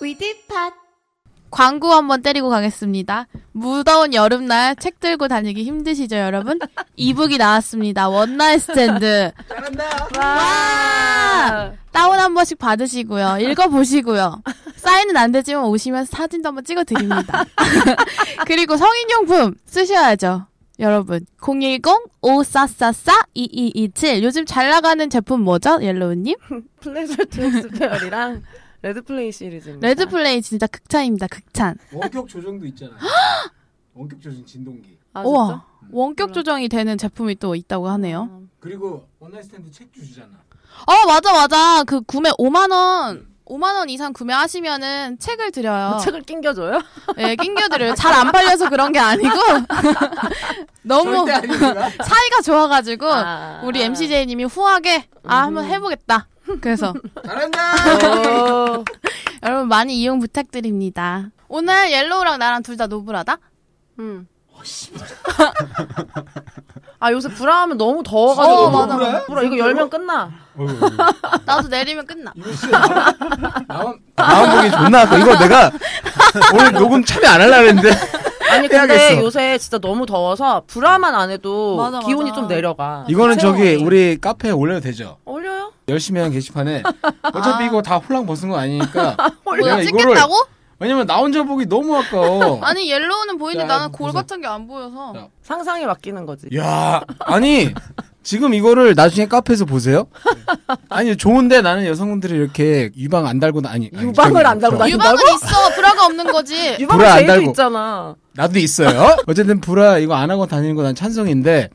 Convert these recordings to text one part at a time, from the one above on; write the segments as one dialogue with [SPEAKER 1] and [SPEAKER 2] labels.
[SPEAKER 1] 위드팟
[SPEAKER 2] 광고 한번 때리고 가겠습니다. 무더운 여름날 책 들고 다니기 힘드시죠, 여러분? 이북이 나왔습니다. 원나잇 스탠드.
[SPEAKER 3] 잘한다.
[SPEAKER 2] 와! 다운 한 번씩 받으시고요. 읽어보시고요. 사인은 안 되지만 오시면서 사진도 한번 찍어드립니다. 그리고 성인용품 쓰셔야죠. 여러분, 010-5444-2227. 요즘 잘 나가는 제품 뭐죠, 옐로우님?
[SPEAKER 4] 플레저 트랙스 페어리랑 레드플레이 시리즈입니다.
[SPEAKER 2] 레드플레이 진짜 극찬입니다, 극찬.
[SPEAKER 3] 원격 조정도 있잖아요. 원격 조정 진동기.
[SPEAKER 4] 아,
[SPEAKER 2] 우와.
[SPEAKER 4] 진짜?
[SPEAKER 2] 원격
[SPEAKER 4] 몰라.
[SPEAKER 2] 조정이 되는 제품이 또 있다고 하네요.
[SPEAKER 3] 그리고 온라인 스탠드 책 주시잖아.
[SPEAKER 2] 어, 맞아, 맞아. 그 구매 5만원. 5만원 이상 구매하시면은 어, 책을
[SPEAKER 4] 아,
[SPEAKER 2] 드려요.
[SPEAKER 4] 책을 낑겨줘요?
[SPEAKER 2] 예, 낑겨드려요. 잘 안 팔려서 그런 게 아니고. 너무
[SPEAKER 3] 절대 아니구나.
[SPEAKER 2] 사이가 좋아가지고,
[SPEAKER 4] 아.
[SPEAKER 2] 우리 MCJ님이 후하게, 아, 한번 해보겠다. 그래서,
[SPEAKER 3] 잘한다.
[SPEAKER 4] 오.
[SPEAKER 2] 여러분 많이 이용 부탁드립니다. 오늘 옐로우랑 나랑 둘 다 노브라다?
[SPEAKER 4] 음.
[SPEAKER 5] 어,
[SPEAKER 4] 아 요새 브라하면 너무 더워가지고
[SPEAKER 2] 어, 맞아.
[SPEAKER 3] 브라?
[SPEAKER 4] 브라 이거 열면 끝나
[SPEAKER 2] 나도 내리면 끝나.
[SPEAKER 3] 이거 진짜 나온
[SPEAKER 5] 마음 보기 존나 아까 이거 내가 오늘 녹음 참여 안 하려고 했는데
[SPEAKER 4] 아니
[SPEAKER 5] 해야겠어.
[SPEAKER 4] 근데 요새 진짜 너무 더워서 브라만 안 해도
[SPEAKER 1] 맞아, 맞아.
[SPEAKER 4] 기온이 좀 내려가
[SPEAKER 5] 이거는 저기
[SPEAKER 1] 체험이.
[SPEAKER 5] 우리 카페에 올려도 되죠.
[SPEAKER 4] 올려요?
[SPEAKER 5] 열심히 한 게시판에 어차피
[SPEAKER 4] 아.
[SPEAKER 5] 이거 다 홀랑 벗은 거 아니니까
[SPEAKER 2] 뭐야, 찍겠다고?
[SPEAKER 5] 왜냐면 나 혼자 보기 너무 아까워.
[SPEAKER 2] 아니, 옐로우는 보이는데
[SPEAKER 5] 자,
[SPEAKER 2] 나는 골
[SPEAKER 5] 보자.
[SPEAKER 2] 같은 게 안 보여서.
[SPEAKER 5] 자.
[SPEAKER 4] 상상에 맡기는 거지
[SPEAKER 5] 야 아니 지금 이거를 나중에 카페에서 보세요. 아니 좋은데 나는 여성분들이 이렇게 유방 안 달고 나 아니 아니,
[SPEAKER 4] 유방을
[SPEAKER 5] 저기,
[SPEAKER 4] 안 달고
[SPEAKER 5] 저,
[SPEAKER 4] 나-
[SPEAKER 2] 유방은 있어. 브라가 없는 거지.
[SPEAKER 4] 유방
[SPEAKER 5] 브라
[SPEAKER 4] 뭐?
[SPEAKER 5] 안
[SPEAKER 4] 제이도
[SPEAKER 5] 달고.
[SPEAKER 4] 있잖아
[SPEAKER 5] 나도 있어요. 어쨌든 브라 이거 안 하고 다니는 거 난 찬성인데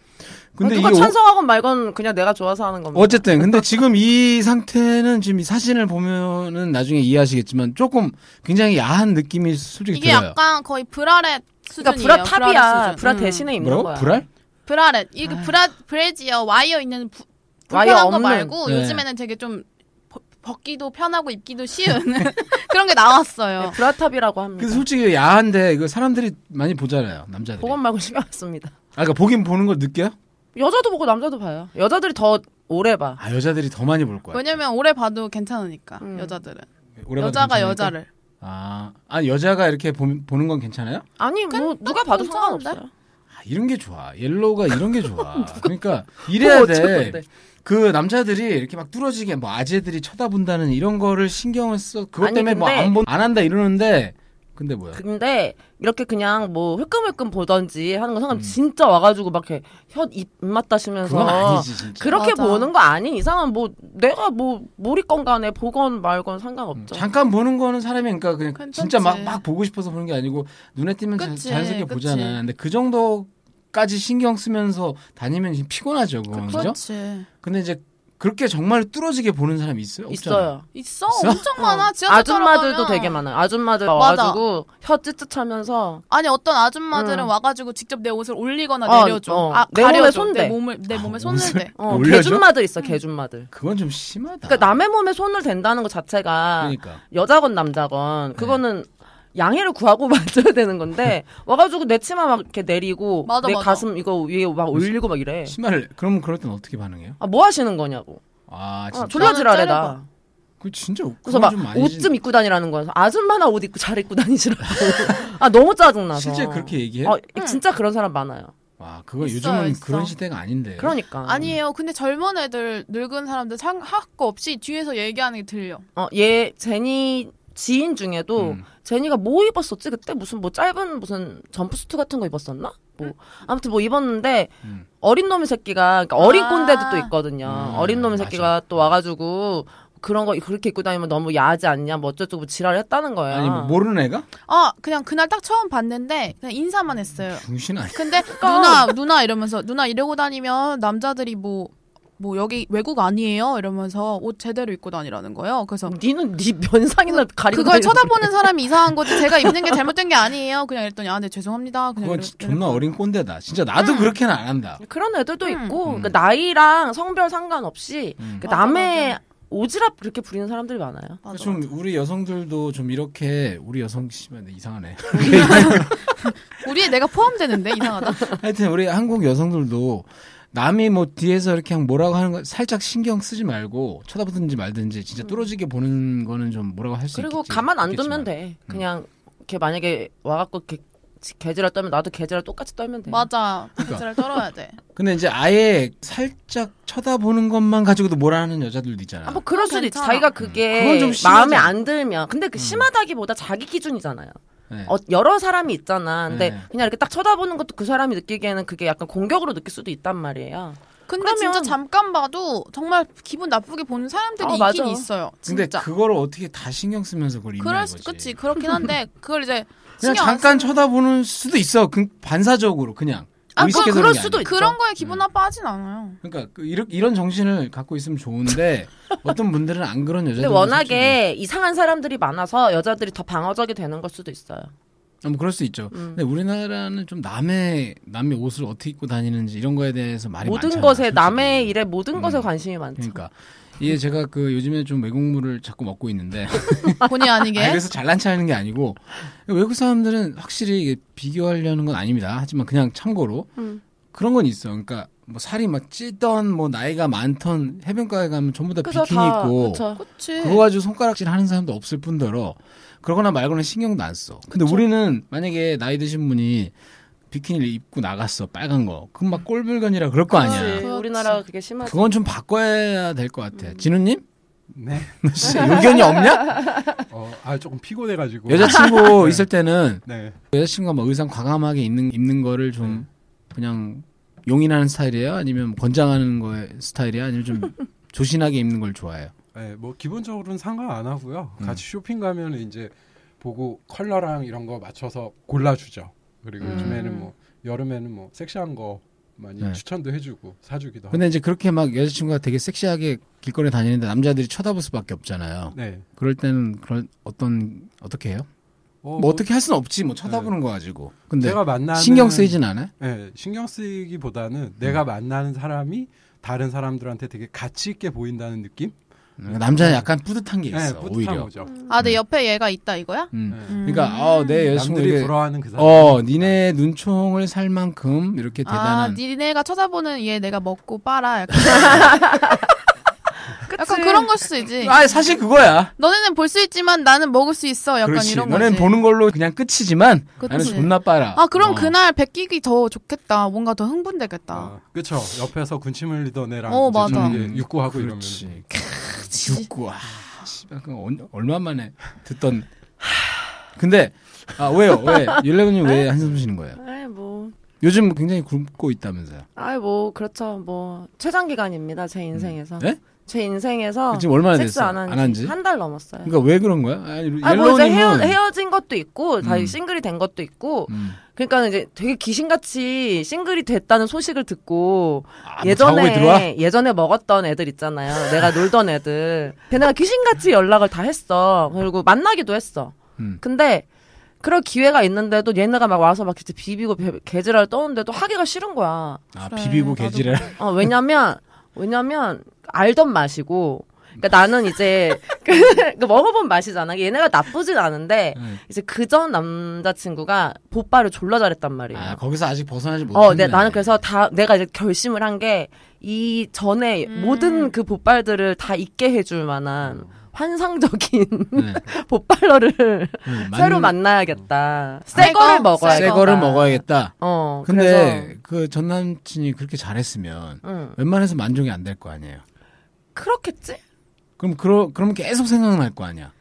[SPEAKER 5] 근데
[SPEAKER 4] 아, 누가
[SPEAKER 5] 이게 오-
[SPEAKER 4] 찬성하건 말건 그냥 내가 좋아서 하는 겁니다
[SPEAKER 5] 어쨌든 근데 지금 이 상태는 지금 이 사진을 보면은 나중에 이해하시겠지만 조금 굉장히 야한 느낌이 솔직히
[SPEAKER 2] 이게
[SPEAKER 5] 들어요.
[SPEAKER 2] 약간 거의 브라렛
[SPEAKER 4] 그러니까
[SPEAKER 2] 수준이에요.
[SPEAKER 4] 브라 탑이야
[SPEAKER 2] 브라렛 수준.
[SPEAKER 4] 브라
[SPEAKER 2] 음.
[SPEAKER 4] 대신에 입는
[SPEAKER 5] 뭐라고?
[SPEAKER 4] 거야
[SPEAKER 5] 브랄?
[SPEAKER 2] 브라렛. 이게 그 브라 브래지어 와이어 있는 부,
[SPEAKER 4] 와이어
[SPEAKER 2] 불편한 거
[SPEAKER 4] 없는.
[SPEAKER 2] 말고
[SPEAKER 5] 네.
[SPEAKER 2] 요즘에는 되게 좀 벗- 벗기도 편하고 입기도 쉬운 그런 게 나왔어요.
[SPEAKER 4] 브라 탑이라고 합니다
[SPEAKER 5] 근데 솔직히 야한데 이거 사람들이 많이 보잖아요 남자들이.
[SPEAKER 4] 그건 말고 신경 안 씁니다
[SPEAKER 5] 아 그러니까 보긴 보는 걸 느껴요?
[SPEAKER 4] 여자도 보고 남자도 봐요 여자들이 더 오래 봐
[SPEAKER 5] 아 여자들이 더 많이 볼 거야.
[SPEAKER 2] 왜냐면 오래 봐도 괜찮으니까
[SPEAKER 4] 음.
[SPEAKER 2] 여자들은
[SPEAKER 5] 오래 봐도
[SPEAKER 2] 여자가
[SPEAKER 5] 괜찮으니까?
[SPEAKER 2] 여자를
[SPEAKER 5] 아, 아 여자가 이렇게 보, 보는 건 괜찮아요?
[SPEAKER 4] 아니 뭐 누가 봐도 상관없어요.
[SPEAKER 5] 아, 이런 게 좋아. 옐로우가 이런 게 좋아. 그러니까 이래야 돼. 그 남자들이 이렇게 막 뚫어지게 뭐 아재들이 쳐다본다는 이런 거를 신경을 써. 그것
[SPEAKER 4] 아니,
[SPEAKER 5] 때문에 뭐
[SPEAKER 4] 근데-
[SPEAKER 5] 안 본 안 한다 이러는데 근데 뭐야?
[SPEAKER 4] 근데 이렇게 그냥 뭐 흘끔흘끔 보던지 하는 건 상관없지 진짜 와가지고 막 이렇게 혀 입, 입맛 따시면서
[SPEAKER 5] 음. 그건 아니지 진짜.
[SPEAKER 4] 그렇게
[SPEAKER 2] 맞아.
[SPEAKER 4] 보는 거 아닌 이상은 뭐 내가 뭐 모리건 간에 보건 말건 상관없죠.
[SPEAKER 5] 잠깐 보는 거는 사람이 그러니까 그냥
[SPEAKER 2] 괜찮지.
[SPEAKER 5] 진짜 막 막 보고 싶어서 보는 게 아니고 눈에 띄면 자,
[SPEAKER 2] 그치,
[SPEAKER 5] 자연스럽게
[SPEAKER 2] 그치.
[SPEAKER 5] 보잖아. 근데 그 정도까지 신경 쓰면서 다니면 지금 피곤하죠,
[SPEAKER 4] 어,
[SPEAKER 5] 그건 그죠?
[SPEAKER 2] 그렇지
[SPEAKER 5] 근데 이제 그렇게 정말 뚫어지게 보는 사람이 있어요? 없잖아.
[SPEAKER 4] 있어요.
[SPEAKER 2] 있어,
[SPEAKER 5] 있어?
[SPEAKER 2] 엄청 많아 지하철
[SPEAKER 4] 아줌마들도
[SPEAKER 2] 따라가면.
[SPEAKER 4] 되게 많아요. 아줌마들
[SPEAKER 2] 맞아.
[SPEAKER 4] 와가지고 혀 찌찌차면서
[SPEAKER 2] 아니 어떤 아줌마들은
[SPEAKER 4] 음.
[SPEAKER 2] 와가지고 직접 내 옷을 올리거나
[SPEAKER 4] 어,
[SPEAKER 2] 내려줘
[SPEAKER 4] 어.
[SPEAKER 2] 아
[SPEAKER 4] 내 몸에
[SPEAKER 2] 가려줘
[SPEAKER 4] 손대.
[SPEAKER 2] 내 몸을 내 몸에 손을
[SPEAKER 5] 옷을?
[SPEAKER 2] 대
[SPEAKER 4] 어,
[SPEAKER 5] 올려줘?
[SPEAKER 4] 개줌마들
[SPEAKER 2] 음.
[SPEAKER 4] 있어 개줌마들.
[SPEAKER 5] 그건 좀 심하다.
[SPEAKER 4] 그러니까 남의 몸에 손을 댄다는 것 자체가
[SPEAKER 5] 그러니까.
[SPEAKER 4] 여자건
[SPEAKER 5] 네.
[SPEAKER 4] 남자건 그거는 양해를 구하고 맞춰야 되는 건데 와가지고 내 치마 막 이렇게 내리고
[SPEAKER 2] 맞아,
[SPEAKER 4] 내
[SPEAKER 2] 맞아.
[SPEAKER 4] 가슴 이거 위에 막 올리고 막 이래.
[SPEAKER 5] 심할 그럼 그럴 땐 어떻게 반응해요?
[SPEAKER 4] 아 뭐 하시는 거냐고.
[SPEAKER 5] 아
[SPEAKER 4] 아,
[SPEAKER 5] 진짜
[SPEAKER 4] 졸라지랄해
[SPEAKER 2] 자르고.
[SPEAKER 4] 나.
[SPEAKER 5] 그 진짜
[SPEAKER 4] 그래서
[SPEAKER 5] 그건 좀
[SPEAKER 4] 막
[SPEAKER 5] 아니지.
[SPEAKER 4] 옷 좀 입고 다니라는 거야. 아줌마나 옷 입고 잘 입고 다니시라고. 아 너무 짜증나서.
[SPEAKER 5] 실제 그렇게 얘기해?
[SPEAKER 4] 어, 진짜 그런 사람 많아요.
[SPEAKER 5] 와 그거
[SPEAKER 2] 있어요,
[SPEAKER 5] 요즘은
[SPEAKER 2] 있어.
[SPEAKER 5] 그런 시대가 아닌데.
[SPEAKER 4] 그러니까.
[SPEAKER 2] 아니에요. 근데 젊은 애들, 늙은 사람들 상학거 없이 뒤에서 얘기하는 게 들려.
[SPEAKER 4] 어, 얘 제니 지인 중에도
[SPEAKER 5] 음.
[SPEAKER 4] 제니가 뭐 입었었지 그때 무슨 뭐 짧은 무슨 점프수트 같은 거 입었었나? 뭐 아무튼 뭐 입었는데
[SPEAKER 5] 음.
[SPEAKER 4] 어린 놈의 새끼가 그러니까 어린
[SPEAKER 2] 아.
[SPEAKER 4] 꼰대도 또 있거든요.
[SPEAKER 5] 음,
[SPEAKER 4] 어린 놈의
[SPEAKER 5] 맞아.
[SPEAKER 4] 새끼가 또 와가지고 그런 거 그렇게 입고 다니면 너무 야하지 않냐? 뭐 어쩌고 지랄을 했다는 거예요.
[SPEAKER 5] 아니 뭐 모르는 애가?
[SPEAKER 2] 아, 그냥 그날 딱 처음 봤는데 그냥 인사만 했어요.
[SPEAKER 5] 중신
[SPEAKER 4] 네,
[SPEAKER 5] 아니.
[SPEAKER 2] 근데
[SPEAKER 4] 그러니까.
[SPEAKER 2] 누나, 누나 이러면서 누나 이러고 다니면 남자들이 뭐, 뭐 여기 외국 아니에요? 이러면서 옷 제대로 입고 다니라는 거예요. 그래서
[SPEAKER 4] 니는 니 면상이나 가리고
[SPEAKER 2] 뭐 그걸
[SPEAKER 4] 음. 다니는
[SPEAKER 2] 쳐다보는 사람이 이상한 거지. 제가 입는 게 잘못된 게 아니에요. 그냥 이랬더니 아, 네 죄송합니다. 그냥
[SPEAKER 5] 그건
[SPEAKER 2] 이러-
[SPEAKER 5] 지- 존나 어린 꼰대다. 진짜
[SPEAKER 4] 아.
[SPEAKER 5] 나도 그렇게는 안 한다.
[SPEAKER 4] 그런 애들도 있고
[SPEAKER 5] 음.
[SPEAKER 4] 그러니까 나이랑 성별 상관없이
[SPEAKER 5] 음.
[SPEAKER 4] 그
[SPEAKER 2] 맞아,
[SPEAKER 4] 남의
[SPEAKER 2] 맞아.
[SPEAKER 4] 오지랖 그렇게 부리는 사람들이 많아요.
[SPEAKER 2] 맞아, 맞아.
[SPEAKER 5] 좀 우리 여성들도 좀 이렇게 우리 여성 씨면 이상하네.
[SPEAKER 2] 우리의 내가 포함되는데 이상하다.
[SPEAKER 5] 하여튼 우리 한국 여성들도 남이 뭐 뒤에서 이렇게 그냥 뭐라고 하는 거 살짝 신경 쓰지 말고 쳐다보든지 말든지 진짜 뚫어지게 보는 거는 좀 뭐라고 할 수
[SPEAKER 4] 음.
[SPEAKER 5] 있겠지.
[SPEAKER 4] 그리고 가만 안 두면
[SPEAKER 5] 있겠지만.
[SPEAKER 4] 돼. 그냥 이렇게 만약에 와갖고 이렇게 개지랄 떨면 나도 개지랄 똑같이 떨면 돼.
[SPEAKER 2] 맞아.
[SPEAKER 5] 그러니까.
[SPEAKER 2] 배지를 떨어야 돼.
[SPEAKER 5] 근데 이제 아예 살짝 쳐다보는 것만 가지고도 뭐라는 여자들도 있잖아.
[SPEAKER 4] 아, 뭐 그럴 수도 있지.
[SPEAKER 2] 괜찮아.
[SPEAKER 4] 자기가
[SPEAKER 5] 그건
[SPEAKER 4] 그게
[SPEAKER 5] 좀 심하지
[SPEAKER 4] 마음에
[SPEAKER 5] 않아?
[SPEAKER 4] 안 들면. 근데 그 심하다기보다 자기 기준이잖아요.
[SPEAKER 5] 네.
[SPEAKER 4] 어, 여러 사람이 있잖아. 근데
[SPEAKER 5] 네.
[SPEAKER 4] 그냥 이렇게 딱 쳐다보는 것도 그 사람이 느끼기에는 그게 약간 공격으로 느낄 수도 있단 말이에요.
[SPEAKER 2] 근데
[SPEAKER 4] 그러면-
[SPEAKER 2] 진짜 잠깐 봐도 정말 기분 나쁘게 보는 사람들이
[SPEAKER 4] 어,
[SPEAKER 2] 있긴
[SPEAKER 4] 맞아.
[SPEAKER 2] 있어요.
[SPEAKER 5] 근데
[SPEAKER 2] 진짜.
[SPEAKER 5] 그거를 어떻게 다 신경 쓰면서 그걸 입는
[SPEAKER 2] 그럴
[SPEAKER 5] 거지.
[SPEAKER 2] 수, 그치. 그렇긴 한데, 그걸 이제.
[SPEAKER 5] 그냥
[SPEAKER 2] 신경 안
[SPEAKER 5] 잠깐 쳐다보는 수도 있어. 그 반사적으로 그냥.
[SPEAKER 2] 아,
[SPEAKER 5] 의식해서
[SPEAKER 4] 그건
[SPEAKER 5] 그런
[SPEAKER 4] 그럴
[SPEAKER 5] 게 음.
[SPEAKER 4] 수도
[SPEAKER 5] 아니야.
[SPEAKER 4] 있죠.
[SPEAKER 2] 그런 거에 기분 나빠하진 않아요.
[SPEAKER 5] 그러니까 그 이런 이런 정신을 갖고 있으면 좋은데 어떤 분들은 안 그런 여자들.
[SPEAKER 4] 근데 워낙에 이상한 사람들이 많아서 여자들이 더 방어적이 되는 걸 수도 있어요.
[SPEAKER 5] 뭐 그럴 수 있죠.
[SPEAKER 4] 음.
[SPEAKER 5] 근데 우리나라는 좀 남의 남의 옷을 어떻게 입고 다니는지 이런 거에 대해서 말이
[SPEAKER 4] 모든
[SPEAKER 5] 많잖아,
[SPEAKER 4] 것에
[SPEAKER 5] 솔직히.
[SPEAKER 4] 남의 일에 모든 것에
[SPEAKER 5] 음.
[SPEAKER 4] 관심이 많죠.
[SPEAKER 5] 그러니까 이게 제가 그 요즘에 좀 외국물을 자꾸 먹고 있는데
[SPEAKER 2] 본의
[SPEAKER 5] 아니,
[SPEAKER 2] 아니게.
[SPEAKER 5] 그래서 잘난 체하는 게 아니고 외국 사람들은 확실히 이게 비교하려는 건 아닙니다. 하지만 그냥 참고로
[SPEAKER 4] 음.
[SPEAKER 5] 그런 건 있어. 그러니까 뭐 살이 막 찌던 뭐 나이가 많던 해변가에 가면 전부 다
[SPEAKER 4] 그래서
[SPEAKER 5] 비키니
[SPEAKER 4] 다 그렇죠.
[SPEAKER 5] 입고
[SPEAKER 4] 그쵸.
[SPEAKER 2] 그치.
[SPEAKER 5] 그거 가지고 손가락질 하는 사람도 없을 뿐더러 그러거나 말거나 신경도 안 써. 근데
[SPEAKER 4] 그렇죠.
[SPEAKER 5] 우리는 만약에 나이 드신 분이 비키니를 입고 나갔어 빨간 거 그럼 막 꼴불견이라 그럴 거 아니야.
[SPEAKER 4] 음. 그치. 네. 우리나라가 그렇죠. 그게 심하지.
[SPEAKER 5] 그건 좀 바꿔야 될 것
[SPEAKER 4] 음.
[SPEAKER 5] 같아. 진우님
[SPEAKER 3] 네.
[SPEAKER 5] 진짜 의견이 없냐?
[SPEAKER 3] 어, 아 조금 피곤해가지고.
[SPEAKER 5] 여자친구 있을 때는
[SPEAKER 3] 네.
[SPEAKER 5] 여자친구가 막 의상 과감하게 입는 입는 거를 좀
[SPEAKER 3] 네.
[SPEAKER 5] 그냥 용인하는 스타일이에요? 아니면 권장하는 거의 스타일이에요? 아니면 좀 조신하게 입는 걸 좋아해요?
[SPEAKER 3] 네. 뭐 기본적으로는 상관 안 하고요.
[SPEAKER 5] 음.
[SPEAKER 3] 같이 쇼핑 가면 이제 보고 컬러랑 이런 거 맞춰서 골라주죠. 그리고
[SPEAKER 4] 음.
[SPEAKER 3] 요즘에는 뭐 여름에는 뭐 섹시한 거 많이
[SPEAKER 5] 네.
[SPEAKER 3] 추천도 해주고 사주기도 하고.
[SPEAKER 5] 근데 이제 그렇게 막 여자친구가 되게 섹시하게 길거리에 다니는데 남자들이 쳐다볼 수밖에 없잖아요.
[SPEAKER 3] 네.
[SPEAKER 5] 그럴 때는 그런 어떤 어떻게 해요?
[SPEAKER 3] 어,
[SPEAKER 5] 뭐 어떻게 할 수는 없지 뭐 쳐다보는 거 가지고. 근데
[SPEAKER 3] 네. 제가 만나는
[SPEAKER 5] 신경 음. 쓰이진 않아요?
[SPEAKER 3] 네, 신경 쓰이기보다는 내가 만나는 사람이 다른 사람들한테 되게 가치 있게 보인다는 느낌?
[SPEAKER 5] 네. 남자는 약간 뿌듯한 게
[SPEAKER 3] 네,
[SPEAKER 5] 뭐 있어
[SPEAKER 3] 뿌듯한
[SPEAKER 5] 오히려.
[SPEAKER 3] 거죠.
[SPEAKER 2] 아, 내 옆에 얘가 있다, 이거야?
[SPEAKER 5] 음.
[SPEAKER 3] 네.
[SPEAKER 2] 음.
[SPEAKER 5] 그러니까 어, 내 여자친구
[SPEAKER 3] 남들이
[SPEAKER 5] 이게
[SPEAKER 3] 부러워하는 그 사람.
[SPEAKER 5] 어 니네 눈총을 살 만큼 이렇게
[SPEAKER 2] 아,
[SPEAKER 5] 그 대단한
[SPEAKER 2] 니네가 쳐다보는 얘 내가 먹고 빨아. 약간, 약간
[SPEAKER 4] 그치.
[SPEAKER 2] 그런 걸 수도 있지.
[SPEAKER 5] 아 사실 그거야.
[SPEAKER 2] 너네는 볼 수 있지만 나는 먹을 수 있어. 약간
[SPEAKER 5] 그렇지.
[SPEAKER 2] 이런 거지.
[SPEAKER 5] 너는 보는 걸로 그냥 끝이지만 나는
[SPEAKER 2] 그치.
[SPEAKER 5] 존나 빨아.
[SPEAKER 2] 아, 그럼
[SPEAKER 5] 어.
[SPEAKER 2] 그날 베끼기 더 좋겠다. 뭔가 더 흥분되겠다.
[SPEAKER 3] 아, 그쵸. 옆에서 군침 흘리던 애랑
[SPEAKER 2] 어,
[SPEAKER 3] 이제
[SPEAKER 2] 맞아.
[SPEAKER 3] 좀 이게 육구하고 이러면.
[SPEAKER 5] 음. 그렇지. 죽고 아, 씨발 그 얼마 만에 듣던. 근데 아 왜요? 왜 윤래군님 왜 한숨 쉬는 거예요?
[SPEAKER 4] 아이 뭐,
[SPEAKER 5] 요즘 굉장히 굶고 있다면서요?
[SPEAKER 4] 아이 뭐 그렇죠. 뭐 최장 기간입니다 제 인생에서.
[SPEAKER 5] 네?
[SPEAKER 4] 제 인생에서
[SPEAKER 5] 지금 얼마나
[SPEAKER 4] 섹스
[SPEAKER 5] 됐어? 안 한지?
[SPEAKER 4] 안한지한 달 넘었어요.
[SPEAKER 5] 그러니까 왜 그런 거야? 아니
[SPEAKER 4] 아, 뭐 이제 헤어,
[SPEAKER 5] 옐로우님은
[SPEAKER 4] 헤어진 것도 있고, 다시
[SPEAKER 5] 음.
[SPEAKER 4] 싱글이 된 것도 있고,
[SPEAKER 5] 음.
[SPEAKER 4] 그러니까 이제 되게 귀신같이 싱글이 됐다는 소식을 듣고,
[SPEAKER 5] 아, 예전에 들어와?
[SPEAKER 4] 예전에, 예전에 먹었던 애들 있잖아요. 내가 놀던 애들. 걔네가 귀신같이 연락을 다 했어. 그리고 만나기도 했어.
[SPEAKER 5] 음.
[SPEAKER 4] 근데, 그럴 기회가 있는데도 얘네가 막 와서 막 진짜 비비고 배- 개지랄 떠는데도 하기가 싫은 거야.
[SPEAKER 5] 아
[SPEAKER 2] 그래,
[SPEAKER 5] 비비고
[SPEAKER 2] 나도
[SPEAKER 5] 개지랄.
[SPEAKER 4] 어, 왜냐면, 왜냐면, 알던 맛이고, 그니까 나는 이제, 그, 그 먹어본 맛이잖아. 얘네가 나쁘진 않은데,
[SPEAKER 5] 네.
[SPEAKER 4] 이제 그 전 남자친구가 보빠를 졸라 잘했단 말이에요.
[SPEAKER 5] 아 거기서 아직 벗어나지 못했네.
[SPEAKER 4] 어, 네, 나는 그래서 다, 내가 이제 결심을 한 게, 이 전에
[SPEAKER 2] 음.
[SPEAKER 4] 모든 그 보빨들을 다 잊게 해줄 만한 환상적인
[SPEAKER 5] 네.
[SPEAKER 4] 보빨러를
[SPEAKER 5] 음, 만-
[SPEAKER 4] 새로 만나야겠다.
[SPEAKER 2] 새
[SPEAKER 4] 새
[SPEAKER 2] 거? 새
[SPEAKER 4] 거를
[SPEAKER 5] 아. 새
[SPEAKER 4] 먹어야겠다.
[SPEAKER 5] 거를 먹어야겠다.
[SPEAKER 4] 어,
[SPEAKER 5] 근데 그 전 남친이 그렇게 잘했으면
[SPEAKER 4] 그래서, 응.
[SPEAKER 5] 웬만해서 만족이 안 될 거 아니에요.
[SPEAKER 4] 그렇겠지?
[SPEAKER 5] 그럼 그러 그럼 계속 생각날 거 아니야.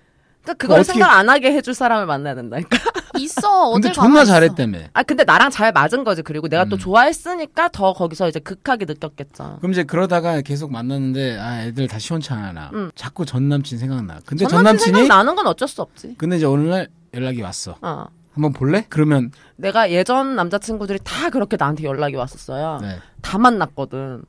[SPEAKER 4] 그러니까 그걸
[SPEAKER 5] 어떻게-
[SPEAKER 4] 생각 안 하게 해줄 사람을 만나야 된다니까.
[SPEAKER 2] 있어. 어딜
[SPEAKER 5] 근데
[SPEAKER 2] 가나
[SPEAKER 5] 존나
[SPEAKER 2] 있어.
[SPEAKER 5] 잘했다며.
[SPEAKER 4] 아 근데 나랑 잘 맞은 거지 그리고 내가 또
[SPEAKER 5] 음.
[SPEAKER 4] 좋아했으니까 더 거기서 이제 극하게 느꼈겠죠.
[SPEAKER 5] 그럼 이제 그러다가 계속 만났는데 아 애들 다 시원찮아.
[SPEAKER 4] 음.
[SPEAKER 5] 자꾸 전 남친 생각나. 근데 전
[SPEAKER 4] 전남친
[SPEAKER 5] 남친이
[SPEAKER 4] 생각나는 건 어쩔 수 없지.
[SPEAKER 5] 근데 이제 어느 날 연락이 왔어.
[SPEAKER 4] 어.
[SPEAKER 5] 한번 볼래? 그러면
[SPEAKER 4] 내가 예전 남자친구들이 다 그렇게 나한테 연락이 왔었어요.
[SPEAKER 5] 네.
[SPEAKER 4] 다 만났거든.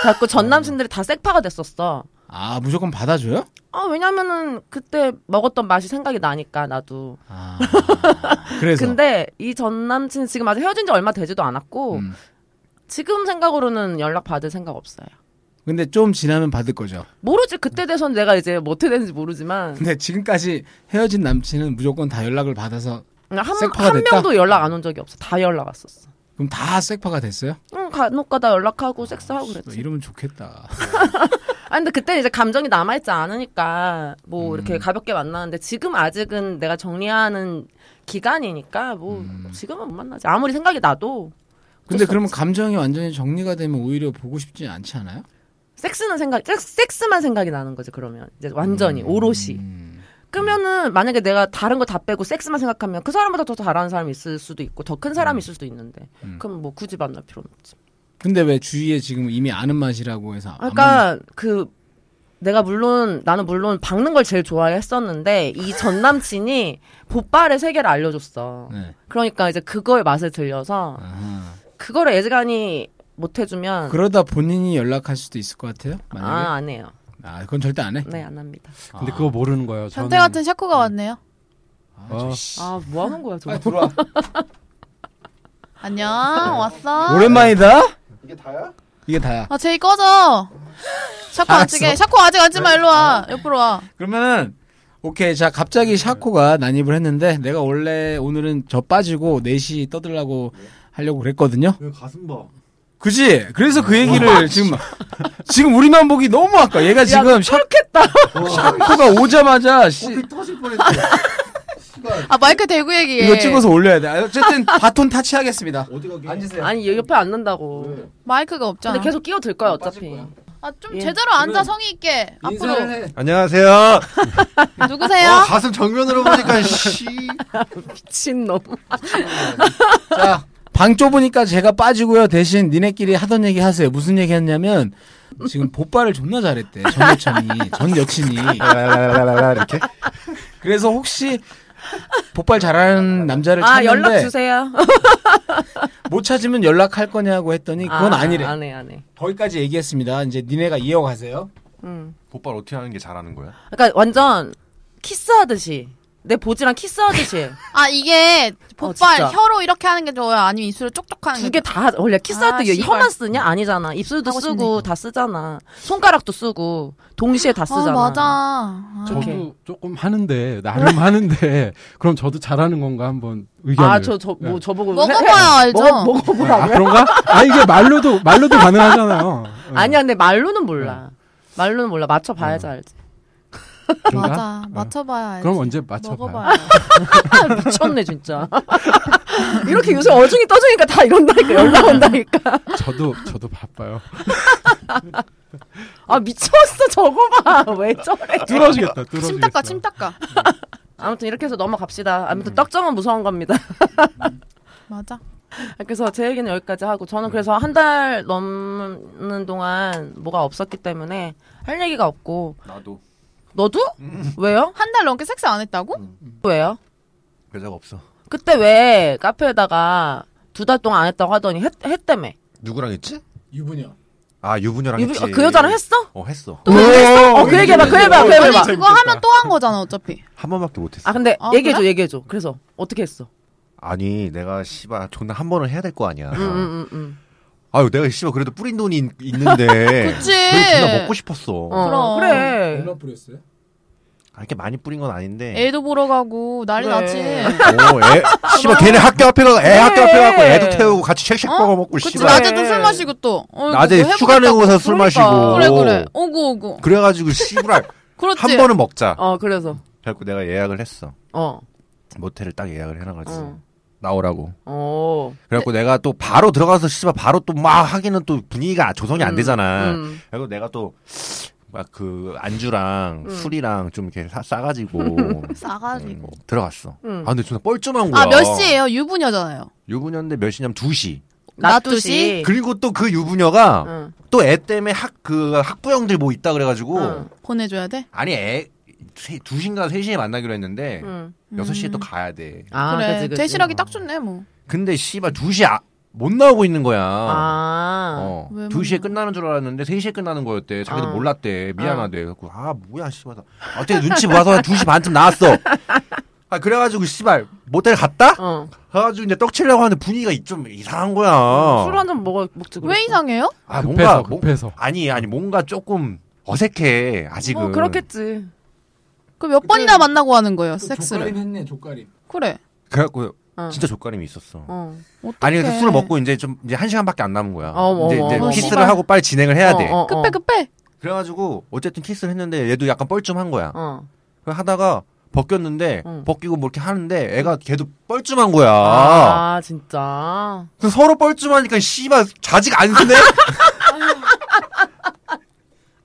[SPEAKER 4] 그래갖고 전 남친들이 다 섹파가 됐었어.
[SPEAKER 5] 아 무조건 받아줘요?
[SPEAKER 4] 아 왜냐면은 그때 먹었던 맛이 생각이 나니까 나도.
[SPEAKER 5] 아 그래서
[SPEAKER 4] 근데 이 전 남친 지금 아직 헤어진 지 얼마 되지도 않았고
[SPEAKER 5] 음.
[SPEAKER 4] 지금 생각으로는 연락 받을 생각 없어요.
[SPEAKER 5] 근데 좀 지나면 받을 거죠.
[SPEAKER 4] 모르지
[SPEAKER 5] 음.
[SPEAKER 4] 그때 돼선 내가 이제 뭐 어떻게 되는지 모르지만
[SPEAKER 5] 근데 지금까지 헤어진 남친은 무조건 다 연락을 받아서
[SPEAKER 4] 한,
[SPEAKER 5] 섹파가
[SPEAKER 4] 그러니까 한
[SPEAKER 5] 됐다?
[SPEAKER 4] 명도 연락 안 온 적이 없어. 다 연락 왔었어.
[SPEAKER 5] 그럼 다 섹파가 됐어요?
[SPEAKER 4] 응, 간혹가다 연락하고 섹스하고
[SPEAKER 5] 아,
[SPEAKER 4] 그랬지.
[SPEAKER 5] 이러면 좋겠다.
[SPEAKER 4] 아 근데 그때 이제 감정이 남아있지 않으니까 뭐
[SPEAKER 5] 음.
[SPEAKER 4] 이렇게 가볍게 만나는데 지금 아직은 내가 정리하는 기간이니까 뭐
[SPEAKER 5] 음.
[SPEAKER 4] 지금은 못 만나지. 아무리 생각이 나도
[SPEAKER 5] 근데
[SPEAKER 4] 수
[SPEAKER 5] 그러면 감정이 완전히 정리가 되면 오히려 보고 싶지 않지 않아요?
[SPEAKER 4] 섹스는 생각, 섹- 섹스만 생각이 나는 거지 그러면 이제 완전히 오롯이.
[SPEAKER 5] 음.
[SPEAKER 4] 그러면은 만약에 내가 다른 거 다 빼고 섹스만 생각하면 그 사람보다 더 잘하는 사람이 있을 수도 있고 더 큰 사람이 있을 수도 있는데
[SPEAKER 5] 음.
[SPEAKER 4] 그럼 뭐 굳이 만날 필요는 없지.
[SPEAKER 5] 근데 왜 주위에 지금 이미 아는 맛이라고 해서 안 만나-
[SPEAKER 4] 그러니까 그 내가 물론 나는 물론 박는 걸 제일 좋아했었는데 이 전 남친이 보빨의 세계를 알려줬어.
[SPEAKER 5] 네.
[SPEAKER 4] 그러니까 이제 그거의 맛을 들려서
[SPEAKER 5] 아하.
[SPEAKER 4] 그거를 애지간히 못 해주면
[SPEAKER 5] 그러다 본인이 연락할 수도 있을 것 같아요. 만약에
[SPEAKER 4] 아 안 해요.
[SPEAKER 5] 아, 그건 절대 안 해.
[SPEAKER 4] 네 안 합니다.
[SPEAKER 3] 근데
[SPEAKER 5] 아.
[SPEAKER 3] 그거 모르는 거예요.
[SPEAKER 2] 변태 같은 샤코가 왔네요.
[SPEAKER 3] 어.
[SPEAKER 4] 아 뭐 하는 거야 저거?
[SPEAKER 5] 빨리 들어와.
[SPEAKER 2] 안녕,
[SPEAKER 4] 네.
[SPEAKER 2] 왔어.
[SPEAKER 5] 오랜만이다.
[SPEAKER 1] 이게 다야?
[SPEAKER 5] 이게 다야.
[SPEAKER 2] 아, 제이 꺼져. 샤코 안
[SPEAKER 5] 알았어.
[SPEAKER 2] 찍게. 샤코 아직 안 찍마, 일로 와. 옆으로 와.
[SPEAKER 5] 그러면은 오케이 자 갑자기 샤코가 난입을 했는데 내가 원래 오늘은 저 빠지고 4시 떠들라고 하려고 그랬거든요.
[SPEAKER 1] 왜 가슴 봐?
[SPEAKER 5] 그지? 그래서 그
[SPEAKER 4] 음.
[SPEAKER 5] 얘기를 지금 지금 우리만 보기 너무 아까 얘가 지금 샤겠다 샤코가 오자마자 씨,
[SPEAKER 1] 코피 터질 뻔했어. 씨발.
[SPEAKER 2] 아, 마이크 대고 얘기해.
[SPEAKER 5] 이거 찍어서 올려야 돼. 아, 어쨌든 바톤 타치하겠습니다.
[SPEAKER 1] 어디 가게?
[SPEAKER 5] 앉으세요.
[SPEAKER 4] 아니 얘 옆에 앉는다고.
[SPEAKER 1] 왜?
[SPEAKER 2] 마이크가 없잖아.
[SPEAKER 4] 근데 계속 끼어들 거야
[SPEAKER 1] 빠질
[SPEAKER 4] 어차피.
[SPEAKER 1] 거야.
[SPEAKER 2] 아, 좀
[SPEAKER 4] 예.
[SPEAKER 2] 제대로 앉아 성의 있게. 앞으로.
[SPEAKER 1] 인사를 해.
[SPEAKER 6] 안녕하세요.
[SPEAKER 1] 어,
[SPEAKER 2] 누구세요?
[SPEAKER 1] 가슴 정면으로 보니까 씨.
[SPEAKER 4] 미친 놈.
[SPEAKER 5] 자, 방 좁으니까 제가 빠지고요. 대신 니네끼리 하던 얘기 하세요. 무슨 얘기 했냐면 지금 보빠를 존나 잘했대. 전 여친이. 전 여친이.
[SPEAKER 6] 이렇게
[SPEAKER 5] 그래서 혹시 보빨 잘하는 남자를
[SPEAKER 4] 아 연락
[SPEAKER 5] 찾는데
[SPEAKER 4] 주세요.
[SPEAKER 5] 못 찾으면 연락할 거냐고 했더니 그건 아, 니래
[SPEAKER 4] 안해 안해.
[SPEAKER 5] 거기까지 얘기했습니다. 이제 니네가 이어가세요.
[SPEAKER 4] 음.
[SPEAKER 6] 보빨 어떻게 하는 게 잘하는 거야?
[SPEAKER 4] 그러니까 완전 키스하듯이 내 보지랑 키스하듯이
[SPEAKER 2] 아, 이게 복발
[SPEAKER 4] 진짜.
[SPEAKER 2] 혀로 이렇게 하는 게 좋아요? 아니면 입술로 쪽쪽 하는 게
[SPEAKER 4] 두 개 다 원래 키스할
[SPEAKER 2] 아,
[SPEAKER 4] 때
[SPEAKER 2] 씨발.
[SPEAKER 4] 혀만 쓰냐 아니잖아. 입술도
[SPEAKER 2] 하고
[SPEAKER 4] 쓰고 다 쓰잖아. 손가락도 쓰고 동시에 다 쓰잖아.
[SPEAKER 2] 아, 맞아. 아,
[SPEAKER 3] 저도
[SPEAKER 4] 오케이.
[SPEAKER 3] 조금 하는데 나름 하는데 그럼 저도 잘하는 건가 한번 의견을.
[SPEAKER 4] 아, 저, 저, 뭐, 저보고.
[SPEAKER 2] 먹어봐야 알죠.
[SPEAKER 4] 먹어, 먹어보라고.
[SPEAKER 3] 네. 아, 그런가? 아 이게 말로도 말로도 가능하잖아요. 예.
[SPEAKER 4] 아니야, 근데 말로는 몰라.
[SPEAKER 3] 네.
[SPEAKER 4] 말로는 몰라.
[SPEAKER 3] 음.
[SPEAKER 4] 맞춰봐야지 알지.
[SPEAKER 3] 그런가?
[SPEAKER 2] 맞아.
[SPEAKER 3] 어.
[SPEAKER 2] 맞춰봐야 알지.
[SPEAKER 3] 그럼 언제 맞춰봐요?
[SPEAKER 2] 먹어봐야 알지.
[SPEAKER 4] 아, 미쳤네, 진짜. 이렇게 요새 어중이 떠주니까 다 이런다니까, 연락 온다니까.
[SPEAKER 3] 저도 저도 바빠요.
[SPEAKER 4] 아, 미쳤어, 저거 봐. 왜 저래.
[SPEAKER 3] 뚫어지겠다. 뚫어지겠다.
[SPEAKER 2] 침 닦아, 침 닦아.
[SPEAKER 4] 아무튼 이렇게 해서 넘어갑시다. 아무튼 떡정은 무서운 겁니다.
[SPEAKER 2] 맞아.
[SPEAKER 4] 그래서 제 얘기는 여기까지 하고, 저는
[SPEAKER 6] 네.
[SPEAKER 4] 그래서 한 달 넘는 동안 뭐가 없었기 때문에 할 얘기가 없고.
[SPEAKER 6] 나도 음.
[SPEAKER 4] 너도? 왜요?
[SPEAKER 2] 한 달 넘게 섹스 안 했다고?
[SPEAKER 4] 왜요?
[SPEAKER 6] 여자가 없어.
[SPEAKER 4] 그때 왜 카페에다가 두 달 동안 안 했다고 하더니 했, 했다며.
[SPEAKER 6] 누구랑 했지?
[SPEAKER 5] 유부녀.
[SPEAKER 6] 아 유부녀랑
[SPEAKER 4] 유부-
[SPEAKER 6] 했지.
[SPEAKER 4] 그 여자랑 했어?
[SPEAKER 6] 어 했어.
[SPEAKER 4] 어, 그 얘기해봐, 그 얘기해봐,
[SPEAKER 2] 아니,
[SPEAKER 4] 그 얘기해봐.
[SPEAKER 2] 그거 하면 또 한 거잖아, 어차피.
[SPEAKER 6] 한 번밖에 못했어.
[SPEAKER 4] 아, 근데
[SPEAKER 2] 아,
[SPEAKER 4] 얘기해줘,
[SPEAKER 2] 그래?
[SPEAKER 4] 얘기해줘. 그래서 어떻게 했어?
[SPEAKER 6] 아니 내가 씨발 존나 한 번은 해야 될 거 아니야.
[SPEAKER 4] 음, 음, 음, 음.
[SPEAKER 6] 아유 내가 씨발 그래도 뿌린 돈이 있- 있는데.
[SPEAKER 2] 그치.
[SPEAKER 6] 그래도 존나 먹고 싶었어.
[SPEAKER 4] 어,
[SPEAKER 2] 그럼.
[SPEAKER 4] 그래.
[SPEAKER 5] 뿌렸어요?
[SPEAKER 6] 아, 이렇게 많이 뿌린 건 아닌데.
[SPEAKER 2] 애도 보러 가고, 난리
[SPEAKER 6] 네.
[SPEAKER 4] 그래.
[SPEAKER 2] 났지. 어?
[SPEAKER 6] 오, 애, 씨발 걔네 학교 앞에 가서 애 학교 앞에 가고 애도 태우고 같이 쉑쉑
[SPEAKER 2] 네. 어?
[SPEAKER 6] 먹어 먹고
[SPEAKER 2] 그치,
[SPEAKER 6] 씨발. 네.
[SPEAKER 2] 낮에도 술 마시고 또. 어,
[SPEAKER 6] 낮에
[SPEAKER 2] 이거 뭐
[SPEAKER 6] 휴가
[SPEAKER 2] 해보겠다고.
[SPEAKER 6] 내고서 술 마시고.
[SPEAKER 2] 그래, 그래. 오고, 오고.
[SPEAKER 6] 그래가지고 씨발
[SPEAKER 2] 그렇지.
[SPEAKER 6] 한 번은 먹자.
[SPEAKER 4] 어, 그래서.
[SPEAKER 6] 그래갖고 내가 예약을 했어.
[SPEAKER 4] 어,
[SPEAKER 6] 모텔을 딱 예약을 해놔가지고
[SPEAKER 4] 어.
[SPEAKER 6] 나오라고.
[SPEAKER 4] 어.
[SPEAKER 6] 그래갖고 내가 또 바로 들어가서 씨발 바로 또 막 하기는 또 분위기가 조성이 안
[SPEAKER 4] 음,
[SPEAKER 6] 되잖아.
[SPEAKER 4] 음.
[SPEAKER 6] 그래서 내가 또 막 그 안주랑
[SPEAKER 4] 음.
[SPEAKER 6] 술이랑 좀 이렇게 사, 싸가지고
[SPEAKER 2] 싸가지고.
[SPEAKER 6] 음, 들어갔어.
[SPEAKER 4] 음.
[SPEAKER 6] 아 근데 존나 뻘쭘한 거야.
[SPEAKER 2] 아, 몇 시에요? 유부녀잖아요.
[SPEAKER 6] 유부녀인데 몇 시냐면 2시.
[SPEAKER 2] 예.
[SPEAKER 4] 낮두시.
[SPEAKER 6] 그리고 또 그 유부녀가
[SPEAKER 2] 음.
[SPEAKER 4] 응.
[SPEAKER 6] 또 애 때문에 학 그 학부형들 뭐 있다 그래가지고
[SPEAKER 2] 음.
[SPEAKER 4] 응.
[SPEAKER 2] 보내줘야 돼?
[SPEAKER 6] 아니 애 2시인가 3시에 만나기로 했는데
[SPEAKER 2] 음.
[SPEAKER 4] 응.
[SPEAKER 6] 여 6시에 또 가야 돼.
[SPEAKER 4] 아,
[SPEAKER 2] 그래.
[SPEAKER 4] 그치, 그치.
[SPEAKER 2] 대실하기
[SPEAKER 6] 어.
[SPEAKER 2] 딱 좋네, 뭐.
[SPEAKER 6] 근데 씨발 2시 아, 못 나오고 있는 거야.
[SPEAKER 4] 아.
[SPEAKER 6] 어.
[SPEAKER 2] 왜
[SPEAKER 6] 2시에 끝나는 줄 알았는데 3시에 끝나는 거였대. 자기도
[SPEAKER 4] 아.
[SPEAKER 6] 몰랐대. 미안하대. 그래갖고 아, 뭐야 씨발. 어떻게 눈치 봐서 2시 반쯤 나왔어. 아, 그래 가지고 씨발 모텔 갔다?
[SPEAKER 4] 어.
[SPEAKER 6] 가 가지고 이제 떡 치려고 하는데 분위기가 이- 좀 이상한 거야.
[SPEAKER 4] 음, 술 한 잔 먹어, 먹지. 그랬어.
[SPEAKER 2] 왜 이상해요?
[SPEAKER 6] 아,
[SPEAKER 3] 급해서,
[SPEAKER 6] 뭔가 뭐-
[SPEAKER 3] 급해서.
[SPEAKER 6] 아니, 아니 뭔가 조금 어색해. 아직은.
[SPEAKER 4] 어, 그렇겠지.
[SPEAKER 2] 그 몇 번이나 만나고 하는 거예요,
[SPEAKER 5] 족가림
[SPEAKER 2] 섹스를.
[SPEAKER 5] 했네, 족가림.
[SPEAKER 2] 그래.
[SPEAKER 6] 그래갖고
[SPEAKER 4] 어.
[SPEAKER 6] 진짜 족가림이 있었어.
[SPEAKER 4] 어.
[SPEAKER 6] 아니 그래서 술을 먹고 이제 좀 이제 한 시간밖에 안 남은 거야.
[SPEAKER 4] 어머,
[SPEAKER 6] 이제, 이제
[SPEAKER 4] 어머,
[SPEAKER 2] 어머.
[SPEAKER 6] 키스를
[SPEAKER 2] 씨발.
[SPEAKER 6] 하고 빨리 진행을 해야 돼.
[SPEAKER 4] 어, 어,
[SPEAKER 2] 급해 급해.
[SPEAKER 6] 그래가지고 어쨌든 키스를 했는데 얘도 약간 뻘쭘한 거야.
[SPEAKER 4] 어.
[SPEAKER 6] 그래서 하다가 벗겼는데
[SPEAKER 4] 응.
[SPEAKER 6] 벗기고 뭐 이렇게 하는데 애가 걔도 뻘쭘한 거야.
[SPEAKER 4] 아, 진짜.
[SPEAKER 6] 그래서 서로 뻘쭘하니까 씨발 자직 안 쓰네.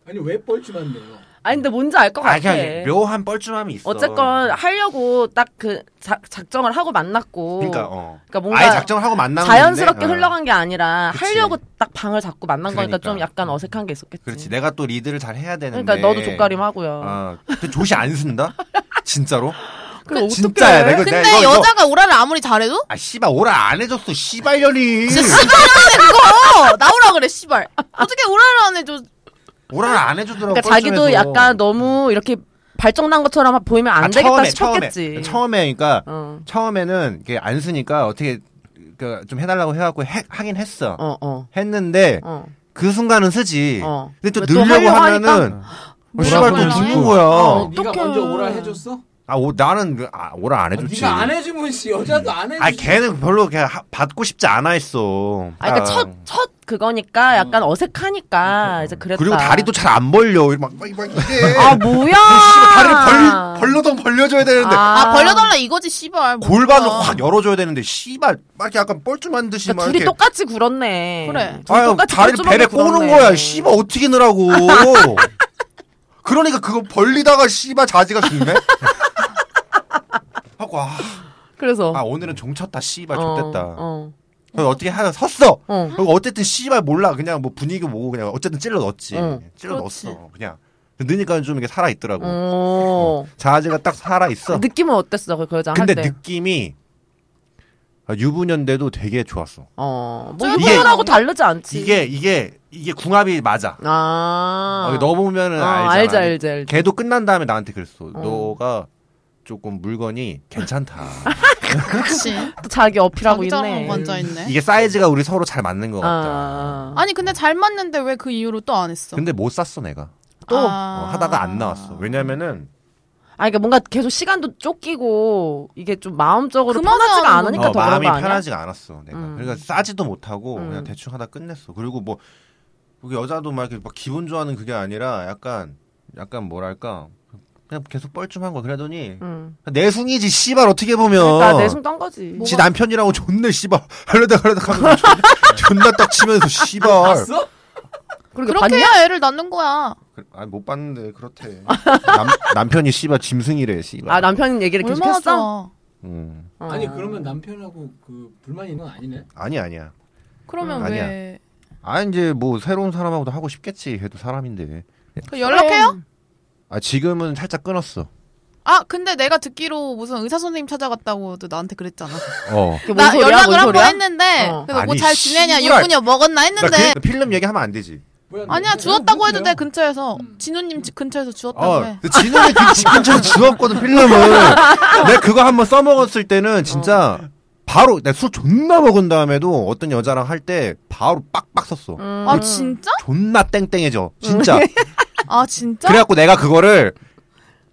[SPEAKER 5] 아니 왜 뻘쭘한데요?
[SPEAKER 4] 아니 근데 뭔지 알 것
[SPEAKER 6] 아,
[SPEAKER 4] 같아.
[SPEAKER 6] 그냥 묘한 뻘쭘함이 있어.
[SPEAKER 4] 어쨌건 아, 하려고 딱 그 작정을 하고 만났고.
[SPEAKER 6] 그러니까 어.
[SPEAKER 4] 그러니까 뭔가
[SPEAKER 6] 아예 작정을 하고 만난
[SPEAKER 4] 자연스럽게
[SPEAKER 6] 건데, 어.
[SPEAKER 4] 흘러간 게 아니라
[SPEAKER 6] 그치.
[SPEAKER 4] 하려고 딱 방을 잡고 만난 거니까
[SPEAKER 6] 그러니까.
[SPEAKER 4] 좀 약간 어색한 게 있었겠지.
[SPEAKER 6] 그렇지. 내가 또 리드를 잘 해야 되는데.
[SPEAKER 4] 그러니까 너도 족가림 하고요.
[SPEAKER 6] 아, 근데 조시 안 쓴다? 진짜로?
[SPEAKER 4] 그럼 어떡해?
[SPEAKER 6] 그러니까 진짜야. 내가
[SPEAKER 2] 근데
[SPEAKER 6] 내가 이거, 이거
[SPEAKER 2] 여자가 오라를 아무리 잘해도
[SPEAKER 6] 아 씨발 오라 안 해줬어. 씨발년이.
[SPEAKER 2] 진짜 씨발하네 그거. 나오라 그래 씨발. 어떻게 오라를 안 해줘?
[SPEAKER 6] 오라를 안 해주더라고.
[SPEAKER 4] 그러니까 자기도
[SPEAKER 6] 뻘쭘해서.
[SPEAKER 4] 약간 너무 이렇게 발정난 것처럼 보이면 안
[SPEAKER 6] 아,
[SPEAKER 4] 되겠다
[SPEAKER 6] 처음에,
[SPEAKER 4] 싶었겠지.
[SPEAKER 6] 처음에, 처음에 그러니까
[SPEAKER 4] 어.
[SPEAKER 6] 처음에는 이게 안 쓰니까 어떻게 그좀 해달라고 해갖고 해- 하긴 했어.
[SPEAKER 4] 어, 어.
[SPEAKER 6] 했는데
[SPEAKER 4] 어.
[SPEAKER 6] 그 순간은 쓰지.
[SPEAKER 4] 어.
[SPEAKER 6] 근데 또
[SPEAKER 4] 또
[SPEAKER 6] 늘려고
[SPEAKER 4] 하려고
[SPEAKER 6] 하면은 어, 씨발 또
[SPEAKER 2] 뭐라고
[SPEAKER 6] 죽는
[SPEAKER 2] 해요?
[SPEAKER 6] 거야.
[SPEAKER 2] 어.
[SPEAKER 5] 네가
[SPEAKER 2] 어떡해.
[SPEAKER 5] 먼저 오라 해줬어?
[SPEAKER 6] 아 오, 나는 아, 오라 안
[SPEAKER 5] 아,
[SPEAKER 6] 해줬지.
[SPEAKER 5] 네가 안 해주면 씨 여자도 안 해주지.
[SPEAKER 6] 아 걔는 별로 그냥 하- 받고 싶지 않아 했어.
[SPEAKER 4] 아, 그러니까 첫, 첫 그거니까 약간 어색하니까 이제 그랬다.
[SPEAKER 6] 음. 그리고 다리도 잘 안 벌려. 막, 막, 막 이게.
[SPEAKER 4] 아, 뭐야! 아.
[SPEAKER 6] 다리를 벌, 벌러던 벌려줘야 되는데.
[SPEAKER 2] 아 벌려달라 이거지 씨발.
[SPEAKER 6] 골반을
[SPEAKER 2] 뭐야.
[SPEAKER 6] 확 열어줘야 되는데, 씨발. 막 이렇게 약간 뻘쭘한 듯이
[SPEAKER 4] 그러니까
[SPEAKER 6] 막.
[SPEAKER 4] 둘이
[SPEAKER 6] 이렇게.
[SPEAKER 4] 똑같이 굴었네.
[SPEAKER 2] 그래.
[SPEAKER 4] 둘이
[SPEAKER 6] 아유,
[SPEAKER 4] 똑같이
[SPEAKER 6] 다리를
[SPEAKER 4] 뻘쭘하게
[SPEAKER 6] 배에 꼬는
[SPEAKER 4] 굴었네.
[SPEAKER 6] 거야. 씨발, 어떻게 넣으라고. 그러니까 그거 벌리다가 씨발 자지가 죽네? 하고, 아,
[SPEAKER 4] 그래서.
[SPEAKER 6] 아, 오늘은 종쳤다, 씨발,
[SPEAKER 4] 어,
[SPEAKER 6] 족됐다.
[SPEAKER 4] 어,
[SPEAKER 6] 그래서 어떻게 하다 섰어!
[SPEAKER 4] 어.
[SPEAKER 6] 그리고 어쨌든 씨발 몰라 그냥 뭐 분위기 보고 그냥 어쨌든 찔러 넣었지
[SPEAKER 4] 응.
[SPEAKER 6] 찔러
[SPEAKER 4] 그렇지.
[SPEAKER 6] 넣었어 그냥 넣으니까 좀 이게 살아 있더라고
[SPEAKER 4] 어.
[SPEAKER 6] 자아제가 딱 살아 있어
[SPEAKER 4] 느낌은 어땠어, 그 여자 할
[SPEAKER 6] 근데
[SPEAKER 4] 때?
[SPEAKER 6] 느낌이 아, 유부녀인데도 되게 좋았어
[SPEAKER 4] 어. 뭐,
[SPEAKER 2] 이게-
[SPEAKER 4] 일본하고 다르지 않지.
[SPEAKER 6] 이게 이게 이게 궁합이 맞아
[SPEAKER 4] 아.
[SPEAKER 6] 어, 이거 넣어보면은
[SPEAKER 4] 어,
[SPEAKER 6] 알잖아
[SPEAKER 4] 알지, 알지, 알지.
[SPEAKER 6] 걔도 끝난 다음에 나한테 그랬어 너가 조금 물건이 괜찮다
[SPEAKER 2] 그렇지.
[SPEAKER 4] 또 자기 어필하고
[SPEAKER 2] 자기처럼
[SPEAKER 4] 있네.
[SPEAKER 2] 먼저 있네.
[SPEAKER 6] 이게 사이즈가 우리 서로 잘 맞는 것
[SPEAKER 4] 아,
[SPEAKER 6] 같다
[SPEAKER 4] 아, 아.
[SPEAKER 2] 아니 근데 잘 맞는데 왜 그 이유로 또 안
[SPEAKER 4] 그렇죠.
[SPEAKER 2] 했어?
[SPEAKER 6] 근데 못 샀어 내가
[SPEAKER 4] 또?
[SPEAKER 6] 어,
[SPEAKER 2] 아.
[SPEAKER 6] 하다가 안 나왔어 왜냐면은
[SPEAKER 4] 아니, 그러니까 뭔가 계속 시간도 쫓기고, 이게 좀 마음적으로
[SPEAKER 2] 그만
[SPEAKER 4] 편하지가
[SPEAKER 2] 하는
[SPEAKER 4] 않으니까 그러니까
[SPEAKER 6] 어,
[SPEAKER 4] 더 그런
[SPEAKER 6] 마음이
[SPEAKER 4] 거 아니야?
[SPEAKER 6] 편하지가 않았어 내가
[SPEAKER 4] 음.
[SPEAKER 6] 그러니까 싸지도 못하고
[SPEAKER 4] 음.
[SPEAKER 6] 그냥 대충 하다 끝냈어 그리고 뭐 그게 여자도 막 이렇게 막 기분 좋아하는 그게 아니라 약간 약간 뭐랄까 그냥 계속 뻘쭘한 거 그러더니
[SPEAKER 4] 응.
[SPEAKER 6] 내숭이지 씨발 어떻게 보면
[SPEAKER 4] 음. 그러니까 내숭 딴 거지.
[SPEAKER 6] 지 남편이라고 존나 씨발 하려다 하려다 하면 존나, 존나 딱 치면서
[SPEAKER 4] 아,
[SPEAKER 6] 씨발
[SPEAKER 5] 봤어?
[SPEAKER 4] 그러게
[SPEAKER 2] 그렇게
[SPEAKER 4] 봤냐?
[SPEAKER 2] 해야 애를 낳는 거야.
[SPEAKER 6] 그래, 아니 못 봤는데 그렇대 남, 남편이 씨발 짐승이래 씨발
[SPEAKER 4] 아, 남편 얘기를 계속
[SPEAKER 2] 얼마나
[SPEAKER 4] 했어?
[SPEAKER 2] 좋아.
[SPEAKER 6] 음.
[SPEAKER 4] 어.
[SPEAKER 5] 아니 그러면 남편하고 그 불만 있는 건 아니네.
[SPEAKER 6] 아니 아니야
[SPEAKER 2] 그러면
[SPEAKER 6] 음,
[SPEAKER 2] 왜?
[SPEAKER 6] 아니야. 아 이제 뭐 새로운 사람하고도 하고 싶겠지 해도 사람인데
[SPEAKER 2] 그 연락해요?
[SPEAKER 6] 아 지금은 살짝 끊었어
[SPEAKER 2] 아 근데 내가 듣기로 무슨 의사 선생님 찾아갔다고도 나한테 그랬잖아.
[SPEAKER 6] 어
[SPEAKER 4] 그게 뭔
[SPEAKER 2] 나
[SPEAKER 4] 소리야?
[SPEAKER 2] 연락을
[SPEAKER 4] 뭔
[SPEAKER 2] 한 번
[SPEAKER 4] 소리야?
[SPEAKER 2] 했는데
[SPEAKER 4] 어.
[SPEAKER 2] 그래서
[SPEAKER 6] 아니,
[SPEAKER 2] 뭐 잘 지내냐
[SPEAKER 6] 씨발.
[SPEAKER 2] 유부녀 먹었나
[SPEAKER 6] 나
[SPEAKER 2] 했는데
[SPEAKER 6] 그, 필름 얘기하면 안 되지.
[SPEAKER 5] 뭐야,
[SPEAKER 2] 아니야
[SPEAKER 5] 뭐,
[SPEAKER 2] 주웠다고 해도 돼
[SPEAKER 5] 그래요?
[SPEAKER 2] 근처에서
[SPEAKER 4] 음.
[SPEAKER 2] 진우님 집 근처에서 주웠다고
[SPEAKER 6] 어,
[SPEAKER 2] 해.
[SPEAKER 6] 근데 진우는 집 근처에서 주웠거든 필름을. 내가 그거 한번 써먹었을 때는 진짜 바로 내가 술 존나 먹은 다음에도 어떤 여자랑 할 때 바로 빡빡 썼어.
[SPEAKER 4] 음.
[SPEAKER 2] 아 진짜?
[SPEAKER 6] 존나 땡땡해져 진짜.
[SPEAKER 2] 아 진짜?
[SPEAKER 6] 그래갖고 내가 그거를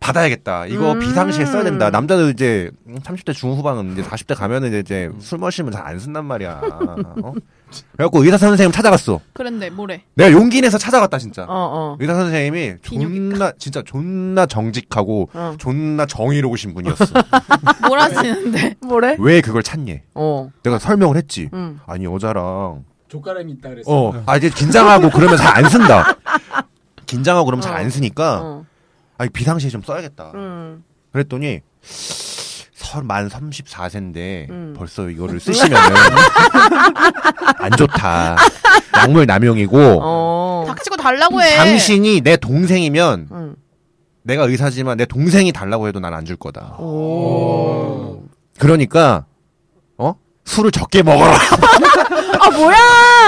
[SPEAKER 6] 받아야겠다. 이거
[SPEAKER 4] 음.
[SPEAKER 6] 비상시에 써야 된다. 남자도 이제 30대 중후반, 이제 40대 가면은 이제
[SPEAKER 4] 음.
[SPEAKER 6] 술 마시면 잘 안 쓴단 말이야. 어? 그래갖고 의사 선생님 찾아갔어.
[SPEAKER 2] 그런데 뭐래?
[SPEAKER 6] 내가 용기 내서 찾아갔다 진짜.
[SPEAKER 4] 어, 어.
[SPEAKER 6] 의사 선생님이
[SPEAKER 2] 비뇨기과.
[SPEAKER 6] 존나 진짜 존나 정직하고
[SPEAKER 4] 어.
[SPEAKER 6] 존나 정의로우신 분이었어.
[SPEAKER 2] 뭐라시는데?
[SPEAKER 4] 뭐래?
[SPEAKER 6] 왜 그걸 찾니?
[SPEAKER 4] 어.
[SPEAKER 6] 내가 설명을 했지.
[SPEAKER 4] 음.
[SPEAKER 6] 아니 여자랑
[SPEAKER 5] 족가람이 있다 그랬어.
[SPEAKER 6] 어, 아 이제 긴장하고 그러면 잘 안 쓴다. 긴장하고 그러면 잘 안 쓰니까
[SPEAKER 4] 어.
[SPEAKER 6] 아니 비상시에 좀 써야겠다.
[SPEAKER 4] 음.
[SPEAKER 6] 그랬더니 설 만 34세인데
[SPEAKER 4] 음.
[SPEAKER 6] 벌써 이거를 쓰시면 안 좋다. 약물 남용이고
[SPEAKER 4] 어.
[SPEAKER 2] 닥치고 달라고 해.
[SPEAKER 6] 당신이 내 동생이면
[SPEAKER 4] 음.
[SPEAKER 6] 내가 의사지만 내 동생이 달라고 해도 난 안 줄 거다.
[SPEAKER 4] 오.
[SPEAKER 6] 그러니까 어 술을 적게 먹어라
[SPEAKER 4] 아, 뭐야!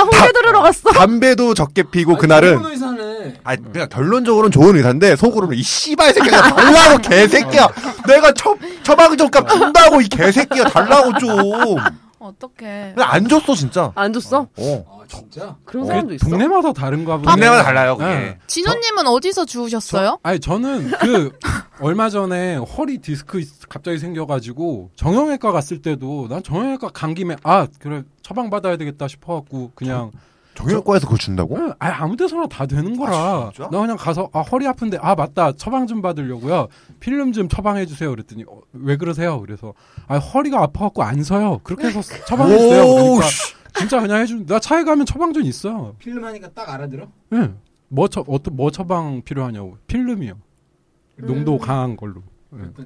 [SPEAKER 4] 홍대 들으러 갔어.
[SPEAKER 6] 담배도 적게 피고
[SPEAKER 5] 아니,
[SPEAKER 6] 그날은
[SPEAKER 5] 좋은 의사네.
[SPEAKER 6] 아 그냥 결론적으로는 좋은 의사인데 속으로는 이 씨발 새끼야 달라고 개새끼야 내가 처 처방 좀값 준다고 이 개새끼야 달라고 좀안
[SPEAKER 2] 어떡해.
[SPEAKER 6] 줬어 진짜
[SPEAKER 4] 안 줬어?
[SPEAKER 6] 어
[SPEAKER 5] 아 진짜?
[SPEAKER 4] 그런
[SPEAKER 6] 어.
[SPEAKER 4] 사람도
[SPEAKER 6] 그
[SPEAKER 4] 있어.
[SPEAKER 3] 동네마다 다른가 보네.
[SPEAKER 6] 동네마다 달라요 그게
[SPEAKER 3] 네.
[SPEAKER 2] 진우님은 어디서 주우셨어요?
[SPEAKER 3] 아니 저는 그 얼마 전에 허리 디스크 있- 갑자기 생겨가지고 정형외과 갔을 때도 난 정형외과 간 김에 아 그래 처방 받아야 되겠다 싶어갖고 그냥
[SPEAKER 6] 정형외과에서 그걸 준다고?
[SPEAKER 3] 아 아무 데서나 다 되는 거라.
[SPEAKER 6] 어? 아, 진짜?
[SPEAKER 3] 나 그냥 가서 아 허리 아픈데 아 맞다 처방 좀 받으려고요. 필름 좀 처방해 주세요. 그랬더니 어, 왜 그러세요? 그래서 아 허리가 아파갖고 안 서요. 그렇게 해서 처방해 주세요.
[SPEAKER 6] 네. 오,
[SPEAKER 3] 그러니까
[SPEAKER 6] 씨.
[SPEAKER 3] 진짜 그냥 해준. 나 차에 가면 처방전 있어요.
[SPEAKER 7] 필름 하니까 딱 알아들어?
[SPEAKER 3] 예. 뭐 처, 어떤 뭐 처방 필요하냐고. 필름이요. 농도 강한 걸로.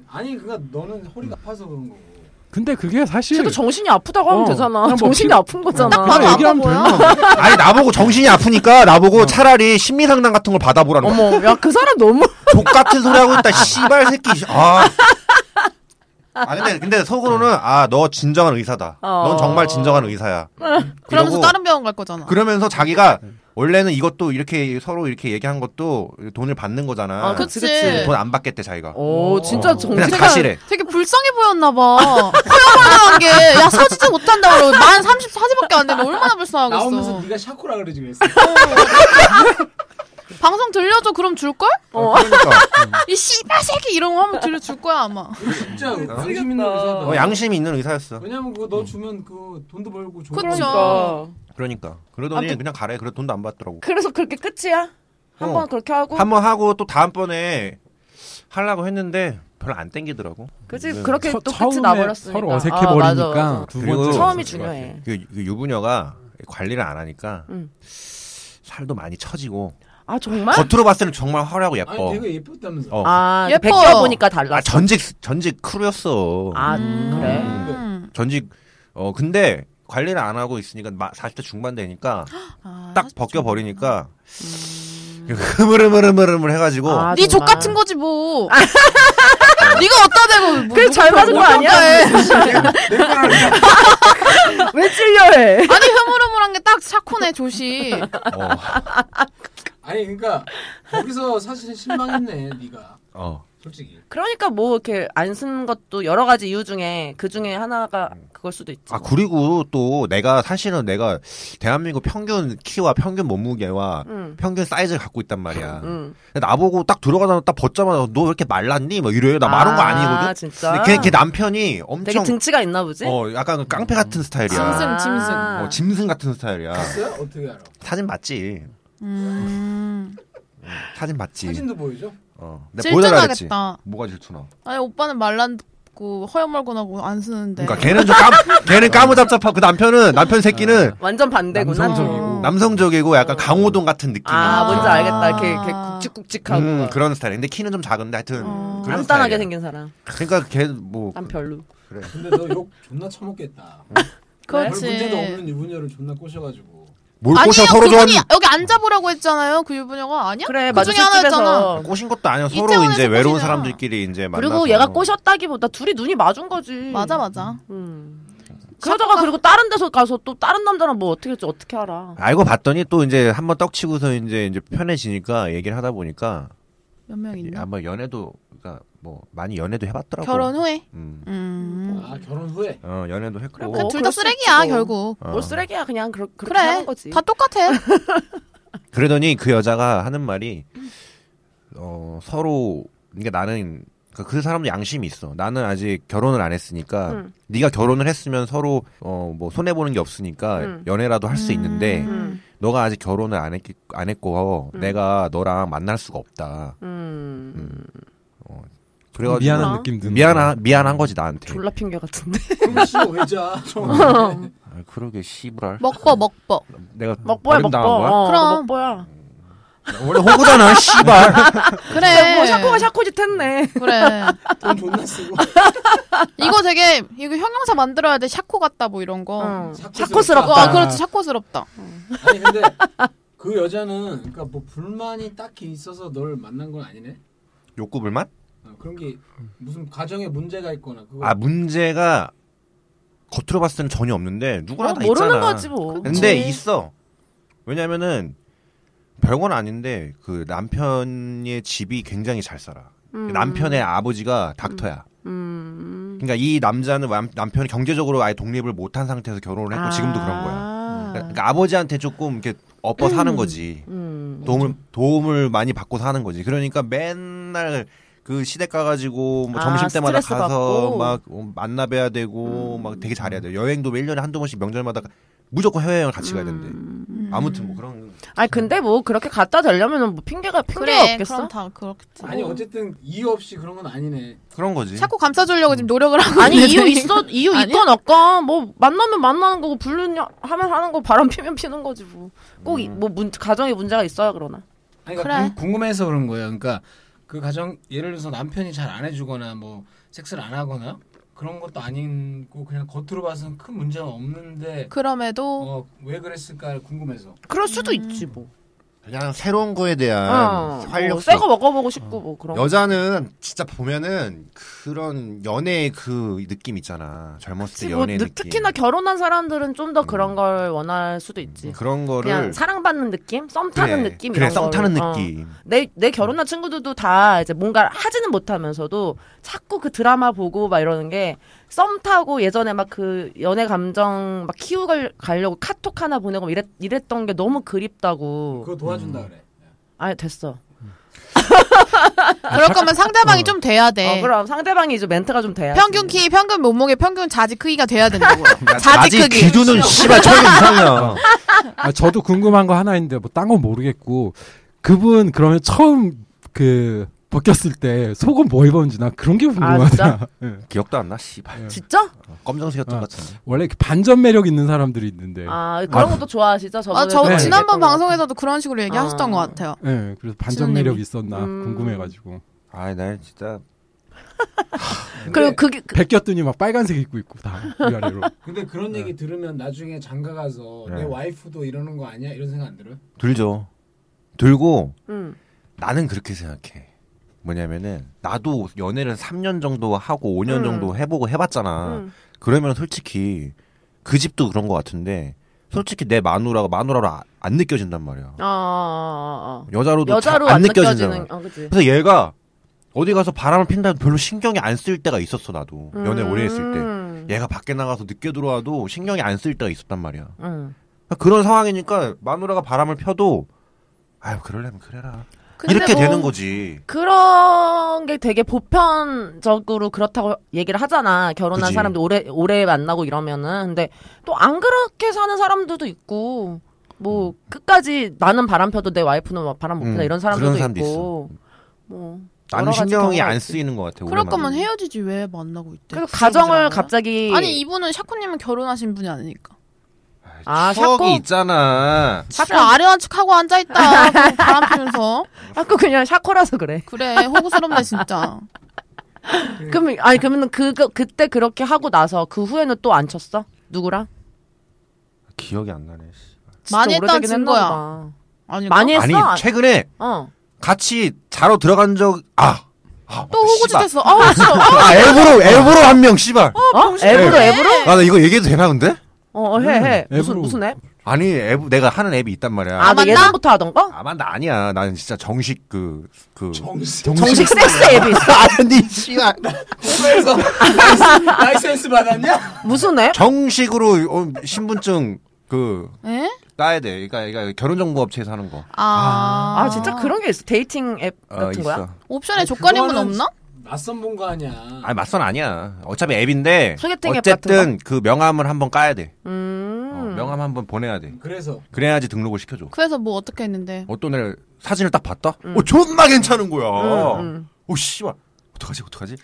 [SPEAKER 7] 아니 그니까 너는 허리가 아파서 그런 거고
[SPEAKER 3] 근데 그게 사실
[SPEAKER 4] 쟤도 정신이 아프다고 하면
[SPEAKER 3] 어,
[SPEAKER 4] 되잖아.
[SPEAKER 3] 그냥 뭐
[SPEAKER 4] 정신이
[SPEAKER 3] 피-
[SPEAKER 4] 아픈 거잖아.
[SPEAKER 6] 어.
[SPEAKER 3] 딱 봐도
[SPEAKER 2] 아파
[SPEAKER 3] 얘기하면
[SPEAKER 2] 보여.
[SPEAKER 3] 되는
[SPEAKER 6] 아니 나보고 정신이 아프니까
[SPEAKER 3] 어.
[SPEAKER 6] 나보고 차라리 심리 상담 같은 걸 받아보라는 거야.
[SPEAKER 4] 어머, 야 그 사람 너무
[SPEAKER 6] 족 같은 소리 하고 있다. 씨발 새끼. 아. 아 근데 근데 속으로는 아 너 진정한 의사다.
[SPEAKER 4] 어.
[SPEAKER 6] 넌 정말 진정한 의사야.
[SPEAKER 2] 그러면서
[SPEAKER 6] 이러고
[SPEAKER 2] 다른 병원 갈 거잖아.
[SPEAKER 6] 그러면서 자기가 원래는 이것도 이렇게 서로 이렇게 얘기한 것도 돈을 받는 거잖아.
[SPEAKER 4] 아,
[SPEAKER 2] 어, 그치. 어.
[SPEAKER 4] 그치, 그치.
[SPEAKER 6] 돈 안 받겠대 자기가.
[SPEAKER 4] 오, 어, 진짜 정신
[SPEAKER 6] 어. 그냥 사실해.
[SPEAKER 2] 되게 불쌍해 보였나 봐. 허여만한 게, 야, 사지도 못한다 그러고, 만 34지밖에 안 되는데 얼마나 불쌍하겠어.
[SPEAKER 7] 나오면서 네가 샤코라 그러지 그랬어
[SPEAKER 2] 방송 들려줘, 그럼 줄걸?
[SPEAKER 6] 어, 그러니까.
[SPEAKER 2] 이 씨발 새끼 이런 거 한번 들려줄 거야, 아마.
[SPEAKER 7] 진짜
[SPEAKER 6] 어,
[SPEAKER 7] 양심 있는 의사다
[SPEAKER 6] 어, 양심이 있는 의사였어.
[SPEAKER 7] 왜냐면 그거 너 주면 그 돈도 벌고 좋은
[SPEAKER 2] 그쵸.
[SPEAKER 4] 그러니까.
[SPEAKER 6] 그러니까. 그러더니 그냥 가래. 그래 돈도 안 받더라고.
[SPEAKER 4] 그래서 그렇게 끝이야? 한
[SPEAKER 6] 어.
[SPEAKER 4] 번 그렇게 하고?
[SPEAKER 6] 한 번 하고 또 다음번에 하려고 했는데 별로 안 땡기더라고.
[SPEAKER 4] 그치,
[SPEAKER 6] 네.
[SPEAKER 4] 그렇게
[SPEAKER 3] 처-
[SPEAKER 4] 또
[SPEAKER 3] 처음에
[SPEAKER 4] 끝이 나버렸으니까.
[SPEAKER 3] 서로 어색해
[SPEAKER 4] 아,
[SPEAKER 3] 버리니까
[SPEAKER 4] 맞아, 맞아.
[SPEAKER 3] 두
[SPEAKER 6] 그리고
[SPEAKER 3] 번째
[SPEAKER 4] 처음이
[SPEAKER 3] 없을 것 같아.
[SPEAKER 4] 중요해.
[SPEAKER 6] 그, 그 유부녀가 관리를 안 하니까
[SPEAKER 4] 음.
[SPEAKER 6] 살도 많이 처지고
[SPEAKER 4] 아, 정말?
[SPEAKER 6] 겉으로 봤을 때는 정말 화려하고 예뻐.
[SPEAKER 7] 아니 되게 예뻤다면서
[SPEAKER 6] 어.
[SPEAKER 4] 아,
[SPEAKER 2] 예뻐.
[SPEAKER 4] 베껴보니까
[SPEAKER 6] 아,
[SPEAKER 4] 달랐어.
[SPEAKER 6] 전직 전직 크루였어.
[SPEAKER 4] 아, 그래?
[SPEAKER 2] 음.
[SPEAKER 6] 전직 어 근데 관리를 안 하고 있으니까 마, 40대 중반 되니까
[SPEAKER 2] 아,
[SPEAKER 6] 딱 벗겨 버리니까 흐물흐물흐물흐물 해가지고
[SPEAKER 4] 아,
[SPEAKER 2] 네 족
[SPEAKER 4] 정말.
[SPEAKER 2] 같은 거지 뭐. 네가 어디다 대고 뭐,
[SPEAKER 4] 그게 잘 맞은 거 아니야? 왜 찔려해?
[SPEAKER 2] 아니 흐물흐물한 게 딱 샤코네 조시.
[SPEAKER 6] 어,
[SPEAKER 7] 아니 그러니까 거기서 사실 실망했네 네가
[SPEAKER 6] 어.
[SPEAKER 7] 솔직히
[SPEAKER 4] 그러니까 뭐 이렇게 안 쓰는 것도 여러 가지 이유 중에 그 중에 하나가 그걸 수도 있지.
[SPEAKER 6] 아 그리고 또 내가 사실은 내가 대한민국 평균 키와 평균 몸무게와
[SPEAKER 4] 응.
[SPEAKER 6] 평균 사이즈를 갖고 있단 말이야.
[SPEAKER 4] 응.
[SPEAKER 6] 근데 나보고 딱 들어가자마자 딱 벗자마자 너 왜 이렇게 말랐니? 막 이래. 나 마른 거
[SPEAKER 4] 아,
[SPEAKER 6] 아니거든.
[SPEAKER 4] 진짜.
[SPEAKER 6] 근데 걔, 걔 남편이 엄청
[SPEAKER 4] 되게 등치가 있나 보지?
[SPEAKER 6] 어 약간 그 깡패 같은 스타일이야.
[SPEAKER 2] 짐승, 짐승.
[SPEAKER 6] 어, 짐승 같은 스타일이야.
[SPEAKER 7] 봤어요? 어떻게 알아?
[SPEAKER 6] 사진 봤지.
[SPEAKER 2] 음.
[SPEAKER 6] 사진 봤지.
[SPEAKER 7] 사진도 보여줘?
[SPEAKER 6] 어. 보여달라 그랬지.
[SPEAKER 2] 질투나겠다.
[SPEAKER 6] 뭐가 질투나?
[SPEAKER 2] 아니 오빠는 말랐고 허여멀건하고 안
[SPEAKER 4] 네.
[SPEAKER 2] 쓰는데.
[SPEAKER 6] 그러니까 걔는 좀 깜, 걔는 까무잡잡하고 그 남편은 남편 새끼는
[SPEAKER 4] 완전 반대구나.
[SPEAKER 3] 남성적이고.
[SPEAKER 2] 어.
[SPEAKER 6] 남성적이고 약간 강호동 같은 느낌.
[SPEAKER 4] 아, 뭔지
[SPEAKER 2] 아.
[SPEAKER 4] 알겠다. 이렇게, 이렇게 굵직굵직하고.
[SPEAKER 6] 음, 그런 스타일. 근데 키는 좀 작은데 하여튼
[SPEAKER 2] 어.
[SPEAKER 6] 그런
[SPEAKER 4] 단단하게
[SPEAKER 6] 스타일이야.
[SPEAKER 4] 생긴 사람.
[SPEAKER 6] 그러니까 걔뭐
[SPEAKER 4] 난 별로.
[SPEAKER 7] 근데 너 욕 존나 처먹겠다 별
[SPEAKER 2] 그렇지.
[SPEAKER 7] 문제도 없는 유부녀를 존나 꼬셔가지고
[SPEAKER 6] 뭘 꼬셔
[SPEAKER 2] 아니에요
[SPEAKER 6] 서로
[SPEAKER 2] 그분이
[SPEAKER 6] 좋아하는
[SPEAKER 2] 여기 앉아보라고 했잖아요 그 유부녀가 아니야?
[SPEAKER 4] 그래,
[SPEAKER 2] 그
[SPEAKER 4] 맞아.
[SPEAKER 2] 중에 하나였잖아.
[SPEAKER 4] 술집에서.
[SPEAKER 6] 꼬신 것도 아니야. 서로
[SPEAKER 2] 이태원에서
[SPEAKER 6] 이제 외로운
[SPEAKER 2] 꼬시잖아.
[SPEAKER 6] 사람들끼리 이제 만나서
[SPEAKER 4] 그리고 얘가 꼬셨다기보다 둘이 눈이 맞은 거지.
[SPEAKER 2] 맞아 맞아.
[SPEAKER 4] 음. 그러다가 그리고 다른 데서 가서 또 다른 남자랑 뭐 어떻게 할지 어떻게 알아.
[SPEAKER 6] 알고 봤더니 또 이제 한번 떡치고서 이제 이제 편해지니까 얘기를 하다 보니까
[SPEAKER 2] 몇 명 있나?
[SPEAKER 6] 한번 연애도 그러니까 뭐 많이 연애도 해봤더라고.
[SPEAKER 2] 결혼 후에.
[SPEAKER 6] 음.
[SPEAKER 2] 음.
[SPEAKER 7] 아 결혼 후에
[SPEAKER 6] 어 연애도 했고.
[SPEAKER 4] 그래, 뭐.
[SPEAKER 2] 둘 다
[SPEAKER 4] 그럴 수
[SPEAKER 2] 쓰레기야
[SPEAKER 4] 있지 뭐.
[SPEAKER 2] 결국.
[SPEAKER 6] 어.
[SPEAKER 4] 뭘 쓰레기야 그냥 그렇, 그렇게
[SPEAKER 2] 그래.
[SPEAKER 4] 하는 거지.
[SPEAKER 2] 다 똑같아.
[SPEAKER 6] 그러더니 그 여자가 하는 말이 어 서로 그러니까 나는 그러니까 그 사람도 양심이 있어. 나는 아직 결혼을 안 했으니까
[SPEAKER 4] 음.
[SPEAKER 6] 네가 결혼을 했으면 서로 어 뭐 손해 보는 게 없으니까
[SPEAKER 4] 음.
[SPEAKER 6] 연애라도 할 수 있는데
[SPEAKER 4] 음.
[SPEAKER 6] 너가 아직 결혼을 안 했기 안 했고 내가 너랑 만날 수가 없다.
[SPEAKER 4] 음.
[SPEAKER 6] 그래가지고
[SPEAKER 3] 미안한 느낌 드는.
[SPEAKER 6] 미안한 미안한 거지 나한테.
[SPEAKER 4] 졸라 핑계 같은데.
[SPEAKER 7] 그럼 씨왜 자 어?
[SPEAKER 6] 아, 그러게 씨부랄.
[SPEAKER 2] 먹버 먹버.
[SPEAKER 6] 내가
[SPEAKER 4] 먹보야 먹보.
[SPEAKER 6] 버림당한 거야?
[SPEAKER 4] 어,
[SPEAKER 2] 그럼.
[SPEAKER 4] 먹보야.
[SPEAKER 6] 원래 호구잖아 씨발.
[SPEAKER 2] 그래.
[SPEAKER 4] 뭐 샤코가 샤코짓 했네.
[SPEAKER 2] 그래.
[SPEAKER 7] 돈 존나 쓰고
[SPEAKER 2] 이거 되게 이거 형용사 만들어야 돼. 샤코 같다 뭐 이런 거.
[SPEAKER 4] 어.
[SPEAKER 2] 어,
[SPEAKER 4] 샤코스럽다.
[SPEAKER 2] 아, 그렇지 샤코스럽다.
[SPEAKER 7] 아니 근데 그 여자는 그러니까 뭐 불만이 딱히 있어서 널 만난 건 아니네.
[SPEAKER 6] 욕구 불만?
[SPEAKER 7] 어, 그런 게 무슨 가정에 문제가 있거나 그거
[SPEAKER 6] 아 문제가 겉으로 봤을 때는 전혀 없는데 누구나
[SPEAKER 4] 어,
[SPEAKER 6] 다
[SPEAKER 4] 모르는
[SPEAKER 6] 있잖아.
[SPEAKER 4] 거지 뭐.
[SPEAKER 6] 근데
[SPEAKER 2] 그치.
[SPEAKER 6] 있어. 왜냐면은 별건 아닌데 그 남편의 집이 굉장히 잘 살아. 남편의 아버지가 닥터야.
[SPEAKER 4] 음.
[SPEAKER 6] 그러니까 이 남자는 남, 남편이 경제적으로 아예 독립을 못한 상태에서 결혼을 했고 지금도 그런 거야.
[SPEAKER 4] 거야.
[SPEAKER 6] 그러니까 아버지한테 조금 이렇게 엎어 사는 거지.
[SPEAKER 4] 음.
[SPEAKER 6] 도움을 도움을 많이 받고 사는 거지. 그러니까 맨날 그 그 시댁 가가지고 뭐
[SPEAKER 4] 아,
[SPEAKER 6] 점심 때마다
[SPEAKER 4] 스트레스
[SPEAKER 6] 가서
[SPEAKER 4] 받고. 음.
[SPEAKER 6] 막 어, 만나봐야 되고 막 되게 잘해야 돼요. 여행도 뭐 1년에 한두 번씩 명절마다 가- 무조건 해외여행 같이 가야 된대.
[SPEAKER 4] 음.
[SPEAKER 6] 아무튼 뭐 그런
[SPEAKER 4] 아니 근데 뭐 그렇게 갖다 대려면 뭐 핑계가 핑계가
[SPEAKER 2] 그래
[SPEAKER 4] 없겠어?
[SPEAKER 2] 그럼 다 그렇겠지.
[SPEAKER 7] 아니 어쨌든 이유 없이 그런 건 아니네.
[SPEAKER 6] 그런 거지.
[SPEAKER 2] 자꾸 감싸주려고 지금 노력을 하고
[SPEAKER 6] 네,
[SPEAKER 4] 아니
[SPEAKER 2] 있는데.
[SPEAKER 4] 이유 있어 이유
[SPEAKER 2] 아니야?
[SPEAKER 4] 있건 없건 뭐 만나면 만나는 거고 부르냐 하면 하는 거 바람 피면 피는 거지
[SPEAKER 6] 음.
[SPEAKER 4] 뭐꼭뭐 가정에 문제가 있어야 그러나
[SPEAKER 7] 아니,
[SPEAKER 2] 그래.
[SPEAKER 7] 그러니까
[SPEAKER 2] 그래.
[SPEAKER 5] 궁- 궁금해서 그런 거예요. 그러니까 그 가정 예를 들어서 남편이 잘 안 해주거나 뭐 섹스를 안 하거나 그런 것도 아니고 그냥 겉으로 봐서는 큰 문제가 없는데
[SPEAKER 2] 그럼에도
[SPEAKER 7] 어, 왜 그랬을까 궁금해서.
[SPEAKER 4] 그럴 수도 있지 뭐
[SPEAKER 6] 그냥 새로운 거에 대한
[SPEAKER 4] 어, 뭐
[SPEAKER 6] 음. 아, 활력소.
[SPEAKER 4] 새거 먹어보고 싶고 뭐 그런 거.
[SPEAKER 6] 여자는 진짜 보면은 그런 연애의 그 느낌 있잖아. 젊었을 때
[SPEAKER 4] 뭐
[SPEAKER 6] 연애
[SPEAKER 4] 느-
[SPEAKER 6] 느낌. 음.
[SPEAKER 4] 특히나 결혼한 사람들은 좀 더 그런 걸 원할 수도 있지
[SPEAKER 6] 그런
[SPEAKER 4] 그냥
[SPEAKER 6] 거를
[SPEAKER 4] 사랑받는 느낌 썸
[SPEAKER 6] 그래,
[SPEAKER 4] 타는 느낌
[SPEAKER 6] 네. 그래
[SPEAKER 4] 이런
[SPEAKER 6] 썸 타는
[SPEAKER 4] 걸로. 어.
[SPEAKER 6] 느낌.
[SPEAKER 4] 내, 내 결혼한 친구들도 다 이제 뭔가 하지는 못하면서도 자꾸 그 드라마 보고 막 이러는 게 썸 타고 예전에 막 그 연애 감정 막 키우고 가려고 카톡 하나 보내고 막 이랬, 이랬던 게 너무 그립다고.
[SPEAKER 7] 그거 도와준다 그래.
[SPEAKER 4] 아, 됐어.
[SPEAKER 2] 그럴 거면 상대방이
[SPEAKER 3] 어.
[SPEAKER 2] 좀 돼야 돼.
[SPEAKER 4] 어, 그럼 상대방이 이제 멘트가 좀
[SPEAKER 6] 네.
[SPEAKER 4] 돼야지.
[SPEAKER 2] 네. 평균 키, 평균 몸무게, 평균 자지 크기가 돼야 된다고.
[SPEAKER 6] 야,
[SPEAKER 2] 자지
[SPEAKER 6] 그러니까 자지
[SPEAKER 2] 크기.
[SPEAKER 6] 기준은 씨발 처음 이상이야.
[SPEAKER 3] 아, 저도 궁금한 거 하나 있는데 뭐 딴 건 모르겠고 그분 그러면 처음 그 벗겼을 때 속은 뭐 입었는지 나 그런 게
[SPEAKER 4] 아,
[SPEAKER 3] 궁금하다.
[SPEAKER 4] 진짜?
[SPEAKER 3] 예.
[SPEAKER 6] 기억도 안 나, 씨발.
[SPEAKER 4] 진짜?
[SPEAKER 6] 검정색이었던
[SPEAKER 3] 아.
[SPEAKER 6] 것 같은데.
[SPEAKER 3] 원래 이렇게 반전 매력 있는 사람들이
[SPEAKER 6] 네.
[SPEAKER 3] 있는데.
[SPEAKER 4] 아, 그런 것도 좋아하시죠? 저번에
[SPEAKER 2] 아, 저
[SPEAKER 3] 네.
[SPEAKER 2] 지난번
[SPEAKER 4] 얘기했던 거.
[SPEAKER 2] 방송에서도 그런 식으로 얘기하셨던
[SPEAKER 4] 아.
[SPEAKER 2] 것 같아요.
[SPEAKER 3] 예, 그래서 반전
[SPEAKER 2] 신우님이.
[SPEAKER 3] 매력 있었나
[SPEAKER 4] 음.
[SPEAKER 3] 궁금해가지고
[SPEAKER 6] 아이, 날 진짜.
[SPEAKER 4] 그리고 그게 그- 어?
[SPEAKER 3] 벗겼더니 막 빨간색 입고 있고 다 위아래로.
[SPEAKER 7] 근데 그런 얘기 들으면 나중에 장가 가서
[SPEAKER 6] 네.
[SPEAKER 7] 내 와이프도 이러는 거 아니야? 이런 생각 안 들어요?
[SPEAKER 6] 들죠. 들고,
[SPEAKER 4] 음.
[SPEAKER 6] 나는 그렇게 생각해. 뭐냐면은, 나도 연애를 3년 정도 하고 5년
[SPEAKER 4] 음.
[SPEAKER 6] 정도 해보고 해봤잖아.
[SPEAKER 4] 음.
[SPEAKER 6] 그러면 솔직히, 그 집도 그런 것 같은데, 솔직히 내 마누라가 마누라로 아- 안 느껴진단 말이야.
[SPEAKER 4] 아, 아, 아, 아.
[SPEAKER 6] 여자로도
[SPEAKER 4] 여자로
[SPEAKER 6] 잘
[SPEAKER 4] 안
[SPEAKER 6] 안 느껴진단 말이야.
[SPEAKER 4] 느껴지는 어, 그치.
[SPEAKER 6] 그래서 얘가, 어디 가서 바람을 핀다 해도 별로 신경이 안 쓸 때가 있었어, 나도. 연애 오래 했을 때.
[SPEAKER 4] 음.
[SPEAKER 6] 얘가 밖에 나가서 늦게 들어와도 신경이 안 쓸 때가 있었단 말이야.
[SPEAKER 4] 음.
[SPEAKER 6] 그런 상황이니까 마누라가 바람을 펴도 아유 그럴려면 그래라
[SPEAKER 4] 근데
[SPEAKER 6] 이렇게
[SPEAKER 4] 뭐-
[SPEAKER 6] 되는 거지
[SPEAKER 4] 그런 게 되게 보편적으로 그렇다고 얘기를 하잖아. 결혼한
[SPEAKER 6] 그지.
[SPEAKER 4] 사람들 오래 오래 만나고 이러면은 근데 또 안 그렇게 사는 사람들도 있고 뭐 끝까지 나는 바람 펴도 내 와이프는 막 바람 못 피나
[SPEAKER 6] 음,
[SPEAKER 4] 이런 사람들도
[SPEAKER 6] 그런 사람도
[SPEAKER 4] 있고 뭐 여러
[SPEAKER 6] 나는
[SPEAKER 4] 가지
[SPEAKER 6] 신경이
[SPEAKER 4] 경우가
[SPEAKER 6] 안
[SPEAKER 4] 있지.
[SPEAKER 6] 쓰이는 것 같아
[SPEAKER 2] 그럴
[SPEAKER 6] 오랜만에.
[SPEAKER 2] 거면 헤어지지 왜 만나고 있대?
[SPEAKER 4] 그래서
[SPEAKER 2] 그
[SPEAKER 4] 가정을
[SPEAKER 2] 사람들하고.
[SPEAKER 4] 갑자기
[SPEAKER 2] 아니 이분은 샤코님은 결혼하신 분이 아니니까.
[SPEAKER 4] 아,
[SPEAKER 6] 추억이
[SPEAKER 4] 샤코?
[SPEAKER 6] 있잖아
[SPEAKER 2] 자꾸 아련한 척하고 앉아있다. 그럼 바람 피면서.
[SPEAKER 4] 자꾸 그냥 샤코라서 그래.
[SPEAKER 2] 그래 호구스럽네 진짜.
[SPEAKER 6] 음.
[SPEAKER 4] 그럼 아니 그러면 그, 그 그때 그렇게 하고 나서 그 후에는 또 안 쳤어? 누구랑?
[SPEAKER 6] 기억이 안 나네 씨.
[SPEAKER 4] 진짜
[SPEAKER 2] 많이 했다는
[SPEAKER 4] 오래되긴 했나
[SPEAKER 2] 증거야.
[SPEAKER 4] 보다.
[SPEAKER 2] 아니
[SPEAKER 4] 많이 했어.
[SPEAKER 6] 아니 최근에
[SPEAKER 4] 어.
[SPEAKER 6] 같이 자러 들어간 적아 아,
[SPEAKER 2] 또 호구짓했어. 아우 싫어.
[SPEAKER 6] 아 앱으로 앱으로 한 명 씨발
[SPEAKER 4] 어? 앱으로 앱으로?
[SPEAKER 6] 아 나 이거 얘기해도 되나 근데
[SPEAKER 4] 어, 해, 해.
[SPEAKER 3] 음,
[SPEAKER 4] 무슨,
[SPEAKER 3] 앱으로.
[SPEAKER 4] 무슨 앱?
[SPEAKER 6] 아니 앱 내가 하는 앱이 있단 말이야
[SPEAKER 4] 아,
[SPEAKER 6] 아,
[SPEAKER 4] 너
[SPEAKER 2] 맞나?
[SPEAKER 4] 예전부터 하던 거?
[SPEAKER 6] 아마 나 아니야 나는 진짜 정식 그그
[SPEAKER 7] 정식
[SPEAKER 4] 정식 섹스 앱이 있어.
[SPEAKER 6] 아니 씨발
[SPEAKER 7] 호가에서 라이센스, 라이센스 받았냐?
[SPEAKER 4] 무슨 앱?
[SPEAKER 6] 정식으로 어, 신분증 그
[SPEAKER 2] 에?
[SPEAKER 6] 따야 돼. 그러니까, 그러니까 결혼정보업체에서 하는 거.
[SPEAKER 2] 아.
[SPEAKER 4] 아, 진짜 그런 게 있어. 데이팅 앱
[SPEAKER 6] 어,
[SPEAKER 4] 같은 거야?
[SPEAKER 6] 있어.
[SPEAKER 2] 옵션에
[SPEAKER 7] 아니,
[SPEAKER 2] 조건행은
[SPEAKER 7] 그거는
[SPEAKER 2] 없나?
[SPEAKER 7] 낯선 본 거 아니야.
[SPEAKER 6] 아니 맞선 아니야. 어차피 앱인데
[SPEAKER 4] 소개팅 앱
[SPEAKER 6] 어쨌든 그 명함을 한번 까야 돼. 어,
[SPEAKER 4] 음.
[SPEAKER 6] 명함 한번 보내야 돼.
[SPEAKER 7] 그래서
[SPEAKER 6] 그래야지 등록을 시켜줘.
[SPEAKER 2] 그래서 뭐 어떻게 했는데?
[SPEAKER 6] 어떤 애를 사진을 딱 봤다. 어 존나 괜찮은 거야.
[SPEAKER 4] 음.
[SPEAKER 6] 오 씨발 어떡하지 어떡하지?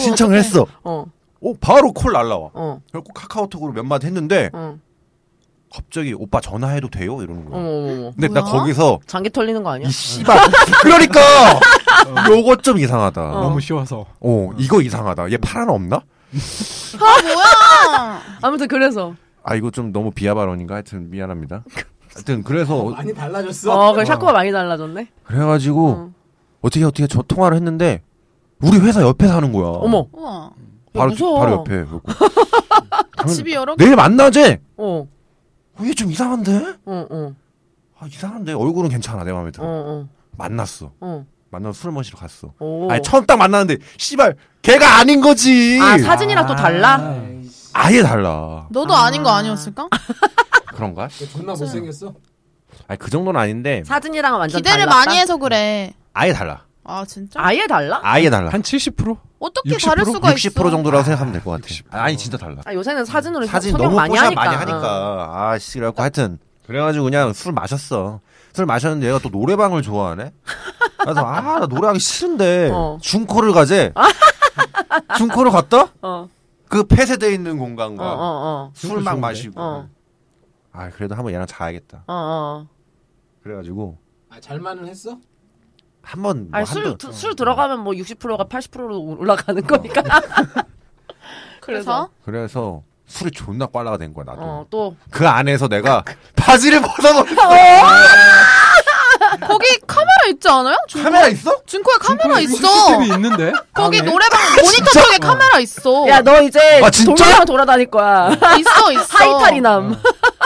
[SPEAKER 6] 신청을 했어.
[SPEAKER 4] 어,
[SPEAKER 6] 어 바로 콜 날라와.
[SPEAKER 4] 어,
[SPEAKER 6] 그래갖고 카카오톡으로 몇 마디 했는데
[SPEAKER 4] 어.
[SPEAKER 6] 갑자기 오빠 전화해도 돼요 이러는 거야.
[SPEAKER 4] 어머, 어머, 어머.
[SPEAKER 6] 근데 나
[SPEAKER 2] 뭐야?
[SPEAKER 6] 거기서
[SPEAKER 4] 장기 털리는 거 아니야?
[SPEAKER 6] 이 씨발 그러니까
[SPEAKER 4] 어.
[SPEAKER 6] 요거 좀 이상하다.
[SPEAKER 3] 너무 쉬워서.
[SPEAKER 6] 어, 이거 이상하다. 얘 파란 없나?
[SPEAKER 2] 아 뭐야?
[SPEAKER 4] 아무튼 그래서.
[SPEAKER 6] 아, 이거 좀 너무 비하 발언인가? 하여튼 미안합니다. 하여튼 그래서
[SPEAKER 7] 많이 달라졌어.
[SPEAKER 4] 어, 그래, 샤코가 많이 달라졌네.
[SPEAKER 6] 그래가지고
[SPEAKER 4] 어.
[SPEAKER 6] 어떻게 어떻게 저 통화를 했는데 우리 회사 옆에 사는 거야.
[SPEAKER 4] 어머,
[SPEAKER 2] 우와.
[SPEAKER 6] 바로
[SPEAKER 4] 무서워.
[SPEAKER 6] 바로 옆에. 그래갖고 당연히 뭐. 네.
[SPEAKER 2] 집이 여러 개.
[SPEAKER 6] 내일 만나재.
[SPEAKER 4] 어,
[SPEAKER 6] 어, 얘좀 이상한데?
[SPEAKER 4] 어, 어,
[SPEAKER 6] 아, 이상한데 얼굴은 괜찮아 내 마음에
[SPEAKER 4] 어,
[SPEAKER 6] 들어.
[SPEAKER 4] 어,
[SPEAKER 6] 만났어.
[SPEAKER 4] 어.
[SPEAKER 6] 만나서 술 마시러 갔어.
[SPEAKER 4] 오.
[SPEAKER 6] 아니 처음 딱 만났는데 씨발 걔가 아닌 거지.
[SPEAKER 4] 아, 사진이랑 또 달라?
[SPEAKER 7] 아이씨,
[SPEAKER 6] 아예 달라.
[SPEAKER 2] 너도
[SPEAKER 4] 아.
[SPEAKER 2] 아... 닌거 아니었을까?
[SPEAKER 6] 그런가?
[SPEAKER 7] 너 존나 못생겼어?
[SPEAKER 6] 아니 그 정도는 아닌데
[SPEAKER 4] 사진이랑은 완전
[SPEAKER 2] 기대를
[SPEAKER 4] 달랐다?
[SPEAKER 2] 많이 해서 그래.
[SPEAKER 6] 아예 달라.
[SPEAKER 2] 아 진짜?
[SPEAKER 4] 아예 달라?
[SPEAKER 6] 아예 달라.
[SPEAKER 3] 한 70%?
[SPEAKER 2] 어떻게
[SPEAKER 3] 60%?
[SPEAKER 2] 다를 수가 있어?
[SPEAKER 6] 60% 정도라고 생각하면 될 것 같아. 아니 진짜 달라.
[SPEAKER 4] 아, 요새는 사진으로
[SPEAKER 6] 사진
[SPEAKER 4] 성형
[SPEAKER 6] 너무
[SPEAKER 4] 많이
[SPEAKER 6] 포샵
[SPEAKER 4] 하니까.
[SPEAKER 6] 많이 하니까 아씨 그래갖고 하여튼 그래가지고 그냥 술 마셨어 술 마셨는데 얘가 또 노래방을 좋아하네 그래서 아 나 노래하기 싫은데
[SPEAKER 4] 어.
[SPEAKER 6] 중코를 가재 중코를 갔다
[SPEAKER 4] 어,
[SPEAKER 6] 그 폐쇄돼 있는
[SPEAKER 4] 어, 어,
[SPEAKER 6] 공간과
[SPEAKER 4] 어,
[SPEAKER 6] 술
[SPEAKER 3] 중코
[SPEAKER 6] 막
[SPEAKER 3] 좋은데?
[SPEAKER 6] 마시고
[SPEAKER 4] 어.
[SPEAKER 6] 아 그래도 한번 얘랑 자야겠다
[SPEAKER 4] 어, 어.
[SPEAKER 6] 그래가지고
[SPEAKER 7] 아, 잘만은 했어?
[SPEAKER 6] 한번 뭐
[SPEAKER 4] 아니
[SPEAKER 6] 한
[SPEAKER 4] 술,
[SPEAKER 6] 번
[SPEAKER 4] 두- 어. 술 들어가면 뭐 60%가 80%로 올라가는 거니까.
[SPEAKER 2] 그래서
[SPEAKER 6] 그래서 술이 존나 꽐라가 된 거야 나도
[SPEAKER 4] 어, 아, 또
[SPEAKER 6] 그 안에서 내가 바지를 벗어놓고
[SPEAKER 2] 거기 카메라 있지 않아요? 중
[SPEAKER 6] 카메라 있어?
[SPEAKER 2] 중코에 카메라 있어.
[SPEAKER 3] CCTV 있는데? 아, 네.
[SPEAKER 2] 거기 노래방 모니터 쪽에 카메라 있어.
[SPEAKER 4] 야, 너 이제
[SPEAKER 6] 아, 진짜?
[SPEAKER 4] 동네방 돌아다닐 거야.
[SPEAKER 2] 있어 있어.
[SPEAKER 4] 하이탈이남.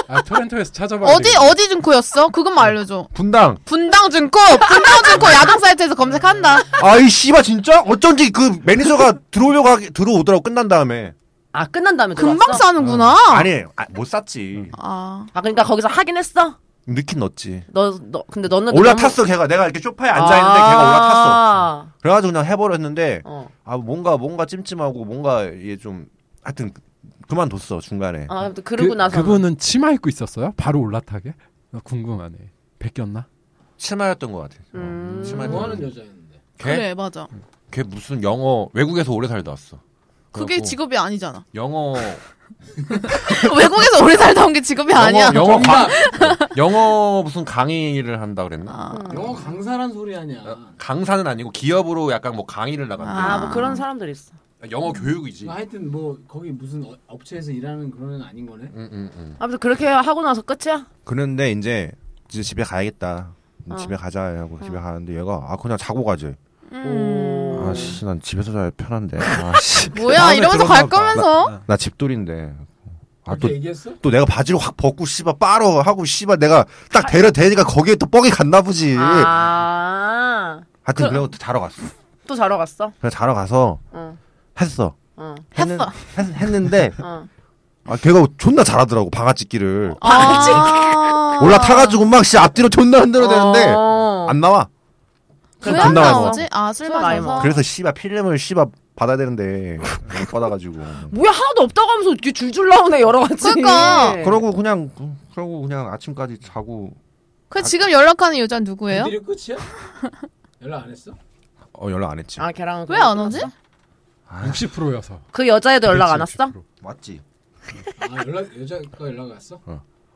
[SPEAKER 3] 아 토렌토에서 찾아봐.
[SPEAKER 2] 어디 어디 중코였어? 그것만 알려줘.
[SPEAKER 6] 분당
[SPEAKER 2] 분당 중코, 분당 중코 야동 사이트에서 검색한다.
[SPEAKER 6] 아이 씨발 진짜 어쩐지 그 매니저가 들어오려고 하기- 들어오더라고 끝난 다음에
[SPEAKER 4] 아, 끝난 다음에
[SPEAKER 2] 금방
[SPEAKER 4] 들어왔어?
[SPEAKER 2] 싸는구나.
[SPEAKER 6] 아니 아, 못 샀지
[SPEAKER 2] 아,
[SPEAKER 4] 아, 그러니까 거기서 하긴 했어.
[SPEAKER 6] 느낌 넣었지
[SPEAKER 4] 너, 너, 근데 너는
[SPEAKER 6] 올라탔어 걔가 내가 이렇게 소파에 앉아 있는데 걔가 올라탔어 그래가지고 그냥 해버렸는데
[SPEAKER 4] 어.
[SPEAKER 6] 아 뭔가 뭔가 찜찜하고 뭔가 이게 좀 하여튼 그만뒀어 중간에
[SPEAKER 4] 아, 아무튼 그러고 나서.
[SPEAKER 3] 그분은 치마 입고 있었어요? 바로 올라타게? 나 궁금하네. 벗겼나?
[SPEAKER 6] 치마였던 것 같아 어,
[SPEAKER 4] 음.
[SPEAKER 6] 치마
[SPEAKER 7] 뭐 하는 여자였는데.
[SPEAKER 2] 그래 맞아.
[SPEAKER 6] 걔 무슨 영어 외국에서 오래 살다 왔어
[SPEAKER 2] 그게 직업이 아니잖아.
[SPEAKER 6] 영어
[SPEAKER 2] 외국에서 오래 살다 온 게 직업이 아니야.
[SPEAKER 6] 영어 영어 무슨 강의를 한다 그랬나
[SPEAKER 2] 아,
[SPEAKER 7] 영어 강사란 소리
[SPEAKER 6] 어.
[SPEAKER 7] 아니야.
[SPEAKER 6] 강사는 아니고 기업으로 약간 뭐 강의를 그러니까
[SPEAKER 4] 아,
[SPEAKER 2] 아.
[SPEAKER 4] 뭐 그런 사람들 있어.
[SPEAKER 6] 영어 교육이지
[SPEAKER 5] 아.
[SPEAKER 7] 하여튼 뭐 거기 무슨 어- 업체에서 일하는 그런 애는 아닌 거네.
[SPEAKER 6] 음, 음, 음.
[SPEAKER 4] 아무튼 그렇게 하고 나서 끝이야?
[SPEAKER 6] 그런데 이제 이제 집에 가야겠다.
[SPEAKER 4] 어.
[SPEAKER 6] 집에 가자 하고 집에 가는데 얘가 아 그냥 자고 가지.
[SPEAKER 2] 음.
[SPEAKER 6] 아씨 난 집에서 자야 편한데. 아씨
[SPEAKER 2] 뭐야
[SPEAKER 3] 마음에
[SPEAKER 2] 이러면서
[SPEAKER 3] 들었나
[SPEAKER 2] 갈
[SPEAKER 3] 보다.
[SPEAKER 2] 거면서
[SPEAKER 6] 나 집돌인데. 아
[SPEAKER 7] 그렇게
[SPEAKER 6] 또또
[SPEAKER 7] 얘기했어?
[SPEAKER 6] 내가 바지를 확 벗고 씨발 빠러 하고 씨발 내가 딱 데려 대니까 거기에 또 뻑이 갔나 보지.
[SPEAKER 4] 아,
[SPEAKER 6] 하여튼 그래고 자러 갔어.
[SPEAKER 4] 또 자러 갔어?
[SPEAKER 6] 그냥 자러 가서
[SPEAKER 4] 응,
[SPEAKER 6] 했어.
[SPEAKER 4] 응,
[SPEAKER 6] 했는,
[SPEAKER 2] 했어.
[SPEAKER 6] 했, 는데
[SPEAKER 4] 응.
[SPEAKER 6] 아 걔가 존나 잘하더라고 방아찌기를
[SPEAKER 2] 아,
[SPEAKER 6] 올라타가지고 막 씨 앞뒤로 존나 흔들어대는데
[SPEAKER 4] 어.
[SPEAKER 6] 안 나와.
[SPEAKER 2] 왜안
[SPEAKER 6] 안 나와서.
[SPEAKER 2] 나오지? 아, 술
[SPEAKER 4] 술 많이
[SPEAKER 2] 마셔서.
[SPEAKER 4] 먹어.
[SPEAKER 6] 그래서 씨발 필름을 씨발 받아야 되는데 못 받아가지고
[SPEAKER 4] 뭐야, 하나도 없다고 하면서 이렇게 줄줄 나오네, 여러 가지.
[SPEAKER 2] 그러니까.
[SPEAKER 4] 네.
[SPEAKER 6] 그러고 그냥 그러고 그냥 아침까지 자고
[SPEAKER 2] 그 지금 연락하는 여자는 누구예요?
[SPEAKER 7] 일이 끝이야? 연락 안 했어?
[SPEAKER 6] 어 연락 안 했지
[SPEAKER 4] 아, 걔랑.
[SPEAKER 2] 왜 안 오지?
[SPEAKER 6] 아.
[SPEAKER 3] 60%여서.
[SPEAKER 4] 그 여자애도 연락 안 왔어?
[SPEAKER 6] 맞지
[SPEAKER 7] 아 연락 여자가 연락 왔어?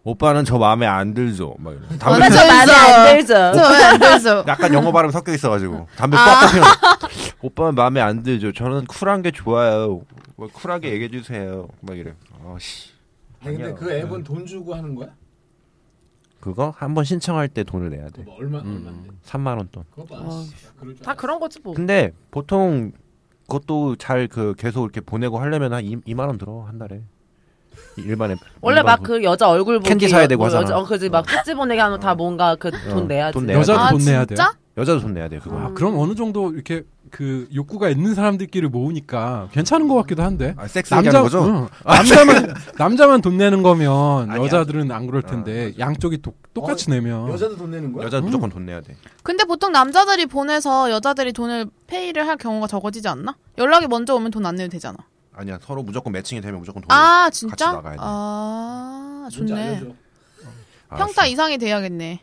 [SPEAKER 6] 오빠는 저 마음에 안 들죠 막 이러고. 담배
[SPEAKER 2] 맞아.
[SPEAKER 6] 피우-
[SPEAKER 2] 안
[SPEAKER 4] 마음에 안 들죠.
[SPEAKER 2] 저왜안 되죠?
[SPEAKER 6] 약간 영어 발음 섞여 있어가지고 담배 빡빡 피워 아. 오빠는 마음에 안 들죠 저는 쿨한 게 좋아요 뭐 쿨하게 얘기해 주세요 막 이래 아씨
[SPEAKER 7] 아니 근데
[SPEAKER 6] 아니야.
[SPEAKER 7] 그 앱은 돈 주고 하는 거야?
[SPEAKER 6] 그거 한 번 신청할 때 돈을 내야
[SPEAKER 7] 그거
[SPEAKER 6] 돼
[SPEAKER 7] 뭐 얼마 얼마인데?
[SPEAKER 6] 3만 원 돈
[SPEAKER 7] 그거 봐.
[SPEAKER 4] 어.
[SPEAKER 7] 씨, 그럴 줄
[SPEAKER 4] 다
[SPEAKER 7] 알았어.
[SPEAKER 4] 그런 거지, 뭐.
[SPEAKER 6] 근데 보통 그것도 잘 그 계속 이렇게 보내고 하려면 한 2, 2만 원 들어 한 달에 일반 앱
[SPEAKER 4] 원래
[SPEAKER 6] 일반
[SPEAKER 4] 막 그 여자 얼굴 보기
[SPEAKER 6] 캔디 사야 되고
[SPEAKER 4] 뭐 여자-
[SPEAKER 6] 하잖아.
[SPEAKER 4] 어, 그지 막 패지 보내게 하면 다 뭔가 그 돈
[SPEAKER 6] 어,
[SPEAKER 4] 내야지.
[SPEAKER 6] 돈 내야
[SPEAKER 3] 여자도
[SPEAKER 2] 아,
[SPEAKER 3] 돈 내야 돼요?
[SPEAKER 2] 진짜?
[SPEAKER 6] 여자도 돈 내야 돼 그거
[SPEAKER 3] 아, 그럼 어느 정도 이렇게 그 욕구가 있는 사람들끼리 모으니까 괜찮은 것 같기도 한데.
[SPEAKER 6] 아, 섹스 얘기하는 거죠? 아, 네.
[SPEAKER 3] 응. 남자만 남자만 돈 내는 거면
[SPEAKER 6] 아니야. 어,
[SPEAKER 3] 여자들은 안 그럴 텐데 양쪽이 똑, 똑같이 내면
[SPEAKER 7] 여자도 돈 내는 거야?
[SPEAKER 6] 여자는 무조건 돈 내야 돼.
[SPEAKER 2] 근데 보통 남자들이 보내서 여자들이 돈을 페이를 할 경우가 적어지지 않나? 연락이 먼저 오면 돈 안 내도 되잖아.
[SPEAKER 6] 아니야 서로 무조건 매칭이 되면 무조건 돈.
[SPEAKER 2] 아 진짜?
[SPEAKER 6] 같이 나가야 돼. 아,
[SPEAKER 2] 아
[SPEAKER 7] 뭔지
[SPEAKER 2] 좋네.
[SPEAKER 7] 알려줘.
[SPEAKER 6] 알았어.
[SPEAKER 2] 평타 이상이 돼야겠네.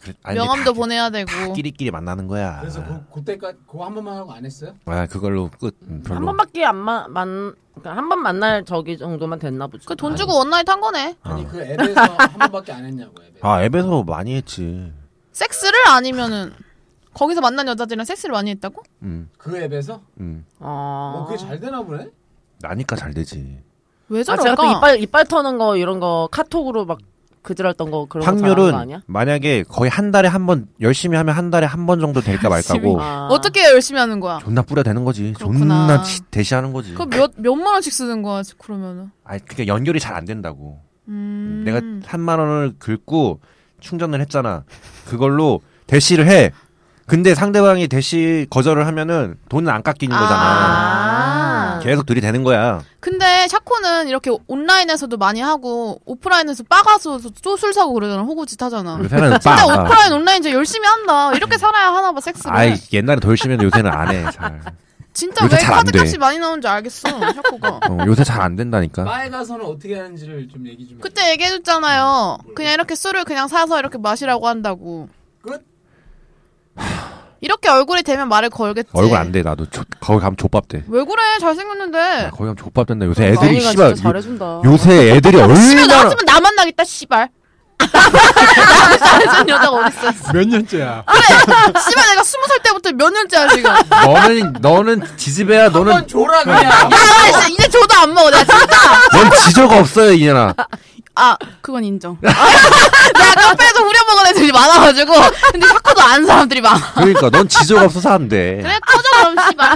[SPEAKER 6] 그래, 아니, 근데
[SPEAKER 2] 명함도
[SPEAKER 6] 다-
[SPEAKER 2] 보내야
[SPEAKER 6] 다
[SPEAKER 2] 되고.
[SPEAKER 6] 끼리끼리 만나는 거야.
[SPEAKER 7] 그래서 그, 그때까지 그거 한 번만 하고 안 했어요?
[SPEAKER 6] 아 그걸로 끝. 음, 별로.
[SPEAKER 4] 한 번밖에 안 마, 만, 그러니까 한 번 만날 저기 정도만 됐나 보지.
[SPEAKER 2] 그 돈 주고 원나잇 한 거네.
[SPEAKER 7] 아니 그 앱에서 한 번밖에 안 했냐고 앱에.
[SPEAKER 6] 아 앱에서 많이 했지.
[SPEAKER 2] 섹스를 아니면은 거기서 만난 여자들이랑 섹스를 많이 했다고?
[SPEAKER 6] 음,
[SPEAKER 7] 그 앱에서?
[SPEAKER 6] 음.
[SPEAKER 4] 어.
[SPEAKER 7] 어 그게 잘 되나 보네?
[SPEAKER 6] 나니까 잘 되지.
[SPEAKER 2] 왜
[SPEAKER 4] 아, 제가
[SPEAKER 2] 저럴까?
[SPEAKER 4] 또 이빨 이빨 터는 거 이런 거 카톡으로 막 그지랄던 거 그런 거 잘하는 거
[SPEAKER 6] 확률은
[SPEAKER 4] 아니야?
[SPEAKER 6] 만약에 거의 한 달에 한 번 열심히 하면 한 달에 한 번 정도 될까 말까고.
[SPEAKER 4] 아.
[SPEAKER 2] 어떻게 열심히 하는 거야?
[SPEAKER 6] 존나 뿌려대는 거지.
[SPEAKER 2] 그렇구나.
[SPEAKER 6] 존나 치- 대시하는 거지.
[SPEAKER 2] 그 몇 몇만 원씩 쓰는 거야 그러면은.
[SPEAKER 6] 아니 그게 연결이 잘 안 된다고.
[SPEAKER 2] 음.
[SPEAKER 6] 내가 3만 원을 긁고 충전을 했잖아. 그걸로 대시를 해. 근데 상대방이 대시 거절을 하면은 돈은 안 깎이는 거잖아.
[SPEAKER 4] 아.
[SPEAKER 6] 계속 들이대는 거야.
[SPEAKER 2] 근데 샤코는 이렇게 온라인에서도 많이 하고 오프라인에서 빠가서 또술 사고 그러잖아. 호구짓
[SPEAKER 4] 어.
[SPEAKER 2] 하잖아.
[SPEAKER 6] 요새는
[SPEAKER 2] 진짜
[SPEAKER 6] 빡.
[SPEAKER 2] 오프라인 온라인 진짜 열심히 한다. 이렇게 살아야 하나 봐 섹스를.
[SPEAKER 6] 아이 옛날에 더 열심히 했는데 요새는 안 해. 잘.
[SPEAKER 2] 진짜
[SPEAKER 6] 요새
[SPEAKER 2] 왜
[SPEAKER 6] 잘안 돼.
[SPEAKER 2] 카드값이 많이 나오는지 알겠어. 샤코가.
[SPEAKER 6] 어, 요새 잘 안 된다니까.
[SPEAKER 7] 바에 가서는 어떻게 하는지를 좀 얘기 좀. 해.
[SPEAKER 2] 그때 얘기해줬잖아요. 그냥 이렇게 술을 그냥 사서 이렇게 마시라고 한다고.
[SPEAKER 7] 끝.
[SPEAKER 2] 이렇게 얼굴이 되면 말을 걸겠지.
[SPEAKER 6] 얼굴 안 돼. 나도 조- 거기 가면 족밥 돼.
[SPEAKER 2] 왜 그래? 잘생겼는데.
[SPEAKER 6] 야, 거기 가면 족밥 된다. 요새 애들이
[SPEAKER 4] 나은이가
[SPEAKER 6] 씨발
[SPEAKER 4] 진짜
[SPEAKER 6] 요-
[SPEAKER 4] 잘해준다.
[SPEAKER 6] 요새 애들이
[SPEAKER 2] 아, 씨발
[SPEAKER 6] 얼마나
[SPEAKER 2] 나왔으면 나 만나겠다 씨발. 나만 잘생긴 여자가 어딨어.
[SPEAKER 3] 몇 년째야?
[SPEAKER 2] 씨발 내가 스무 살 때부터 몇 년째야 지금. 야,
[SPEAKER 6] 너는 너는 지지배야. 너는
[SPEAKER 7] 한번 줘라 그냥.
[SPEAKER 2] 나 진짜 이제 저도 안 먹어. 내가 진짜.
[SPEAKER 6] 넌 지저가 없어요 이년아.
[SPEAKER 2] 아 그건 인정. 내가 카페에서 후려먹은 애들이 많아가지고 근데 샤코도 아는 사람들이 많아.
[SPEAKER 6] 그러니까 넌 지저가 없어서 안 돼.
[SPEAKER 2] 그래 꺼져 그럼 씨발.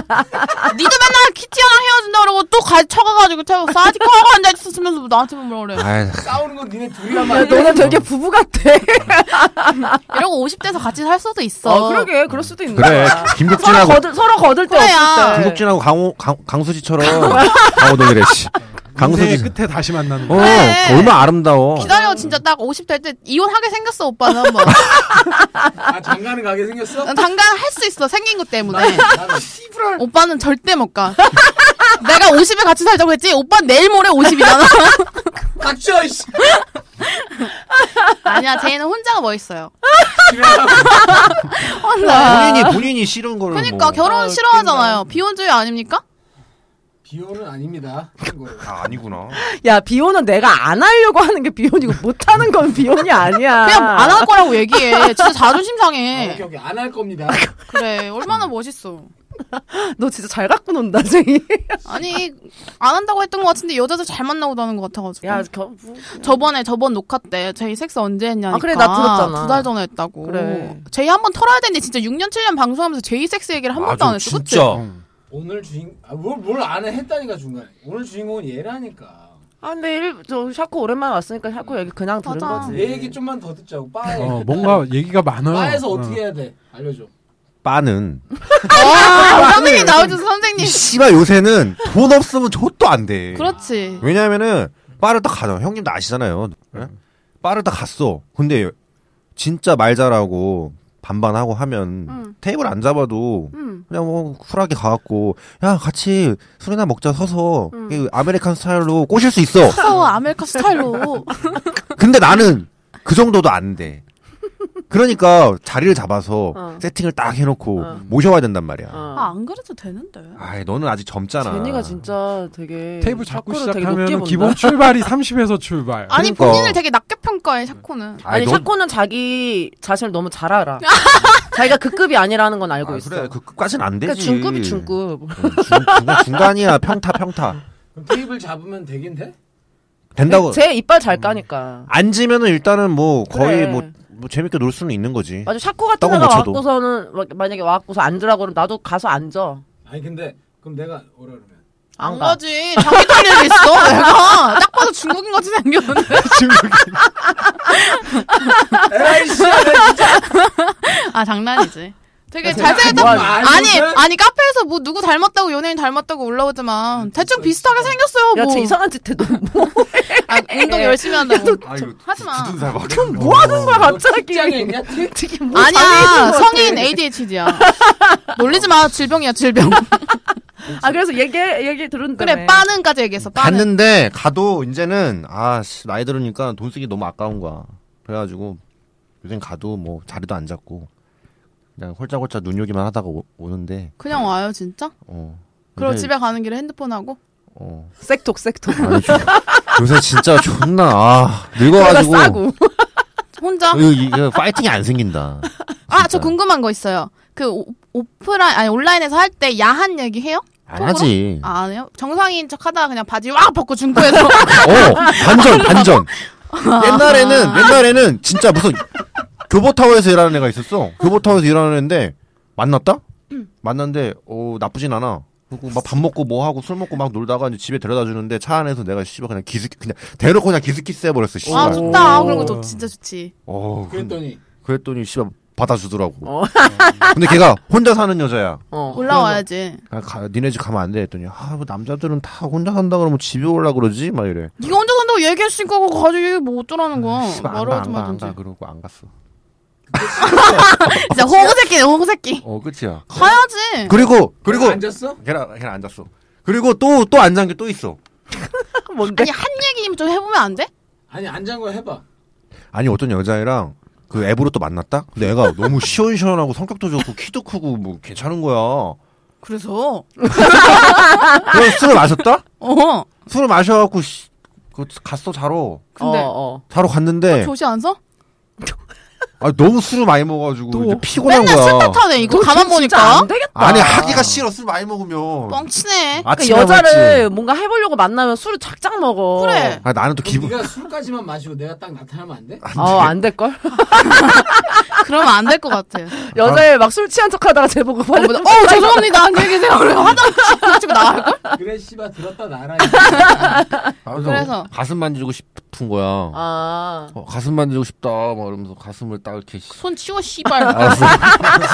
[SPEAKER 2] 니도 맨날 키티아랑 헤어진다 그러고 또 가, 쳐가가지고 태국 사디코 하고 앉아있었으면서 뭐 나한테만 뭐라 그래.
[SPEAKER 6] 아이,
[SPEAKER 7] 싸우는 건 니네 둘이 하면
[SPEAKER 4] 야,
[SPEAKER 7] 안 돼.
[SPEAKER 4] 너네 되게 부부 같아.
[SPEAKER 2] 이러고 50대에서 같이 살 수도 있어.
[SPEAKER 4] 아, 그러게 그럴 수도 있네.
[SPEAKER 6] 그래
[SPEAKER 2] 아,
[SPEAKER 4] 서로
[SPEAKER 6] 김국진하고
[SPEAKER 4] 거들 서로 거들 때
[SPEAKER 2] 그래야.
[SPEAKER 4] 없을 때.
[SPEAKER 6] 김국진하고 강호 강, 강수지처럼
[SPEAKER 2] 아,
[SPEAKER 6] 강호동이래 씨.
[SPEAKER 2] 네,
[SPEAKER 3] 인생의
[SPEAKER 6] 강수지.
[SPEAKER 3] 끝에 다시 만나는 거.
[SPEAKER 6] 어
[SPEAKER 2] 그래.
[SPEAKER 6] 얼마 나 아름다워.
[SPEAKER 2] 네. 기다려 진짜 딱 50대 때 이혼하게 생겼어 오빠는 한번.
[SPEAKER 7] 아 장가는 가게 생겼어?
[SPEAKER 2] 난 당장 할 수 있어 생긴 것 때문에.
[SPEAKER 7] 나는
[SPEAKER 2] 오빠는 절대 못 가. 내가 50에 같이 살자고 했지. 오빠 내일 모레 50이잖아.
[SPEAKER 7] 닥쳐 이씨.
[SPEAKER 2] 아니야 쟤는 혼자가 멋있어요.
[SPEAKER 7] 집에 가라고.
[SPEAKER 4] 아,
[SPEAKER 2] 혼자.
[SPEAKER 6] 본인이 본인이 싫은 거를
[SPEAKER 2] 그러니까
[SPEAKER 6] 뭐.
[SPEAKER 2] 결혼
[SPEAKER 7] 아,
[SPEAKER 2] 은 싫어하잖아요. 비혼주의 아닙니까?
[SPEAKER 7] 비호는 아닙니다. 참고로.
[SPEAKER 6] 아, 아니구나.
[SPEAKER 4] 야 비혼은 내가 안 하려고 하는 게 비혼이고 못 하는 건 비혼이 아니야.
[SPEAKER 2] 그냥 안 할 거라고 얘기해. 진짜 자존심
[SPEAKER 7] 아, 오케이
[SPEAKER 2] 상해.
[SPEAKER 7] 오케이 안 할 겁니다.
[SPEAKER 2] 그래 얼마나 멋있어.
[SPEAKER 4] 너 진짜 잘 갖고 논다 쟁이.
[SPEAKER 2] 아니 안 한다고 했던 것 같은데 여자들 잘 만나고 다는 것 같아가지고.
[SPEAKER 4] 야 겨, 뭐,
[SPEAKER 2] 저번에 저번 녹화 때 제이 섹스 언제 했냐니까
[SPEAKER 4] 아, 그래, 나 들었잖아.
[SPEAKER 2] 두 달 전에 했다고
[SPEAKER 4] 그래.
[SPEAKER 2] 제이 한 번 털어야 되는데 진짜 6년 7년 방송하면서 제이 섹스 얘기를 한 번도 안
[SPEAKER 6] 아주
[SPEAKER 2] 했어 그치?
[SPEAKER 6] 진짜.
[SPEAKER 7] 오늘 주인 아뭘뭘안 했다니까 중간에. 오늘 주인공은 얘라니까.
[SPEAKER 4] 아 근데 일, 저 샤코 오랜만에 왔으니까 샤코 얘기 그냥 들은
[SPEAKER 2] 맞아.
[SPEAKER 4] 거지.
[SPEAKER 7] 얘 얘기 좀만 더 듣자고. 바에.
[SPEAKER 3] 어, 뭔가 얘기가 많아요.
[SPEAKER 7] 바에서
[SPEAKER 3] 어.
[SPEAKER 7] 어떻게 해야 돼? 알려줘.
[SPEAKER 6] 빠는
[SPEAKER 4] 아,
[SPEAKER 2] 와 선생님 아, 그 나오셔서 선생님
[SPEAKER 6] 씨발 요새는 돈 없으면 족도 안 돼.
[SPEAKER 2] 그렇지
[SPEAKER 6] 왜냐면은 빠를 딱 가죠. 형님도 아시잖아요. 예? 빠를 딱 갔어. 근데 진짜 말 잘하고 반반하고 하면
[SPEAKER 4] 음.
[SPEAKER 2] 응.
[SPEAKER 6] 테이블 안 잡아도
[SPEAKER 2] 음.
[SPEAKER 6] 그냥 뭐 쿨하게 가갖고 야 같이 술이나 먹자 서서
[SPEAKER 4] 음.
[SPEAKER 2] 응.
[SPEAKER 6] 이 아메리칸 스타일로 꼬실 수 있어.
[SPEAKER 2] 무서워 아메리카 스타일로
[SPEAKER 6] 근데 나는 그 정도도 안 돼. 그러니까 자리를 잡아서
[SPEAKER 4] 어.
[SPEAKER 6] 세팅을 딱 해놓고
[SPEAKER 4] 어.
[SPEAKER 6] 모셔와야 된단 말이야.
[SPEAKER 2] 아
[SPEAKER 4] 어.
[SPEAKER 2] 안 그래도 되는데
[SPEAKER 6] 아이 너는 아직 젊잖아.
[SPEAKER 4] 제니가 진짜 되게
[SPEAKER 3] 테이블 잡고
[SPEAKER 4] 샤코를 되게 높게
[SPEAKER 3] 시작하면
[SPEAKER 4] 본다.
[SPEAKER 3] 기본 출발이 30에서 출발.
[SPEAKER 2] 아니
[SPEAKER 6] 그러니까. 음.
[SPEAKER 2] 본인을 되게 낮게 평가해 샤코는
[SPEAKER 6] 아이,
[SPEAKER 4] 아니
[SPEAKER 6] 넌-
[SPEAKER 4] 샤코는 자기 자신을 너무 잘 알아. 어. 자기가 그 급이 아니라는 건 알고
[SPEAKER 6] 아,
[SPEAKER 4] 있어.
[SPEAKER 6] 그래 그 끝까지는 안 되지.
[SPEAKER 4] 그러니까 중급이 중급.
[SPEAKER 6] 어, 중, 중간, 이야 평타 평타
[SPEAKER 7] 그럼 테이블 잡으면 되긴 돼?
[SPEAKER 6] 된다고
[SPEAKER 4] 네, 제 이빨 잘 까니까.
[SPEAKER 6] 앉으면은 일단은 뭐 거의
[SPEAKER 4] 그래. 어,
[SPEAKER 6] 뭐, 뭐 재밌게 놀 수는 있는 거지
[SPEAKER 4] 맞아 샤코 같은
[SPEAKER 6] 네. 떡은
[SPEAKER 4] 애가
[SPEAKER 6] 못 쳐도.
[SPEAKER 4] 와갖고서는 막- 만약에 와갖고서 앉으라고 그러면 나도 가서 앉아.
[SPEAKER 2] 뭐.
[SPEAKER 7] 아니 근데 그럼 내가 오라 그러면.
[SPEAKER 4] 안 가.
[SPEAKER 2] 가지 자기 관리를 했어 내가 딱 봐도 중국인 같이 생겼는데
[SPEAKER 7] 에이씨.
[SPEAKER 2] 아 장난이지
[SPEAKER 5] 아,
[SPEAKER 2] 되게
[SPEAKER 4] 야,
[SPEAKER 2] 잘생겼다
[SPEAKER 4] 뭐
[SPEAKER 7] 하는
[SPEAKER 2] 아니
[SPEAKER 5] 그-
[SPEAKER 7] 거야?
[SPEAKER 2] 아니 카페에서 뭐 누구 닮았다고 연예인 닮았다고 올라오지만 대충 비슷하게 생겼어요
[SPEAKER 4] 야,
[SPEAKER 2] 뭐
[SPEAKER 4] 쟤 이상한 짓 해. 너뭐
[SPEAKER 2] 아, 운동 열심히 한다고
[SPEAKER 6] 아유
[SPEAKER 2] 하지마
[SPEAKER 6] 살밖에
[SPEAKER 4] 뭐 하는 거야, 갑자기.
[SPEAKER 7] 직장에 있냐?
[SPEAKER 4] 되게 뭐
[SPEAKER 2] 아니야
[SPEAKER 4] 장애인 것 같아.
[SPEAKER 2] 성인 ADHD야 놀리지 마 질병이야 질병
[SPEAKER 4] 아, 그래서 얘기, 얘기 들은
[SPEAKER 2] 그래 빠는까지 얘기했어 빠는
[SPEAKER 6] 갔는데 가도 이제는 아 씨, 나이 들으니까 돈 쓰기 너무 아까운 거야 그래가지고 요즘 가도 뭐 자리도 안 잡고 그냥 홀짝홀짝 눈요기만 하다가 오, 오는데
[SPEAKER 2] 그냥 와요 진짜
[SPEAKER 6] 어
[SPEAKER 2] 그리고
[SPEAKER 6] 요새-
[SPEAKER 2] 집에 가는 길에 핸드폰 하고
[SPEAKER 6] 어
[SPEAKER 4] 섹톡, 섹톡.
[SPEAKER 6] 아니, 좀- 요새 진짜 존나 아
[SPEAKER 4] 그러다
[SPEAKER 6] 늙어가지고
[SPEAKER 4] 싸고.
[SPEAKER 2] 혼자
[SPEAKER 6] 이거, 이거 파이팅이 안 생긴다
[SPEAKER 2] 아 저
[SPEAKER 6] 진짜.
[SPEAKER 2] 궁금한 거 있어요 그 오, 오프라인 아니 온라인에서 할 때 야한 얘기 해요?
[SPEAKER 6] 안 하지
[SPEAKER 2] 아, 안 해요? 정상인 척 하다가 그냥 바지 와 벗고 중고에서
[SPEAKER 6] 어 반전 반전 옛날에는 옛날에는 진짜 무슨 교보타워에서 일하는 애가 있었어 교보타워에서 일하는 애인데 만났다 만났는데 어 나쁘진 않아 그리고 막 밥 먹고 뭐 하고 술 먹고 막 놀다가 이제 집에 데려다 주는데 차 안에서 내가 씨발 그냥 기스 그냥 대놓고 그냥 기스키스 해버렸어
[SPEAKER 2] 아
[SPEAKER 6] 씨발
[SPEAKER 2] 좋다 그런 거 좋- 진짜 좋지
[SPEAKER 6] 어
[SPEAKER 7] 그랬더니
[SPEAKER 6] 그랬더니 씨발 받아주더라고.
[SPEAKER 4] 어.
[SPEAKER 6] 근데 걔가 혼자 사는 여자야.
[SPEAKER 4] 어.
[SPEAKER 2] 올라와야지.
[SPEAKER 6] 아, 가, 니네 집 가면 안 돼 했더니 아뭐 남자들은 다 혼자 산다 그러면 집에 올라 그러지 막 이래.
[SPEAKER 2] 네가 혼자 산다고 얘기했으니까 그거 가지고 얘기 뭐 어쩌라는 거야.
[SPEAKER 6] 아, 씨발, 안 가,
[SPEAKER 2] 말하지
[SPEAKER 6] 안 가, 안
[SPEAKER 2] 말든지.
[SPEAKER 6] 가, 그러고 안 갔어.
[SPEAKER 2] 진짜 호구새끼네 호구새끼.
[SPEAKER 6] 어, 그치야.
[SPEAKER 2] 가야지.
[SPEAKER 6] 그리고 그리고
[SPEAKER 7] 앉았어?
[SPEAKER 6] 걔랑 걔랑 앉았어. 그리고 또 또 안 잔 게 또 있어.
[SPEAKER 4] 뭔데?
[SPEAKER 2] 아니 한 얘기 좀 해보면 안 돼?
[SPEAKER 7] 아니 안 잔 거 해봐.
[SPEAKER 6] 아니 어떤 여자애랑 그 앱으로 또 만났다? 근데 애가 너무 시원시원하고 성격도 좋고 키도 크고 뭐 괜찮은 거야.
[SPEAKER 2] 그래서
[SPEAKER 6] 그래서 술을 마셨다?
[SPEAKER 2] 어
[SPEAKER 6] 술을 마셔갖고 씨, 그 갔어 자러
[SPEAKER 4] 근데 어, 어.
[SPEAKER 6] 자러 갔는데
[SPEAKER 2] 조시 안 서?
[SPEAKER 6] 아, 너무 술을 많이 먹어가지고
[SPEAKER 4] 또.
[SPEAKER 6] 이제 피곤한
[SPEAKER 2] 맨날 술
[SPEAKER 6] 거야.
[SPEAKER 2] 탓하네 이거 가만
[SPEAKER 4] 진짜
[SPEAKER 2] 보니까
[SPEAKER 4] 안 되겠다.
[SPEAKER 6] 아니 하기가 싫어 술 많이 먹으면.
[SPEAKER 2] 뻥치네.
[SPEAKER 6] 아침에
[SPEAKER 4] 그러니까 여자를
[SPEAKER 6] 먹었지.
[SPEAKER 4] 뭔가 해보려고 만나면 술을 작작 먹어.
[SPEAKER 2] 그래.
[SPEAKER 6] 아 나는 또
[SPEAKER 7] 기
[SPEAKER 6] 기분
[SPEAKER 7] 네가 술까지만 마시고 내가 딱 나타나면 안 돼?
[SPEAKER 4] 어, 안 될 걸?
[SPEAKER 2] 그러면 안 될 것 같아요.
[SPEAKER 4] 여자에 막 술 취한 척하다가 제보고
[SPEAKER 2] 어,
[SPEAKER 4] 빨리.
[SPEAKER 2] 뭐다. 어 죄송합니다. 안녕히 계세요. 그래 화장 집에 나갈 걸?
[SPEAKER 7] 그래 씨발 들었다 나라.
[SPEAKER 6] 아,
[SPEAKER 2] 그래서.
[SPEAKER 6] 가슴 만지고 싶은 거야.
[SPEAKER 4] 아.
[SPEAKER 6] 어, 가슴 만지고 싶다 막 이러면서 가슴을 딱 이렇게 씨-
[SPEAKER 2] 손 치워 씨발.
[SPEAKER 6] 알았어.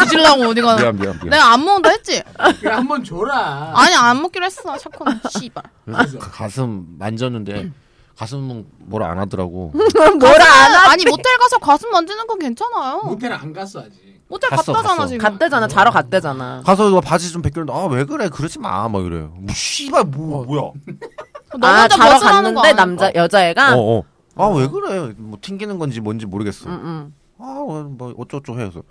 [SPEAKER 2] 뒤질라고 어디 가나.
[SPEAKER 6] 미안 미안 미안.
[SPEAKER 2] 내가 안 먹는다 했지?
[SPEAKER 7] 그래 한번 줘라.
[SPEAKER 2] 아니 안 먹기로 했어. 샤코는 씨발.
[SPEAKER 6] 그래서 그 가슴 만졌는데 가슴은 뭘 안 하더라고.
[SPEAKER 4] 뭐라 안 하?
[SPEAKER 2] 아니 모텔 가서 가슴 만지는 건 괜찮아요.
[SPEAKER 7] 모텔 안 갔어 아직.
[SPEAKER 2] 모텔
[SPEAKER 6] 갔어,
[SPEAKER 2] 갔다잖아
[SPEAKER 6] 갔어.
[SPEAKER 2] 지금.
[SPEAKER 4] 갔대잖아. 자러 갔대잖아.
[SPEAKER 6] 가서 이거 바지 좀 벗겼는데 아 왜 그래 그러지 마 막 이래. 뭐 씨발 뭐 뭐야.
[SPEAKER 2] 너
[SPEAKER 4] 아,
[SPEAKER 2] 혼자
[SPEAKER 4] 자러
[SPEAKER 2] 벗으라는 거
[SPEAKER 4] 갔는데
[SPEAKER 2] 아니야?
[SPEAKER 4] 남자 여자애가
[SPEAKER 6] 어 어. 아 왜 그래 뭐 튕기는 건지 뭔지 모르겠어.
[SPEAKER 4] 음, 음.
[SPEAKER 6] 아뭐 어쩌고 해서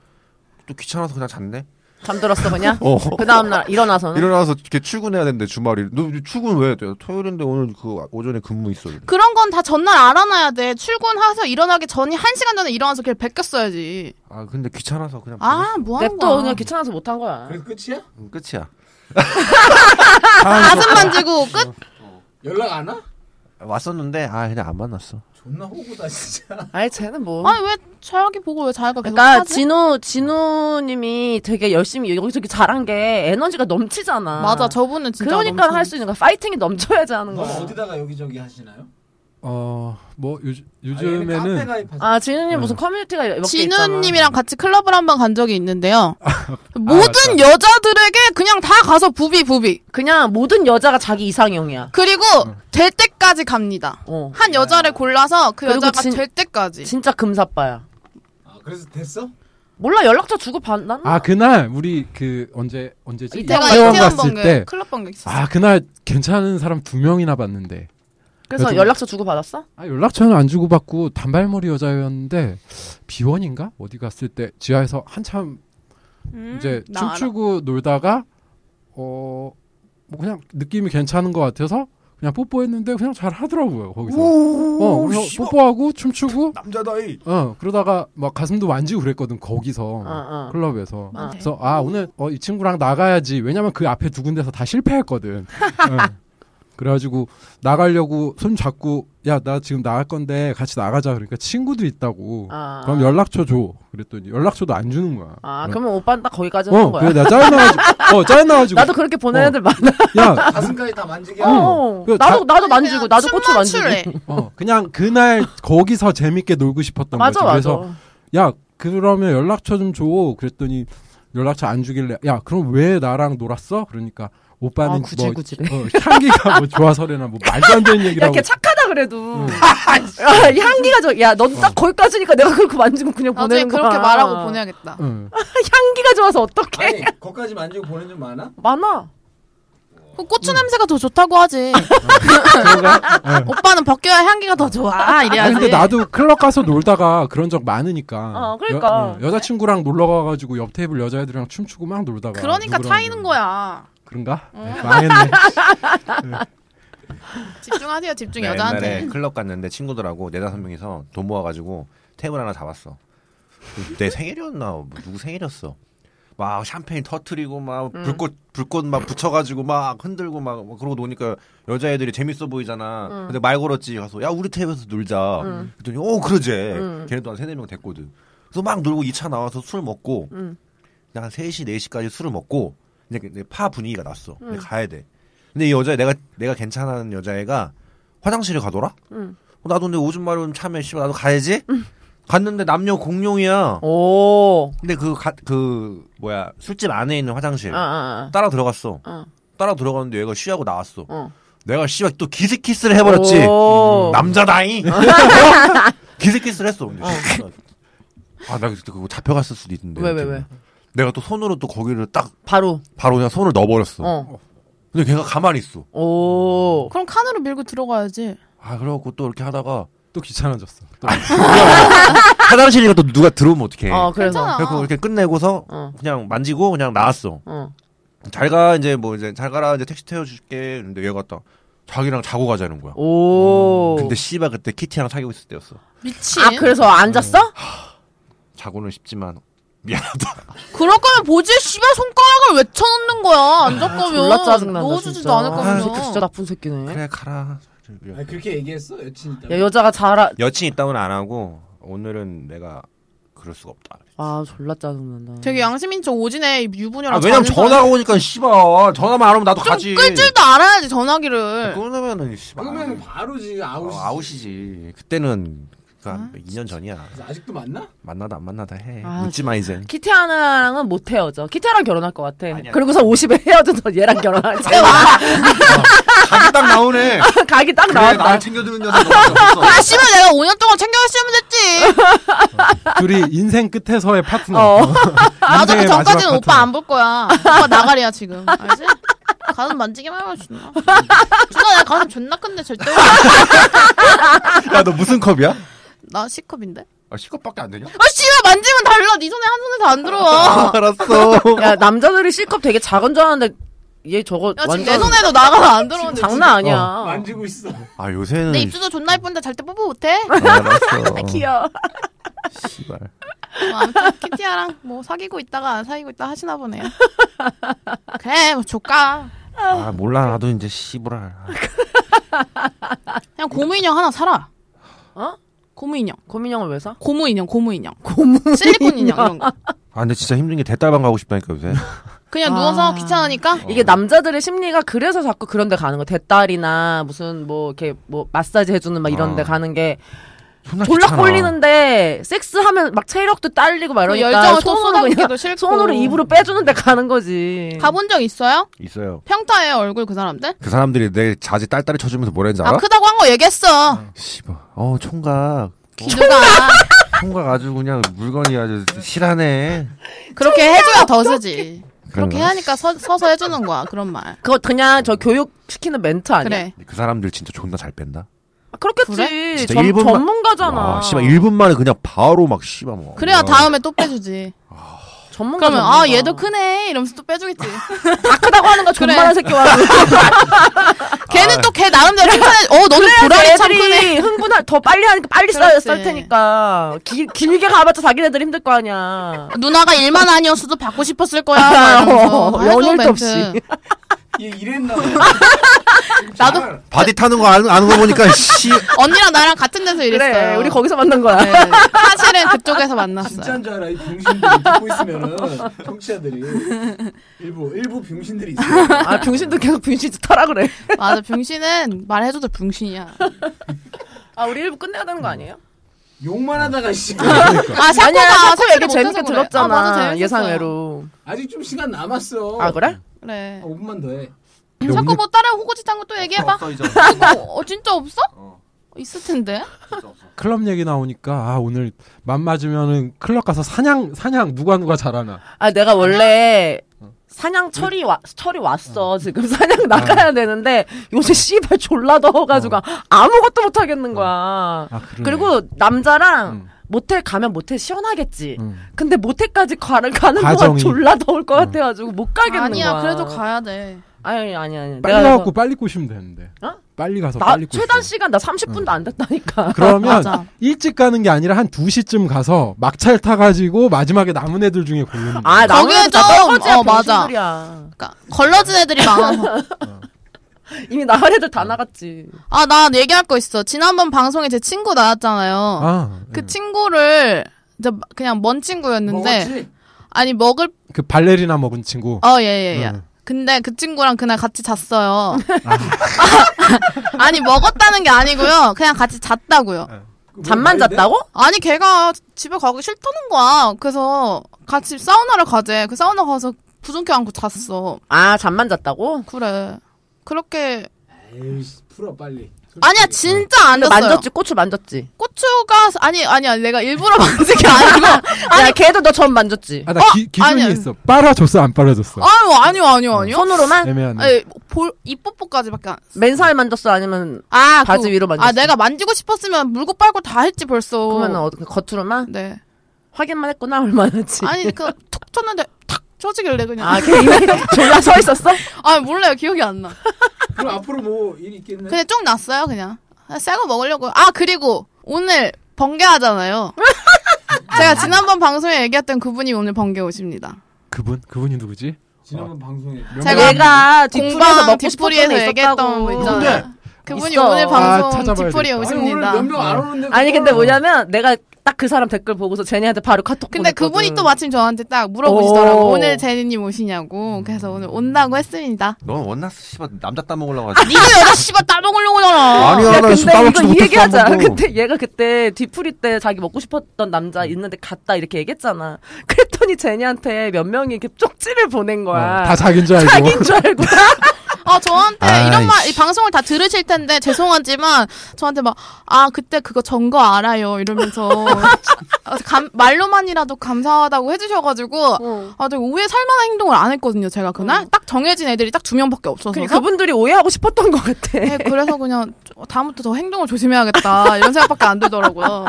[SPEAKER 6] 또 귀찮아서 그냥 잤네.
[SPEAKER 4] 잠들었어 그냥.
[SPEAKER 6] 어.
[SPEAKER 4] 그 다음 날 일어나서는
[SPEAKER 6] 일어나서 이렇게 출근해야 되는데 주말이 너 출근 왜 해? 토요일인데 오늘 그 오전에 근무 있어.
[SPEAKER 2] 그런 건 다 전날 알아놔야 돼. 출근해서 일어나기 전이 한 시간 전에 일어나서 걔를 벗겼어야지.
[SPEAKER 6] 아 근데 귀찮아서 그냥
[SPEAKER 2] 아, 뭐 하는
[SPEAKER 4] 냅둬
[SPEAKER 2] 거야?
[SPEAKER 4] 그냥 귀찮아서 못한 거야.
[SPEAKER 7] 그래 끝이야?
[SPEAKER 6] 보냈- 끝이야.
[SPEAKER 2] 가슴 만지고 끝.
[SPEAKER 7] 연락 안 와?
[SPEAKER 6] 왔었는데 아 그냥 안 만났어.
[SPEAKER 7] 존나 호구다 진짜.
[SPEAKER 4] 아니 쟤는 뭐.
[SPEAKER 2] 아니 왜 자기 보고 왜 자기가 계속
[SPEAKER 4] 그러니까
[SPEAKER 2] 하지?
[SPEAKER 4] 진우 진우님이 되게 열심히 여기저기 잘한 게 에너지가 넘치잖아.
[SPEAKER 2] 맞아, 저분은 진짜.
[SPEAKER 4] 그러니까 할 수 있는 거야. 파이팅이 넘쳐야지 하는
[SPEAKER 7] 너
[SPEAKER 4] 거야.
[SPEAKER 7] 뭐 어디다가 여기저기 하시나요?
[SPEAKER 3] 어뭐
[SPEAKER 7] 아, 얘는 카페
[SPEAKER 3] 요즘에는
[SPEAKER 7] 가입하세요.
[SPEAKER 4] 아 진우님 무슨 커뮤니티가 몇개 있잖아.
[SPEAKER 2] 진우님이랑 같이 클럽을 한 번 간 적이 있는데요. 모든
[SPEAKER 3] 아, 맞다.
[SPEAKER 2] 여자들에게 그냥 다 가서 부비 부비.
[SPEAKER 4] 그냥 모든 여자가 자기 이상형이야.
[SPEAKER 2] 그리고 될 때까지 갑니다.
[SPEAKER 4] 어.
[SPEAKER 2] 한 여자를 골라서 그
[SPEAKER 4] 그리고
[SPEAKER 2] 여자가
[SPEAKER 4] 진-
[SPEAKER 2] 될 때까지.
[SPEAKER 4] 진짜 금사빠야.
[SPEAKER 7] 아, 그래서 됐어?
[SPEAKER 4] 몰라 연락처 주고 받나?
[SPEAKER 3] 아 그날 우리 그 언제 언제지
[SPEAKER 2] 이태가
[SPEAKER 3] 이태원
[SPEAKER 2] 이태원
[SPEAKER 3] 갔을
[SPEAKER 2] 번개, 클럽 번개 있었어.
[SPEAKER 3] 때아 그날 괜찮은 사람 두 명이나 봤는데
[SPEAKER 4] 그래서
[SPEAKER 3] 요즘-
[SPEAKER 4] 연락처 주고 받았어?
[SPEAKER 3] 아, 연락처는 안 주고 받고 단발머리 여자였는데 비원인가 어디 갔을 때 지하에서 한참
[SPEAKER 2] 음,
[SPEAKER 3] 이제
[SPEAKER 2] 나 알아.
[SPEAKER 3] 춤추고 놀다가 어뭐 그냥 느낌이 괜찮은 것 같아서 그냥 뽀뽀했는데 그냥 잘 하더라고요 거기서 어 그냥 뽀뽀하고 춤추고
[SPEAKER 6] 남자다이.
[SPEAKER 3] 어 그러다가 막 가슴도 만지고 그랬거든 거기서
[SPEAKER 4] 어.
[SPEAKER 3] 클럽에서
[SPEAKER 4] 맞아. 네.
[SPEAKER 3] 그래서 아 오늘 어, 이 친구랑 나가야지 왜냐면 그 앞에 두 군데서 다 실패했거든 응. 그래가지고 나가려고 손 잡고 야 나 지금 나갈 건데 같이 나가자 그러니까 친구도 있다고
[SPEAKER 4] 아.
[SPEAKER 3] 그럼 연락처 줘 그랬더니 연락처도 안 주는 거야
[SPEAKER 4] 아
[SPEAKER 3] 그럼-
[SPEAKER 4] 그러면 오빠는 딱 거기까지 하는
[SPEAKER 3] 어
[SPEAKER 4] 거야.
[SPEAKER 3] 그래 나 짜증나가지고 어 짜증나가지고
[SPEAKER 4] 나도 그렇게 보낸
[SPEAKER 3] 어.
[SPEAKER 4] 애들 많아.
[SPEAKER 3] 야
[SPEAKER 7] 가슴까지 다 만지게 하고.
[SPEAKER 4] 어.
[SPEAKER 3] 그
[SPEAKER 4] 나도 나도 만지고
[SPEAKER 2] 그냥
[SPEAKER 4] 나도
[SPEAKER 2] 춤만
[SPEAKER 4] 꽃을 만지고.
[SPEAKER 2] 출래.
[SPEAKER 3] 어, 그냥 그날 거기서 재밌게 놀고 싶었던
[SPEAKER 4] 맞아
[SPEAKER 3] 거지
[SPEAKER 4] 맞아.
[SPEAKER 3] 그래서 야 그러면 연락처 좀 줘 그랬더니 연락처 안 주길래 야 그럼 왜 나랑 놀았어 그러니까 오빠는
[SPEAKER 4] 아, 굳이,
[SPEAKER 3] 뭐
[SPEAKER 4] 굳이.
[SPEAKER 3] 어, 향기가 뭐 좋아서래나 뭐 말도 안 되는
[SPEAKER 4] 야,
[SPEAKER 3] 얘기라고
[SPEAKER 4] 걔 착하다
[SPEAKER 6] 음.
[SPEAKER 4] 그래도. 야, 향기가 좋아. 야, 넌
[SPEAKER 6] 어.
[SPEAKER 4] 딱 거기까지니까 내가 그렇게 만지고 그냥
[SPEAKER 2] 나중에
[SPEAKER 4] 보내는 거야.
[SPEAKER 2] 그렇게 말하고 보내야겠다.
[SPEAKER 3] 응.
[SPEAKER 4] 향기가 좋아서 어떡해?
[SPEAKER 7] 아니, 거기까지 만지고 보낸 적 많아?
[SPEAKER 4] 많아.
[SPEAKER 2] 그 고추 냄새가 더 좋다고 하지. 오빠는 벗겨야 향기가 더 좋아.
[SPEAKER 3] 네. 아니,
[SPEAKER 2] 이래야지.
[SPEAKER 3] 근데 나도 클럽 가서 놀다가 그런 적 많으니까
[SPEAKER 4] 어, 그러니까.
[SPEAKER 3] 여, 자친구랑 놀러 가가지고 옆 테이블 여자애들이랑 춤추고 막 놀다가
[SPEAKER 2] 그러니까
[SPEAKER 3] 아, 누구랑
[SPEAKER 2] 차이는
[SPEAKER 3] 놀-
[SPEAKER 2] 거야. 음.
[SPEAKER 3] 그런가? 네, 망했네
[SPEAKER 2] 집중하세요, 집중
[SPEAKER 3] 네,
[SPEAKER 6] 나
[SPEAKER 2] 여자한테.
[SPEAKER 6] 옛날에 클럽 갔는데 친구들하고 네다섯 명이서 돈 모아가지고 테이블 하나 잡았어. 내 생일이었나 뭐 누구 생일이었어. 막 샴페인 터트리고 막
[SPEAKER 2] 음.
[SPEAKER 6] 불꽃 불꽃 막 붙여가지고 막 흔들고 막 그러고 노니까 여자애들이 재밌어 보이잖아.
[SPEAKER 2] 음.
[SPEAKER 6] 근데 말 걸었지 가서 야 우리 테이블에서 놀자. 그랬더니 어 그러지.
[SPEAKER 2] 음.
[SPEAKER 6] 걔네도 한 세네 명 됐거든. 그래서 막 놀고 2차 나와서 술 먹고 그냥 한 3시 4시까지 술을 먹고 이제 그- 이제 파 분위기가 났어. 이제 가야 돼. 근데 이 여자 내가 내가 음. 괜찮은 여자애가 화장실에 가더라. 어, 나도 근데 오줌 마려운 참에 씨발 나도 가야지. 갔는데 남녀 공룡이야.
[SPEAKER 4] 오.
[SPEAKER 6] 근데 그, 가, 그, 뭐야, 술집 안에 있는 화장실.
[SPEAKER 4] 아, 아,
[SPEAKER 6] 따라 어. 들어갔어.
[SPEAKER 4] 아. 어.
[SPEAKER 6] 따라 들어갔는데 얘가 쉬하고 나왔어.
[SPEAKER 4] 어.
[SPEAKER 6] 내가 씨발 또 기스키스를 해버렸지. 음.
[SPEAKER 4] 오.
[SPEAKER 6] 남자다잉. 기스키스를 했어. 근데. 아, 나 그때 그거 잡혀갔을 수도 있는데.
[SPEAKER 4] 왜, 왜, 왜?
[SPEAKER 6] 내가 또 손으로 또 거기를 딱
[SPEAKER 4] 바로.
[SPEAKER 6] 바로 그냥 손을 넣어버렸어. 음.
[SPEAKER 4] 어.
[SPEAKER 6] 근데 걔가 가만히 있어.
[SPEAKER 4] 오.
[SPEAKER 2] 그럼 칸으로 밀고 들어가야지.
[SPEAKER 6] 아, 그래갖고 또 이렇게 하다가
[SPEAKER 3] 또 귀찮아졌어. 또
[SPEAKER 6] 화장실이가 또 누가 들어오면 어떡해.
[SPEAKER 4] 어, 그래서.
[SPEAKER 2] 괜찮아.
[SPEAKER 6] 그래갖고 이렇게 끝내고서
[SPEAKER 4] 어.
[SPEAKER 6] 그냥 만지고 그냥 나왔어.
[SPEAKER 4] 어.
[SPEAKER 6] 잘 가, 이제 뭐 이제 잘 가라, 이제 택시 태워줄게. 근데 얘가 딱 자기랑 자고 가자는 거야.
[SPEAKER 4] 오.
[SPEAKER 6] 음, 근데 씨발 그때 키티랑 사귀고 있을 때였어.
[SPEAKER 2] 미친.
[SPEAKER 4] 아, 그래서
[SPEAKER 6] 음.
[SPEAKER 4] 앉았어?
[SPEAKER 6] 자고는 싶지만 미안하다.
[SPEAKER 2] 그럴 거면 보지에 씨발 손가락을 왜 쳐놓는 거야? 안
[SPEAKER 4] 졸라
[SPEAKER 2] 섞으면
[SPEAKER 4] 짜증난다.
[SPEAKER 2] 넣어주지도
[SPEAKER 4] 진짜.
[SPEAKER 2] 않을
[SPEAKER 6] 아,
[SPEAKER 2] 거면.
[SPEAKER 4] 새끼 진짜 나쁜 새끼네.
[SPEAKER 6] 그래 가라.
[SPEAKER 7] 아 그렇게 얘기했어 여친 있다.
[SPEAKER 4] 야, 여자가 잘하.
[SPEAKER 6] 여친 있다면 안 하고 오늘은 내가 그럴 수가 없다.
[SPEAKER 4] 아, 졸라 짜증난다.
[SPEAKER 2] 되게 양심인 척 오지네 유부녀랑.
[SPEAKER 6] 아, 왜냐면
[SPEAKER 2] 자는
[SPEAKER 6] 전화가 오니까 씨발 전화만 안 오면 나도
[SPEAKER 2] 사람.
[SPEAKER 6] 가지.
[SPEAKER 2] 좀 끌줄도 알아야지 전화기를.
[SPEAKER 6] 끊으면은 씨발
[SPEAKER 7] 그러면 바로 지금 아웃.
[SPEAKER 6] 어, 아웃이지. 그때는 그한 2년 전이야.
[SPEAKER 7] 아직도 만나?
[SPEAKER 6] 만나다 안 만나다 해.
[SPEAKER 4] 아,
[SPEAKER 6] 묻지 마 이제.
[SPEAKER 4] 키티아나랑은 못 헤어져. 키티아랑 결혼할 것 같아. 그리고서 50에 헤어져서 얘랑 결혼하지.
[SPEAKER 6] 가기 딱 나오네.
[SPEAKER 4] 아, 각이 딱
[SPEAKER 1] 그래
[SPEAKER 4] 나왔다.
[SPEAKER 1] 날 챙겨주는 여자 너무 없어.
[SPEAKER 2] 아 씨발 내가 5년 동안 챙겨왔으면 됐지.
[SPEAKER 3] 둘이 인생 끝에서의 파트너.
[SPEAKER 4] 어.
[SPEAKER 2] 나도 그
[SPEAKER 3] 인생의 마지막
[SPEAKER 2] 전까지는 오빠
[SPEAKER 3] 파트너.
[SPEAKER 2] 안 볼 거야. 오빠 나가리야 지금. 알지? 가슴 만지기만 하고 존나. 존나 내 가슴 존나 큰데 절대. 못-
[SPEAKER 6] 야 너 무슨 컵이야?
[SPEAKER 2] 나 C컵인데?
[SPEAKER 6] 아 시컵밖에 안 되냐?
[SPEAKER 2] 아 씨발 만지면 달라. 네 손에 한 손에서 안 들어와.
[SPEAKER 6] 알았어.
[SPEAKER 4] 야, 남자들이 C컵 되게 작은 줄 알았는데 얘 저거
[SPEAKER 2] 야 지금
[SPEAKER 4] 완전
[SPEAKER 2] 내 손에도 나가 안 들어오는데.
[SPEAKER 4] 장난 아니야.
[SPEAKER 7] 만지고 있어.
[SPEAKER 6] 아
[SPEAKER 2] 내
[SPEAKER 6] 요새는
[SPEAKER 2] 입술도 존나 예쁜데 절대 뽀뽀 못해.
[SPEAKER 6] 아, 알았어.
[SPEAKER 4] 귀여워.
[SPEAKER 6] 씨발.
[SPEAKER 2] 뭐 아무튼 키티아랑 뭐 사귀고 있다가 안 사귀고 있다 하시나 보네요. 그래 뭐 조까.
[SPEAKER 6] 아 몰라 나도 이제 씨부랄.
[SPEAKER 2] 그냥 고무 인형 하나 사라.
[SPEAKER 4] 어?
[SPEAKER 2] 고무 인형.
[SPEAKER 4] 고민형을 왜
[SPEAKER 6] 어.
[SPEAKER 4] 사?
[SPEAKER 2] 고무 인형, 고무 인형. 고무 실리콘 인형 이런 거.
[SPEAKER 6] 아 근데 진짜 힘든 게 대딸방 가고 싶다니까 요새.
[SPEAKER 2] 그냥
[SPEAKER 4] 아.
[SPEAKER 2] 누워서 귀찮으니까
[SPEAKER 4] 이게 남자들의 심리가 그래서 자꾸 그런 데 가는 거. 대딸이나 무슨 뭐 이렇게 뭐 마사지 해주는 막 이런 데
[SPEAKER 6] 아.
[SPEAKER 4] 가는 게
[SPEAKER 6] 존나
[SPEAKER 4] 졸라
[SPEAKER 6] 귀찮아.
[SPEAKER 4] 꼴리는데 섹스하면 막 체력도 딸리고 막
[SPEAKER 2] 그
[SPEAKER 4] 이러니까
[SPEAKER 2] 열정을 또
[SPEAKER 4] 손으로 그냥
[SPEAKER 2] 쏟아붓기도 싫고.
[SPEAKER 4] 손으로 입으로 빼주는 데 가는 거지.
[SPEAKER 2] 가본 적 있어요?
[SPEAKER 6] 있어요.
[SPEAKER 2] 평타예요 얼굴 그 사람들?
[SPEAKER 6] 그 사람들이 내 자지 딸딸이 쳐주면서 뭐라는지
[SPEAKER 2] 아
[SPEAKER 6] 알아?
[SPEAKER 2] 크다고 한 거 얘기했어.
[SPEAKER 6] 씨발. 어 총각.
[SPEAKER 2] 기누가
[SPEAKER 6] 총각 아주 그냥 물건이 아주 실하네.
[SPEAKER 2] 그렇게 해줘야 더 쓰지.
[SPEAKER 6] 그런가?
[SPEAKER 2] 그렇게 하니까 서, 서서 해주는 거야 그런 말.
[SPEAKER 4] 그거 그냥 저 교육시키는 멘트 아니야?
[SPEAKER 2] 그래.
[SPEAKER 6] 그 사람들 진짜 존나 잘 뺀다.
[SPEAKER 4] 아, 그렇겠지.
[SPEAKER 2] 그래?
[SPEAKER 6] 진짜
[SPEAKER 4] 전,
[SPEAKER 6] 일본만-
[SPEAKER 4] 전문가잖아.
[SPEAKER 6] 와, 씨발 1분 만에 그냥 바로 막 씨발 뭐.
[SPEAKER 4] 어.
[SPEAKER 2] 그래야 다음에 또 빼주지.
[SPEAKER 4] 전문가.
[SPEAKER 2] 그러면 아
[SPEAKER 4] 전문가.
[SPEAKER 2] 얘도 크네 이러면서 또 빼주겠지.
[SPEAKER 4] 다 크다고 하는 거 존만한 새끼 와서.
[SPEAKER 2] 걔는 또 걔 나름대로 칭찬해. 어 너는 불알이 참 크네.
[SPEAKER 4] 애들이 흥분할 더 빨리 하니까 빨리 써-
[SPEAKER 2] 그렇지.
[SPEAKER 4] 썰 테니까 길, 길게 가봤자 자기네들 힘들 거 아니야.
[SPEAKER 2] 누나가 일만 아니었어도 받고 싶었을 거야. 막
[SPEAKER 4] 어,
[SPEAKER 2] 이러면서 다 해줘,
[SPEAKER 4] 연일도
[SPEAKER 2] 멘트.
[SPEAKER 4] 없이.
[SPEAKER 7] 얘 이랬나 봐.
[SPEAKER 2] 나도-
[SPEAKER 7] 잘
[SPEAKER 6] 바디 타는 거 아는, 아는 거 보니까 씨.
[SPEAKER 2] 언니랑 나랑 같은 데서 일했어요.
[SPEAKER 4] 그래, 우리 거기서 만난 거야.
[SPEAKER 2] 네, 사실은 그쪽에서 만났어요.
[SPEAKER 7] 진짜인 줄 알아. 이 병신들이 듣고 있으면은 청취자들이 일부 일부 병신들이 있어.
[SPEAKER 4] 아, 병신도 계속 병신 짓하라 그래.
[SPEAKER 2] 맞아, 병신은 말해줘도 병신이야.
[SPEAKER 4] 아, 우리 일부 끝내야 되는 거 아니에요?
[SPEAKER 7] 욕만 하다가 씨.
[SPEAKER 2] 아,
[SPEAKER 4] 아니야,
[SPEAKER 2] 샤코가
[SPEAKER 4] 샤코 얘기 재밌게 들었잖아.
[SPEAKER 2] 아, 맞아, 재밌었어요.
[SPEAKER 4] 예상외로.
[SPEAKER 7] 아직 좀 시간 남았어.
[SPEAKER 4] 아, 그래?
[SPEAKER 2] 그래.
[SPEAKER 7] 5분만 더 해.
[SPEAKER 3] 근데
[SPEAKER 2] 샤코
[SPEAKER 3] 오늘
[SPEAKER 2] 뭐 다른 호구짓한 거 또 얘기해봐.
[SPEAKER 1] 없어, 이제.
[SPEAKER 2] 어, 어, 진짜 없어?
[SPEAKER 1] 어,
[SPEAKER 2] 있을 텐데.
[SPEAKER 1] 진짜 없어.
[SPEAKER 3] 클럽 얘기 나오니까 아 오늘 맘 맞으면은 클럽 가서 사냥 사냥 누가 누가 잘하나.
[SPEAKER 4] 아, 내가 원래
[SPEAKER 3] 아.
[SPEAKER 4] 사냥 철이 와, 철이 왔어. 지금 사냥 나가야 되는데
[SPEAKER 3] 어.
[SPEAKER 4] 요새 씨발 졸라 더워가지고 아무것도 못 하겠는 거야.
[SPEAKER 3] 아 그러네.
[SPEAKER 4] 그리고 남자랑
[SPEAKER 3] 음.
[SPEAKER 4] 모텔 가면 모텔 시원하겠지.
[SPEAKER 3] 음.
[SPEAKER 4] 근데 모텔까지 가는 가는 동안
[SPEAKER 3] 과정이. 어.
[SPEAKER 4] 졸라 더울 것 같아가지고 못 가겠는
[SPEAKER 2] 아니야,
[SPEAKER 4] 거야.
[SPEAKER 2] 그래도 가야 돼.
[SPEAKER 4] 아니 아니 아니.
[SPEAKER 3] 빨리
[SPEAKER 4] 내가
[SPEAKER 3] 가고 빨리 꼬시면 되는데.
[SPEAKER 4] 어?
[SPEAKER 3] 빨리 가서
[SPEAKER 4] 나
[SPEAKER 3] 빨리 꼬시.
[SPEAKER 4] 최단 시간 나 30분도 안 됐다니까.
[SPEAKER 3] 그러면
[SPEAKER 2] 맞아.
[SPEAKER 3] 일찍 가는 게 아니라 한 2시쯤 가서 막차를 타가지고 마지막에 남은 애들 중에 고르는 거야.
[SPEAKER 4] 아 나는
[SPEAKER 2] 거기에
[SPEAKER 4] 다
[SPEAKER 2] 좀-
[SPEAKER 4] 떨어지야
[SPEAKER 2] 어, 맞아.
[SPEAKER 4] 병신들이야.
[SPEAKER 2] 그러니까 걸러진 애들이 많아서.
[SPEAKER 4] 이미 나갈 애들 다 나갔지.
[SPEAKER 3] 뭐
[SPEAKER 2] 아, 나 얘기할 거 있어. 지난번 방송에 제 친구 나왔잖아요.
[SPEAKER 3] 아,
[SPEAKER 4] 네.
[SPEAKER 2] 그
[SPEAKER 3] 예.
[SPEAKER 2] 친구를 진짜 그냥 먼
[SPEAKER 7] 뭐
[SPEAKER 2] 친구였는데
[SPEAKER 7] 먹었지?
[SPEAKER 2] 아니 먹을
[SPEAKER 3] 그 발레리나 먹은 친구.
[SPEAKER 2] 어, 예, 예, 예.
[SPEAKER 4] 네.
[SPEAKER 3] 음.
[SPEAKER 2] 근데 그 친구랑 그날 같이
[SPEAKER 4] 아. 네.
[SPEAKER 2] 잤어요. 아니, 먹었다는 게 아니고요. 그냥 같이 잤다고요.
[SPEAKER 7] 그
[SPEAKER 4] 잠만 잤다고?
[SPEAKER 2] 아니 걔가 집에 가기 싫다는 거야. 그래서 같이 사우나를 가재. 그 사우나 가서 부둥켜 안고 잤어.
[SPEAKER 4] 아 잠만 잤다고?
[SPEAKER 2] 그래. 그렇게
[SPEAKER 7] 에이 풀어 빨리.
[SPEAKER 2] 아니야 진짜 안
[SPEAKER 4] 네. 근데
[SPEAKER 2] 잤어요.
[SPEAKER 4] 만졌지 꼬추 만졌지.
[SPEAKER 2] 고추가 아니 아니야 내가 일부러 만진 게 아니고
[SPEAKER 4] 야 걔도 너 전 만졌지.
[SPEAKER 3] 아, 나 기, 기준이
[SPEAKER 2] 아니야.
[SPEAKER 3] 있어. 빨아줬어, 안 빨아줬어.
[SPEAKER 2] 아유 아니요 아니요 아니요.
[SPEAKER 4] 손으로만?
[SPEAKER 3] 애매하네.
[SPEAKER 2] 아니 볼 입뽀뽀까지밖에 안.
[SPEAKER 4] 맨살 만졌어 아니면
[SPEAKER 2] 아
[SPEAKER 4] 바지
[SPEAKER 2] 그-
[SPEAKER 4] 위로 만졌어?
[SPEAKER 2] 아 내가 만지고 싶었으면 물고 빨고 다 했지 벌써.
[SPEAKER 4] 그러면 어, 겉으로만
[SPEAKER 2] 네.
[SPEAKER 4] 확인만 했구나 얼마나지?
[SPEAKER 2] 아니 그 툭 쳤는데 탁 쳐지길래 그냥. 아,
[SPEAKER 4] 아걔 이미 졸라 서 있었어?
[SPEAKER 2] 몰라요 기억이 안 나.
[SPEAKER 7] 그럼 앞으로 뭐 일 있겠네.
[SPEAKER 2] 그냥 쫑 났어요 그냥. 새거 먹으려고. 아 그리고 오늘 번개하잖아요. 제가 지난번 방송에 얘기했던 그분이 오늘 번개 오십니다.
[SPEAKER 3] 그분? 그분이 누구지?
[SPEAKER 7] 지난번 방송에
[SPEAKER 2] 제가
[SPEAKER 4] 얘가 뒤풀이에서
[SPEAKER 2] 공방
[SPEAKER 4] 음, 먹고 싶었던
[SPEAKER 2] 뒷풀이에서
[SPEAKER 4] 데
[SPEAKER 2] 얘기했던 분
[SPEAKER 4] 있었다고.
[SPEAKER 2] 있잖아요. 그분이
[SPEAKER 4] 있어.
[SPEAKER 2] 오늘
[SPEAKER 3] 아,
[SPEAKER 2] 방송
[SPEAKER 3] 찾아봐야
[SPEAKER 7] 아니
[SPEAKER 2] 뒷풀이에
[SPEAKER 3] 되겠다.
[SPEAKER 7] 오늘
[SPEAKER 2] 오십니다.
[SPEAKER 7] 몇 명 안 오는데.
[SPEAKER 4] 네.
[SPEAKER 7] 그걸.
[SPEAKER 4] 아니
[SPEAKER 2] 어.
[SPEAKER 4] 근데 뭐냐면 내가 딱 그 사람 댓글 보고서 제니한테 바로 카톡
[SPEAKER 2] 근데
[SPEAKER 4] 보냈거든.
[SPEAKER 2] 그분이 또 마침 저한테 딱 물어보시더라고.
[SPEAKER 4] 오.
[SPEAKER 2] 오늘 제니님 오시냐고. 그래서 오늘 온다고 했습니다.
[SPEAKER 6] 넌 원나스 씨발 남자 따먹으려고 하지.
[SPEAKER 2] 아, 니가 여자 씨발 따먹으려고잖아.
[SPEAKER 6] 아니야,
[SPEAKER 4] 야
[SPEAKER 6] 나
[SPEAKER 4] 근데
[SPEAKER 6] 지금 따먹지
[SPEAKER 4] 이거 이
[SPEAKER 6] 못했어,
[SPEAKER 4] 얘기하자.
[SPEAKER 6] 한 번도.
[SPEAKER 4] 그때 얘가 그때 뒤풀이 때 자기 먹고 싶었던 남자
[SPEAKER 6] 음.
[SPEAKER 4] 있는데 갔다 이렇게 얘기했잖아. 그랬더니 제니한테 몇 명이 이렇게 쪽지를 보낸
[SPEAKER 3] 어,
[SPEAKER 4] 거야.
[SPEAKER 3] 다 자기인 줄 알고.
[SPEAKER 4] 자기인 줄 알고.
[SPEAKER 2] 아 저한테
[SPEAKER 6] 아이씨.
[SPEAKER 2] 이런 말 이 방송을 다 들으실 텐데 죄송하지만 저한테 막 아 그때 그거 전거 알아요 이러면서 아, 감- 말로만이라도 감사하다고 해주셔가지고 아 되게 오해 살만한 행동을 안 했거든요 제가 그날 딱 정해진 애들이 딱 두 명밖에 없어서
[SPEAKER 4] 그러니까 그분들이 오해하고 싶었던 것 같아.
[SPEAKER 2] 네, 그래서 그냥 저- 다음부터 더 행동을 조심해야겠다 이런 생각밖에 안 들더라고요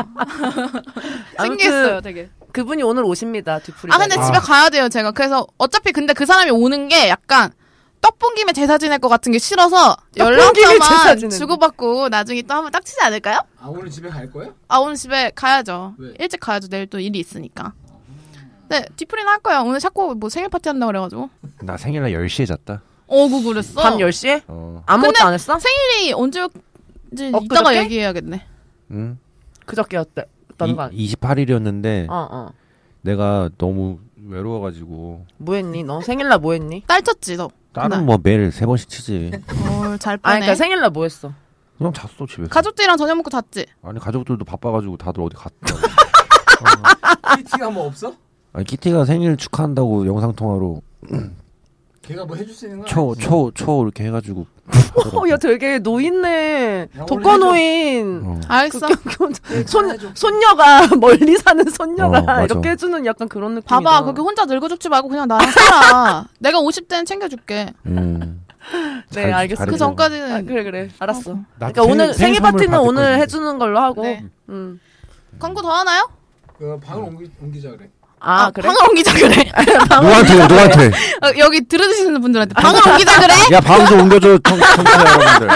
[SPEAKER 2] 신기했어요 되게
[SPEAKER 4] 그분이 오늘 오십니다. 뒤풀이.
[SPEAKER 2] 아 근데
[SPEAKER 3] 아.
[SPEAKER 2] 집에 가야 돼요 제가 그래서 어차피 근데 그 사람이 오는 게 약간 떡본 김에 제사 지낼 것 같은 게 싫어서
[SPEAKER 4] 떡본 김에 제사
[SPEAKER 2] 연락처만
[SPEAKER 4] 지내는
[SPEAKER 2] 주고받고 나중에 또 한번 딱치지 않을까요?
[SPEAKER 7] 아 오늘 집에 갈 거야?
[SPEAKER 2] 아 오늘 집에 가야죠
[SPEAKER 7] 왜?
[SPEAKER 2] 일찍 가야죠 내일 또 일이 있으니까 네 뒤풀이는 할 거예요 오늘 자꾸 뭐 생일 파티 한다 그래가지고
[SPEAKER 6] 나 생일날 10시에 잤다.
[SPEAKER 2] 어구 그랬어
[SPEAKER 4] 밤 10시에?
[SPEAKER 6] 어.
[SPEAKER 4] 아무것도
[SPEAKER 2] 근데
[SPEAKER 4] 안 했어?
[SPEAKER 2] 생일이 언제였지
[SPEAKER 4] 어, 엊그저께?
[SPEAKER 2] 이따가 얘기해야겠네
[SPEAKER 6] 응.
[SPEAKER 4] 그저께였다는 거 아니야?
[SPEAKER 6] 28일이었는데
[SPEAKER 4] 어, 어.
[SPEAKER 6] 내가 너무 외로워 가지고
[SPEAKER 4] 뭐 했니? 너 생일날 뭐 했니?
[SPEAKER 2] 딸 쳤지 너?
[SPEAKER 6] 딸은
[SPEAKER 2] 네.
[SPEAKER 6] 뭐 매일 세 번씩 치지.
[SPEAKER 2] 뭘잘
[SPEAKER 4] 아,
[SPEAKER 2] 뻔해
[SPEAKER 4] 그러니까 생일날 뭐 했어?
[SPEAKER 6] 그냥 잤어 집에서.
[SPEAKER 2] 가족들이랑 저녁 먹고 잤지?
[SPEAKER 6] 아니 가족들도 바빠가지고 다들 어디 갔다.
[SPEAKER 7] PT가 뭐 없어?
[SPEAKER 6] 아니 키티가 생일 축하한다고 영상 통화로
[SPEAKER 7] 걔가 뭐 해줄 수 있는 거?
[SPEAKER 6] 초
[SPEAKER 5] 아,
[SPEAKER 6] 초 초 이렇게 해가지고.
[SPEAKER 4] 어, 야, 되게 노인네.
[SPEAKER 7] 야,
[SPEAKER 4] 독거노인.
[SPEAKER 6] 어.
[SPEAKER 2] 알겠어
[SPEAKER 4] 네, 손, 손녀가, 멀리 사는 손녀가
[SPEAKER 6] 어, 맞아.
[SPEAKER 4] 이렇게 해주는 약간 그런 느낌.
[SPEAKER 2] 봐봐 그렇게 혼자 늙어 죽지 말고 그냥 나랑 살아 내가 50대는 챙겨줄게
[SPEAKER 6] 음.
[SPEAKER 4] 네,
[SPEAKER 6] 잘-
[SPEAKER 4] 알겠어.
[SPEAKER 6] 잘
[SPEAKER 2] 그
[SPEAKER 6] 해줘. 아,
[SPEAKER 2] 전까지는
[SPEAKER 4] 아, 그래, 그래. 알았어.
[SPEAKER 3] 나도
[SPEAKER 4] 그러니까 오늘 생일,
[SPEAKER 3] 선물
[SPEAKER 4] 파티는
[SPEAKER 3] 받을
[SPEAKER 4] 오늘
[SPEAKER 3] 거지.
[SPEAKER 4] 해주는 걸로 하고.
[SPEAKER 2] 네.
[SPEAKER 4] 음.
[SPEAKER 2] 광고 더 하나요?
[SPEAKER 7] 그 방을 옮기, 옮기자 그래.
[SPEAKER 4] 아, 그래? 아.
[SPEAKER 2] 방을 옮기자 그래
[SPEAKER 6] 누구한테 누구한테?
[SPEAKER 2] 어, 여기 들으시는 분들한테 방을 옮기자 그래
[SPEAKER 6] 야 방금 좀 옮겨줘 청, 청취자 여러분들.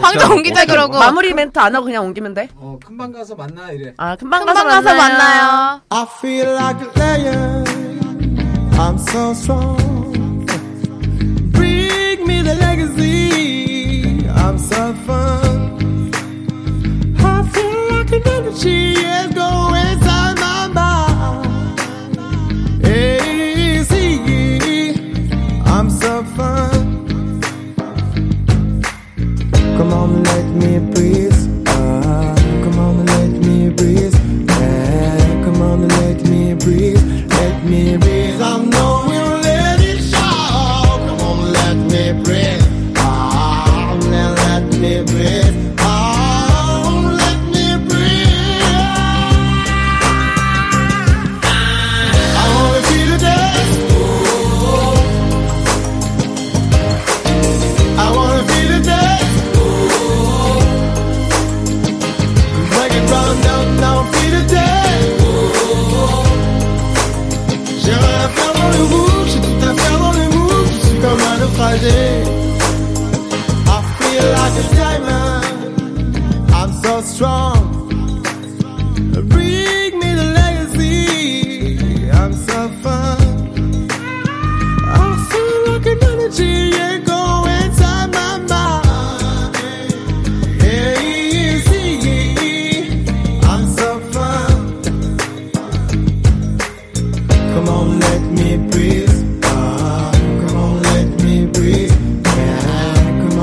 [SPEAKER 2] 방좀 옮기자 그러고
[SPEAKER 4] 마무리 멘트 안 하고 그냥 옮기면 돼?
[SPEAKER 7] 어 큰 방 가서 만나 이래.
[SPEAKER 4] 아, 금방,
[SPEAKER 2] 금방 가서 만나요
[SPEAKER 8] I feel like a lion. I'm so strong. Bring me the legacy. I'm so fun. I feel like an energy is going inside my mind. Easy. I'm so fun. Come on, let me breathe. Ah, come on, let me breathe. Yeah, come on, let me breathe. Let me breathe. I know we'll let it show. Come on, let me breathe. Ah, let, let me breathe. Ah, let me breathe. I wanna feel the dance. I wanna feel the dance. Break it round, down, down, feel the day. J'ai rien à faire dans le rouge, j'ai tout à faire dans les moves, je suis comme un naufragé. I feel like a diamond, I'm so strong. Bring me the legacy, I'm so fun. I feel like an energy, yeah, go inside my mind. Easy, I'm so fun. Come on, let me breathe. Ah, come on, let me breathe. Yeah, Ah, Ah,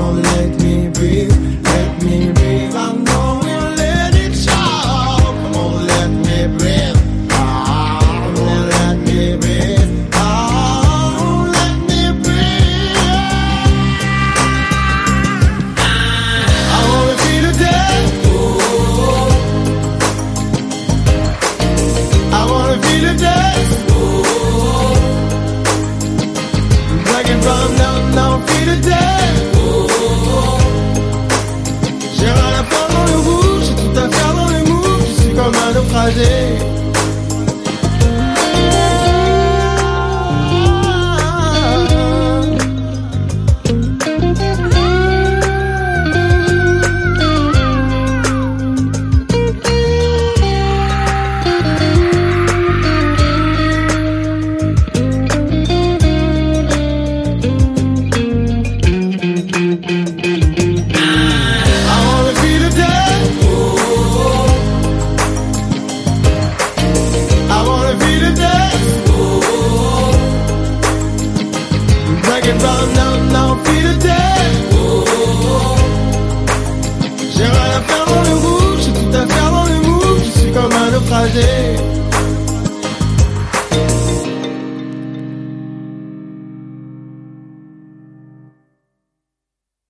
[SPEAKER 8] étais. J'ai rien à faire dans le rouge, j'ai tout à faire dans le mou, je suis comme un naufragé. I wanna feel it dead. I wanna feel it dead. Break it down, down, down, feel it dead. J'ai rien à faire dans le rouge, j'ai tout à faire dans le mou, je suis comme un naufragé.